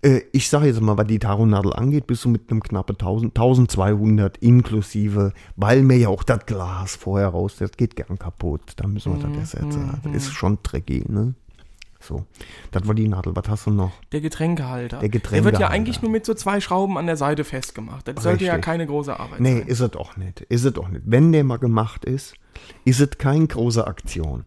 S1: Äh, Ich sage jetzt mal, was die Taronnadel angeht, bist du mit einem knappe 1000, 1200 inklusive, weil mir ja auch das Glas vorher raus, das geht gern kaputt. Da müssen wir das ersetzen. Das ist schon tricky, ne? So, das war die Nadel. Was hast du noch?
S2: Der Getränkehalter.
S1: Der
S2: Der wird ja
S1: Getränkehalter.
S2: eigentlich nur mit so zwei Schrauben an der Seite festgemacht. Das sollte ja
S1: Richtig.
S2: keine große Arbeit
S1: Nee,
S2: sein.
S1: ist es auch nicht. Ist es auch nicht. Wenn der mal gemacht ist, ist es keine große Aktion.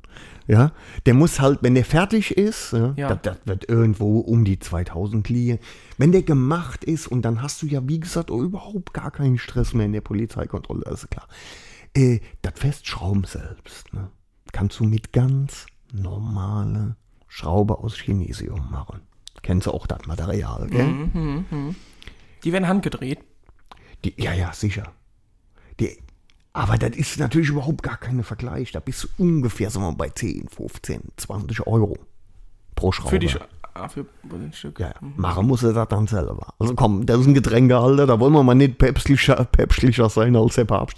S1: Ja, der muss halt, wenn der fertig ist, ja,
S2: Ja.
S1: Das, das wird irgendwo um die 2000 liegen. Wenn der gemacht ist und dann hast du ja, wie gesagt, auch überhaupt gar keinen Stress mehr in der Polizeikontrolle, das ist klar. Äh, das Festschrauben selbst, ne, kannst du mit ganz normale Schraube aus Chinesium machen. Kennst du auch das Material, gell?
S2: Die werden handgedreht.
S1: Die, ja, ja, sicher. Die, aber das ist natürlich überhaupt gar kein Vergleich. Da bist du ungefähr sagen wir mal, bei 10, 15, 20 Euro pro Schraube.
S2: Für Mhm. die Sch ah, für ein Stück.
S1: ja, ja. Machen muss er das dann selber. Also komm, das ist ein Getränkehalter, da wollen wir mal nicht päpstlicher, päpstlicher sein als der Papst.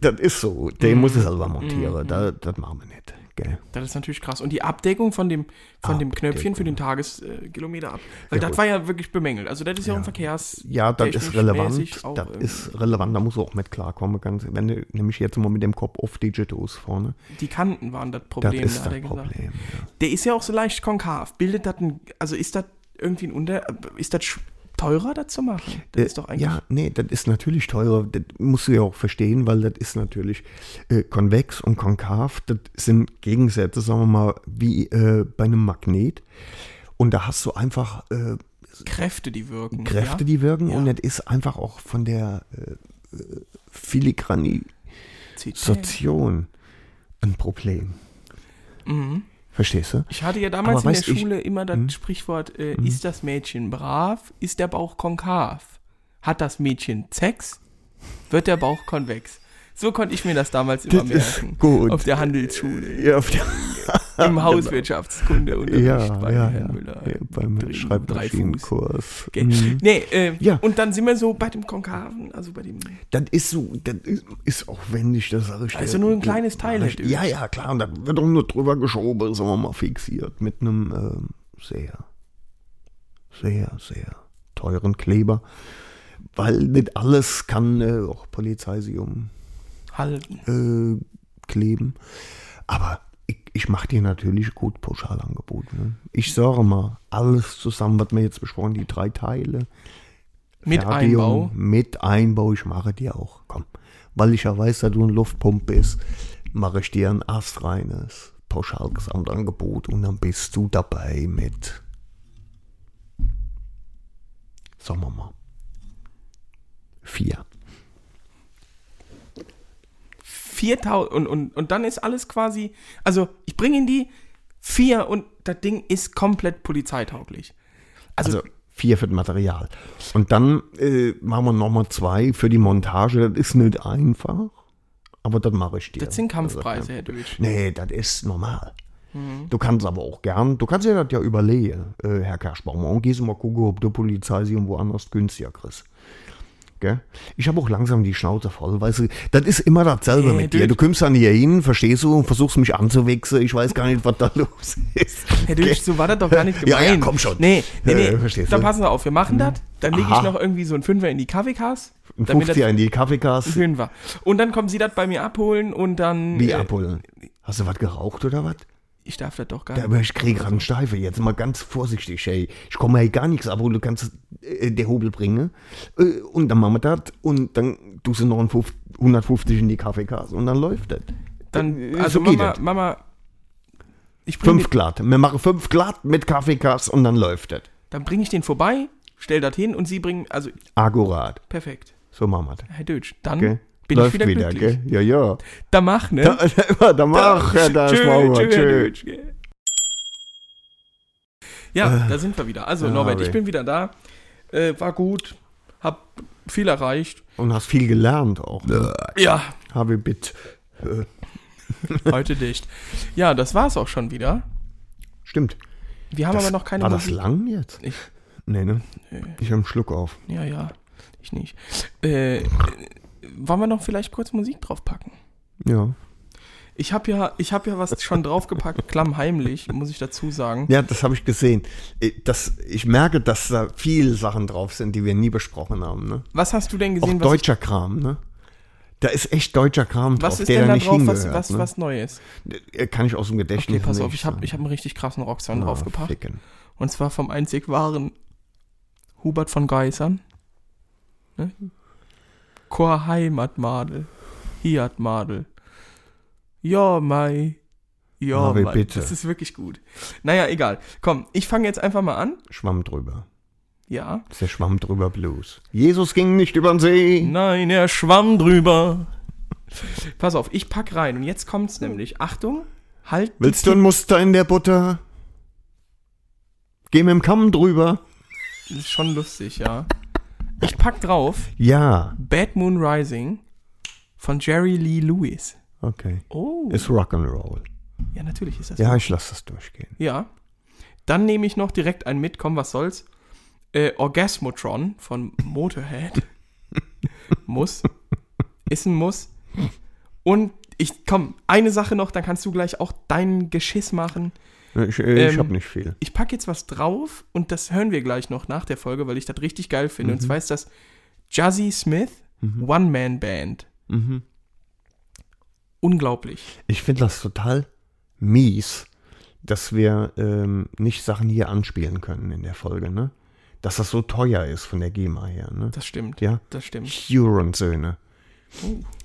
S1: Das ist so. Den muss er selber montieren.
S2: Mhm.
S1: Da, das machen wir nicht. Gell?
S2: Das ist natürlich krass. Und die Abdeckung von dem, von dem Knöpfchen für den Tageskilometer ab. Weil das war ja wirklich bemängelt. Also das ist ja, auch ein Verkehrs.
S1: Ja, das ist
S2: technisch
S1: relevant.
S2: mäßig auch
S1: Das
S2: irgendwie.
S1: ist relevant, da muss er auch mit klarkommen. Ganz, wenn du nämlich jetzt mal mit dem Kopf auf Digitos vorne,
S2: Die Kanten waren das
S1: das
S2: Problem,
S1: ist
S2: hat
S1: das
S2: er gesagt.
S1: Problem. Ja.
S2: Der ist ja auch so leicht konkav. Bildet das ein, also ist das irgendwie ein Unter, ist das sch- teurer, das zu machen? Das
S1: Äh,
S2: ist doch eigentlich.
S1: Ja, nee, das ist natürlich teurer. Das musst du ja auch verstehen, weil das ist natürlich äh, konvex und konkav. Das sind Gegensätze, sagen wir mal, wie äh, bei einem Magnet. Und da hast du einfach äh,
S2: Kräfte, die wirken.
S1: Kräfte,
S2: ja?
S1: die wirken.
S2: Ja.
S1: Und das ist einfach auch von der äh, äh, Filigranisation
S2: Zitat.
S1: ein Problem.
S2: Mhm.
S1: Verstehst du?
S2: Ich hatte ja damals
S1: Aber
S2: in der
S1: weißt, ich- Hm?
S2: Schule immer das Sprichwort, äh, ist das Mädchen brav, ist der Bauch konkav? Hat das Mädchen Sex, wird der Bauch konvex. So konnte ich mir das damals immer
S1: Das ist
S2: merken.
S1: gut.
S2: Auf der Handelsschule,
S1: Ja, auf der
S2: im Hauswirtschaftskunde und
S1: ja,
S2: bei
S1: ja,
S2: Herrn
S1: ja.
S2: Müller.
S1: ja, beim
S2: Dreh-
S1: Schreibmaschinenkurs. Mhm.
S2: Okay. Nee, äh,
S1: Ja.
S2: und dann sind wir so bei dem Konkaven, also bei dem.
S1: Das ist so, das ist, ist aufwendig, das sage ich dir.
S2: Also nur ein kleines Teil halt
S1: Ja, ja, klar. Und da wird auch nur drüber geschoben, sagen wir mal, fixiert mit einem ähm, sehr, sehr, sehr teuren Kleber. Weil nicht alles kann äh, auch Polizeisium
S2: Halten.
S1: äh, kleben. Aber ich, ich mache dir natürlich gut Pauschalangebot. Ne? Ich sage mal, alles zusammen, was wir jetzt besprochen, die drei Teile,
S2: Mit
S1: Fertigung,
S2: Einbau.
S1: Mit Einbau, ich mache dir auch. Komm. Weil ich ja weiß, dass du ein Luftpump bist, mache ich dir ein astreines Pauschalgesamtangebot und dann bist du dabei mit. Sagen wir mal. Vier.
S2: 4000 und, und, und dann ist alles quasi, also ich bringe in die vier und das Ding ist komplett polizeitauglich. Also,
S1: Also vier für das Material. Und dann äh, machen wir nochmal zwei für die Montage. Das ist nicht einfach, aber das mache ich dir.
S2: das sind
S1: Also,
S2: Kampfpreise, Herr Deutsch.
S1: Nee, das ist normal. Du kannst aber auch gern, du kannst dir das ja überlegen, äh, Herr Kerschbaum, und gehst mal gucken, ob du Polizeision woanders günstiger kriegst. Gell? Ich habe auch langsam die Schnauze voll, weißt du, das ist immer dasselbe
S2: Äh,
S1: mit dir.
S2: Dötsch.
S1: Du kommst dann hier hin, verstehst du, und versuchst mich anzuwechseln, ich weiß gar nicht, was da los ist.
S2: Herr Dötsch, so war das doch gar nicht
S1: Ja,
S2: gemeint.
S1: ja, komm schon.
S2: Nee, nee, nee.
S1: Äh, verstehst
S2: dann
S1: du? Mhm.
S2: passen wir auf, wir machen das, dann lege ich
S1: Aha.
S2: noch irgendwie so einen Fünfer in die Kaffeekasse,
S1: Ein
S2: damit das
S1: 50er in die Kaffeekasse,
S2: schön war. Und dann kommen sie das bei mir abholen und dann...
S1: wie
S2: äh,
S1: abholen. Hast du was geraucht oder was?
S2: ich darf das doch gar
S1: Ja,
S2: nicht.
S1: aber ich kriege gerade einen Steife. Jetzt mal ganz vorsichtig, ey. Ich komme hier gar nichts ab und du kannst äh, der Hobel bringen. Äh, und dann machen wir das und dann tust du noch einen 50 150 in die Kaffeekasse und dann läuft das.
S2: Dann,
S1: Äh,
S2: also
S1: so geht
S2: Mama,
S1: das.
S2: Mama, ich bring
S1: Fünf
S2: den,
S1: glatt. Wir machen fünf glatt mit Kaffeekasse und dann läuft das.
S2: dann bringe ich den vorbei, stell das hin und sie bringen, also
S1: Akkurat.
S2: perfekt.
S1: So machen wir das.
S2: Herr Dötsch, dann
S1: Gell?
S2: bin
S1: Läuft
S2: ich wieder, glücklich.
S1: gell? Ja, ja.
S2: Da mach, ne?
S1: Da, da, da mach, ja, da
S2: Tschö,
S1: schmau
S2: tschö,
S1: mal.
S2: Herr
S1: Tschö.
S2: Dötsch, gell? Ja,
S1: Äh.
S2: da sind wir wieder. Also
S1: ja,
S2: Norbert, ich
S1: weh.
S2: bin wieder da. Äh, war gut, hab viel erreicht.
S1: Und hast viel gelernt auch. ne?
S2: Ja,
S1: Habe Bit. Äh,
S2: heute dicht. Ja, das war's auch schon wieder.
S1: stimmt.
S2: Wir haben aber noch keine
S1: war das
S2: Musik.
S1: lang jetzt?
S2: Ich-
S1: nee, ne? Ich habe einen Schluck auf.
S2: Ja, ja, ich nicht. Äh, äh, wollen wir noch vielleicht kurz Musik draufpacken?
S1: Ja.
S2: Ich habe ja, ich hab ja was schon draufgepackt, klammheimlich, muss ich dazu sagen.
S1: Ja, das habe ich gesehen. Ich- Das, ich merke, dass da viele Sachen drauf sind, die wir nie besprochen haben. Ne?
S2: Was hast du denn
S1: Auch
S2: gesehen, was,
S1: deutscher Kram, ne? Da ist echt deutscher Kram drauf,
S2: was ist denn da drauf, was,
S1: hingehört,
S2: was, was Neues?
S1: ne? Kann ich aus dem Gedächtnis
S2: Okay, pass auf,
S1: nicht
S2: ich habe
S1: sagen.
S2: ich hab einen richtig krassen Rocksong
S1: Ah,
S2: draufgepackt.
S1: ficken.
S2: Und zwar vom einzig wahren Hubert von Geisern. Ne? Chor Heimatmadel. Hiatmadel. Ja, Mai. Ja,
S1: Marvel,
S2: Mai.
S1: bitte.
S2: Das ist wirklich gut. Naja, egal. Komm, ich fange jetzt einfach mal an.
S1: Schwamm drüber.
S2: Ja.
S1: Das ist der Schwamm drüber Blues. Jesus ging nicht über den See.
S2: Nein, er schwamm drüber. Pass auf, ich pack rein. Und jetzt kommt's nämlich. Achtung, halt. die
S1: Willst du ein Muster in der Butter? Geh mit dem Kamm drüber.
S2: Titten. Ist schon lustig, ja. Ich pack drauf
S1: Ja,
S2: Bad Moon Rising von Jerry Lee Lewis.
S1: okay.
S2: Oh.
S1: Ist Rock'n'Roll.
S2: Ja, natürlich ist das.
S1: Ja, ich lasse das durchgehen.
S2: Ja. Dann nehme ich noch direkt einen mit, komm, was soll's. Äh, Orgasmotron von Motorhead. Muss. Ist ein Muss. Und ich, komm, eine Sache noch, dann kannst du gleich auch deinen Geschiss machen.
S1: Ich, äh, ich
S2: Ähm,
S1: habe nicht viel.
S2: Ich packe jetzt was drauf und das hören wir gleich noch nach der Folge, weil ich das richtig geil finde.
S1: Mhm.
S2: Und zwar ist das Jazzy Smith One-Man-Band.
S1: Mhm.
S2: Unglaublich.
S1: Ich finde das total mies, dass wir ähm, nicht Sachen hier anspielen können in der Folge, ne? Dass das so teuer ist von der GEMA her, ne?
S2: Das stimmt.
S1: Ja.
S2: Das stimmt.
S1: Huron-Söhne.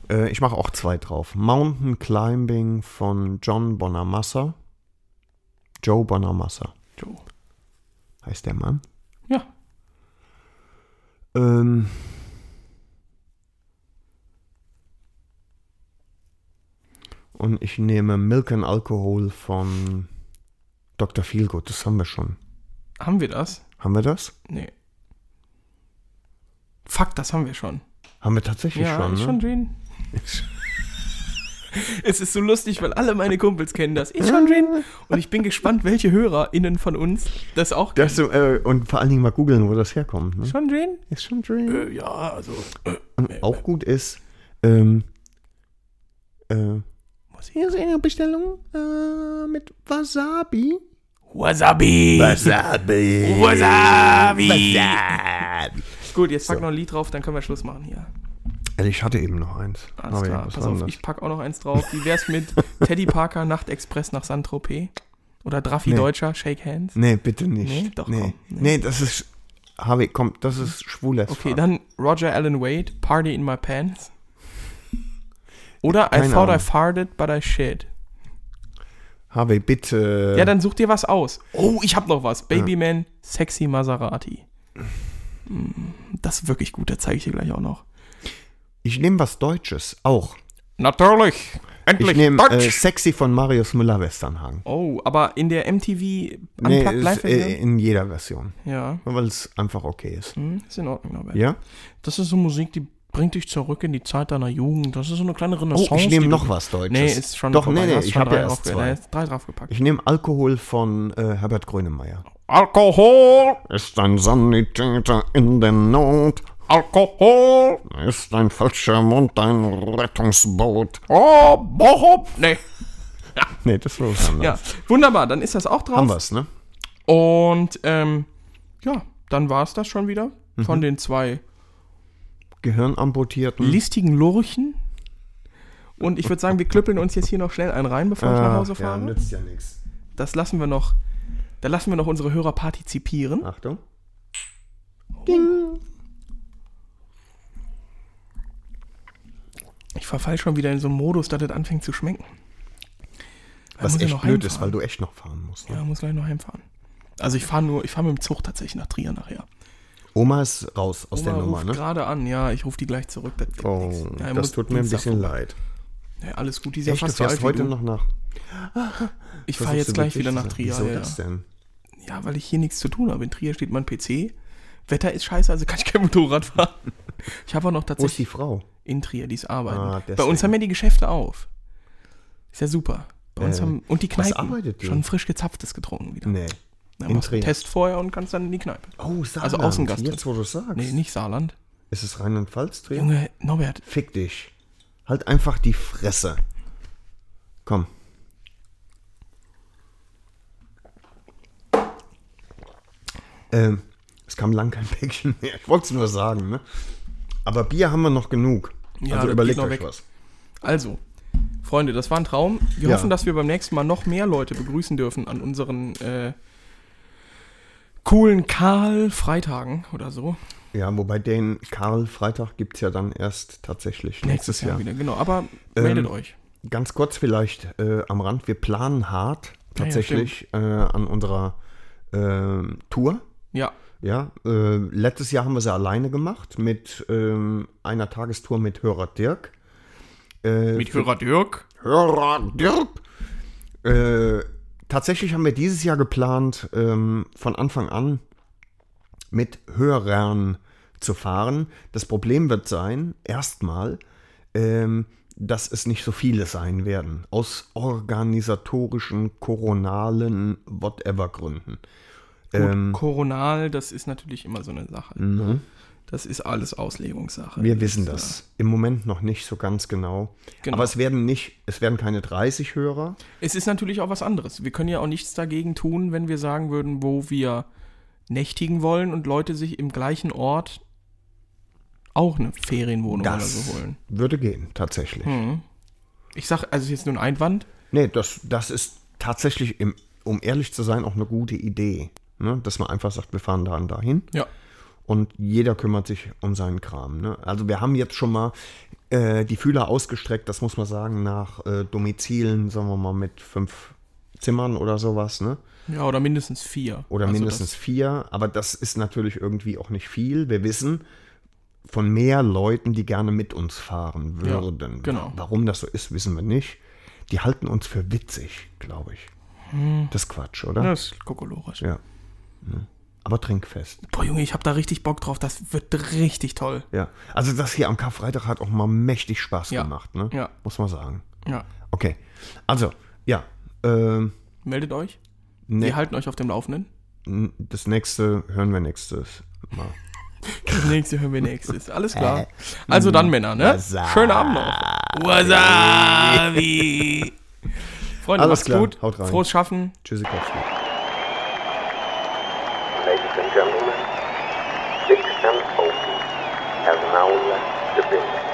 S1: Äh, ich mache auch zwei drauf. Mountain Climbing von John Bonamassa. Joe Bonamassa
S2: Joe.
S1: heißt der Mann.
S2: Ja.
S1: Ähm, und ich nehme Milk and Alcohol von Dr. Feelgood. Das haben wir schon.
S2: Haben wir das?
S1: Haben wir das?
S2: Nee. Fuck, das haben wir schon.
S1: Haben wir tatsächlich
S2: ja,
S1: schon,
S2: ich
S1: ne?
S2: schon drin. es ist so lustig, weil alle meine Kumpels kennen das. Ich schon drin. Und ich bin gespannt, welche HörerInnen von uns das auch kennen.
S1: Das, so, äh, und vor allen Dingen mal googeln, wo das herkommt. Ne?
S2: schon drin?
S1: Ist schon Dream.
S2: Ja, also. äh.
S1: Und auch gut ist, ähm, äh,
S2: Muss ich-
S1: hier ist eine Bestellung äh, mit Wasabi.
S2: Wasabi!
S1: Wasabi.
S2: Wasabi!
S1: Wasabi.
S2: Gut, jetzt pack noch ein Lied drauf, dann können wir Schluss machen hier.
S1: Also ich hatte eben noch eins.
S2: Alles
S1: Aber ja,
S2: klar,
S1: was
S2: pass
S1: war
S2: auf,
S1: denn
S2: ich pack auch noch eins drauf. Wie wär's mit Teddy Parker Nachtexpress nach Saint-Tropez? Oder Draffi
S1: Nee.
S2: Deutscher, Shake Hands?
S1: Nee, bitte nicht.
S2: Nee, doch,
S1: nee.
S2: komm. Nee.
S1: Nee. das ist. Harvey, komm, das ist schwules.
S2: Okay, dann Roger Allen Wade, Party in My Pants. Oder I
S1: Keine
S2: thought I
S1: Ahnung.
S2: farted, but I shit.
S1: Harvey, bitte.
S2: Ja, dann such dir was aus. Oh, ich hab noch was. Babyman, sexy Maserati. Hm, Das ist wirklich gut, das zeige ich dir gleich auch noch.
S1: ich nehme was Deutsches auch.
S2: Natürlich. Endlich.
S1: Ich nehme äh,
S2: Deutsch.
S1: Sexy von Marius Müller-Westernhagen.
S2: oh, aber in der MTV
S1: Nee,
S2: Unplugged
S1: ist,
S2: Live
S1: äh, in jeder Version.
S2: Ja.
S1: Weil es einfach okay ist.
S2: Hm, ist in Ordnung, Norbert.
S1: Ja?
S2: Das ist so Musik, die bringt dich zurück in die Zeit deiner Jugend. Das ist so eine kleine Renaissance.
S1: Oh, ich nehme
S2: die
S1: noch
S2: du-
S1: was Deutsches.
S2: Nee, ist schon
S1: Doch,
S2: vorbei.
S1: nee,
S2: Du
S1: nee,
S2: hast
S1: ich
S2: schon
S1: habe
S2: drei
S1: ja erst
S2: draufge-
S1: zwei.
S2: nee, Drei draufgepackt.
S1: Ich nehme Alkohol von äh, Herbert Grönemeyer.
S2: Alkohol!
S1: Ist ein Sanitäter in der Not,
S2: Alkohol!
S1: ist ein Fallschirm und ein Rettungsboot.
S2: Oh, Bochum! Nee.
S1: Nee, das war was
S2: Ja,
S1: anderes.
S2: wunderbar, dann ist das auch drauf.
S1: Haben wir's, ne?
S2: Und ähm, ja, dann war es das schon wieder
S1: Mhm.
S2: von den zwei
S1: Gehirn amputierten.
S2: listigen Lurchen. Und ich würde sagen, wir klüppeln uns jetzt hier noch schnell einen rein, bevor ich nach Hause
S1: ja,
S2: fahre.
S1: nützt ja nichts.
S2: Das lassen wir noch. Da lassen wir noch unsere Hörer partizipieren.
S1: Achtung.
S2: Ich verfall schon wieder in so einen Modus, dass das anfängt zu schmecken. Da
S1: Was
S2: muss ich
S1: echt
S2: noch
S1: blöd ist,
S2: heimfahren.
S1: weil du echt noch fahren musst. Ne?
S2: Ja, muss gleich noch heimfahren. Also ich fahre nur, ich fahre mit dem Zug tatsächlich nach Trier nachher.
S1: Oma ist raus aus der
S2: Oma
S1: Nummer,
S2: ruft
S1: ne?
S2: gerade an, ja, ich rufe die gleich zurück. Das, wird
S1: Oh,
S2: nix. Ja, er muss
S1: das tut mir ein
S2: Dienstag
S1: bisschen
S2: vorbei.
S1: leid.
S2: Ja, alles gut, die ist ja
S1: Echt, du
S2: fast so alt
S1: fährst
S2: wie
S1: heute
S2: du.
S1: noch nach.
S2: Ich
S1: Das
S2: fahre
S1: ist
S2: jetzt
S1: so
S2: gleich
S1: witzig
S2: wieder nach
S1: gesagt.
S2: Trier.
S1: Wieso
S2: ja.
S1: das denn?
S2: ja, weil ich hier nichts zu tun habe. In Trier steht mein PC. Wetter ist scheiße, also kann ich kein Motorrad fahren. Ich habe auch noch
S1: Wo ist die
S2: tatsächlich
S1: Frau?
S2: in Trier, die ist arbeiten.
S1: Ah,
S2: Bei uns
S1: deswegen.
S2: haben ja die Geschäfte auf. Ist ja super. Bei uns
S1: Äh,
S2: haben und die
S1: was
S2: Kneipen
S1: arbeitet die?
S2: schon frisch gezapftes getrunken wieder.
S1: Nee.
S2: Na,
S1: in
S2: machst einen
S1: Trier.
S2: Test vorher und kannst dann in die Kneipe.
S1: Oh, Saarland.
S2: Also Außengast.
S1: Jetzt, wo du sagst.
S2: Nee, nicht Saarland.
S1: Ist es Rheinland-Pfalz drin?
S2: Junge, Norbert,
S1: Fick dich. Halt einfach die Fresse. Komm. Ähm, es kam lang kein Päckchen mehr. Ich wollte es nur sagen, ne? Aber Bier haben wir noch genug.
S2: Ja, das
S1: also
S2: geht
S1: überlegt
S2: noch
S1: euch
S2: weg.
S1: was.
S2: Also, Freunde, das war ein Traum. Wir
S1: Ja.
S2: hoffen, dass wir beim nächsten Mal noch mehr Leute begrüßen dürfen an unseren äh, coolen Karl-Freitagen oder so.
S1: Ja, wobei den Karl Freitag gibt es ja dann erst tatsächlich
S2: Nächstes Jahr wieder, genau. Aber meldet euch.
S1: Ganz kurz vielleicht äh, am Rand. Wir planen hart
S2: Ah ja,
S1: tatsächlich äh, an unserer ähm, Tour.
S2: Ja,
S1: Ja, äh, letztes Jahr haben wir sie alleine gemacht mit ähm, einer Tagestour mit Hörer Dirk. Äh,
S2: mit Hörer Dirk.
S1: Hörer Dirk. Äh, tatsächlich haben wir dieses Jahr geplant, ähm, von Anfang an mit Hörern zu fahren. Das Problem wird sein, erstmal, ähm, dass es nicht so viele sein werden. Aus organisatorischen, koronalen, whatever Gründen. Ähm,
S2: Gut, Koronal, das ist natürlich immer so eine Sache. Mhm. Ne? Das ist alles Auslegungssache.
S1: Wir wissen das im Moment noch nicht so ganz genau.
S2: Genau.
S1: Aber es werden nicht, es werden keine 30 Hörer.
S2: Es ist natürlich auch was anderes. Wir können ja auch nichts dagegen tun, wenn wir sagen würden, wo wir nächtigen wollen und Leute sich im gleichen Ort auch eine Ferienwohnung oder so holen.
S1: würde gehen, tatsächlich.
S2: Ich sag, also ist jetzt nur ein Einwand.
S1: Nee, das, das ist tatsächlich, im, um ehrlich zu sein, auch eine gute Idee. Ne? Dass man einfach sagt, wir fahren da und dahin.
S2: Ja.
S1: Und jeder kümmert sich um seinen Kram. Ne? Also wir haben jetzt schon mal äh, die Fühler ausgestreckt, das muss man sagen, nach äh, Domizilen, sagen wir mal, mit fünf Zimmern oder sowas. Ne?
S2: Ja, oder mindestens vier.
S1: Oder
S2: Also
S1: mindestens vier, aber das ist natürlich irgendwie auch nicht viel. Wir wissen von mehr Leuten, die gerne mit uns fahren
S2: Ja,
S1: würden.
S2: genau.
S1: Warum das so ist, wissen wir nicht. Die halten uns für witzig, glaube ich.
S2: Hm.
S1: Das ist Quatsch, oder?
S2: Das,
S1: Ja.
S2: das ist kokolorisch.
S1: Ja. Aber trinkfest.
S2: Boah, Junge, ich hab da richtig Bock drauf. Das wird richtig toll.
S1: Ja. Also das hier am Karfreitag hat auch mal mächtig Spaß
S2: Ja.
S1: gemacht, ne?
S2: Ja.
S1: Muss man sagen.
S2: Ja.
S1: Okay. Also, ja. Ähm,
S2: Meldet euch.
S1: ne-
S2: Wir halten euch auf dem Laufenden.
S1: n- das nächste hören wir nächstes Mal.
S2: Das nächste hören wir nächstes. Alles klar. Also dann, Männer, ne?
S1: Äh. Wasabi.
S2: Schönen Abend noch. Wasabi. Freunde,
S1: Alles
S2: macht's
S1: klar.
S2: gut.
S1: Haut rein.
S2: Frohes Schaffen.
S1: Tschüssikowski.
S11: Ladies and gentlemen, Dick and Opie has now left the building.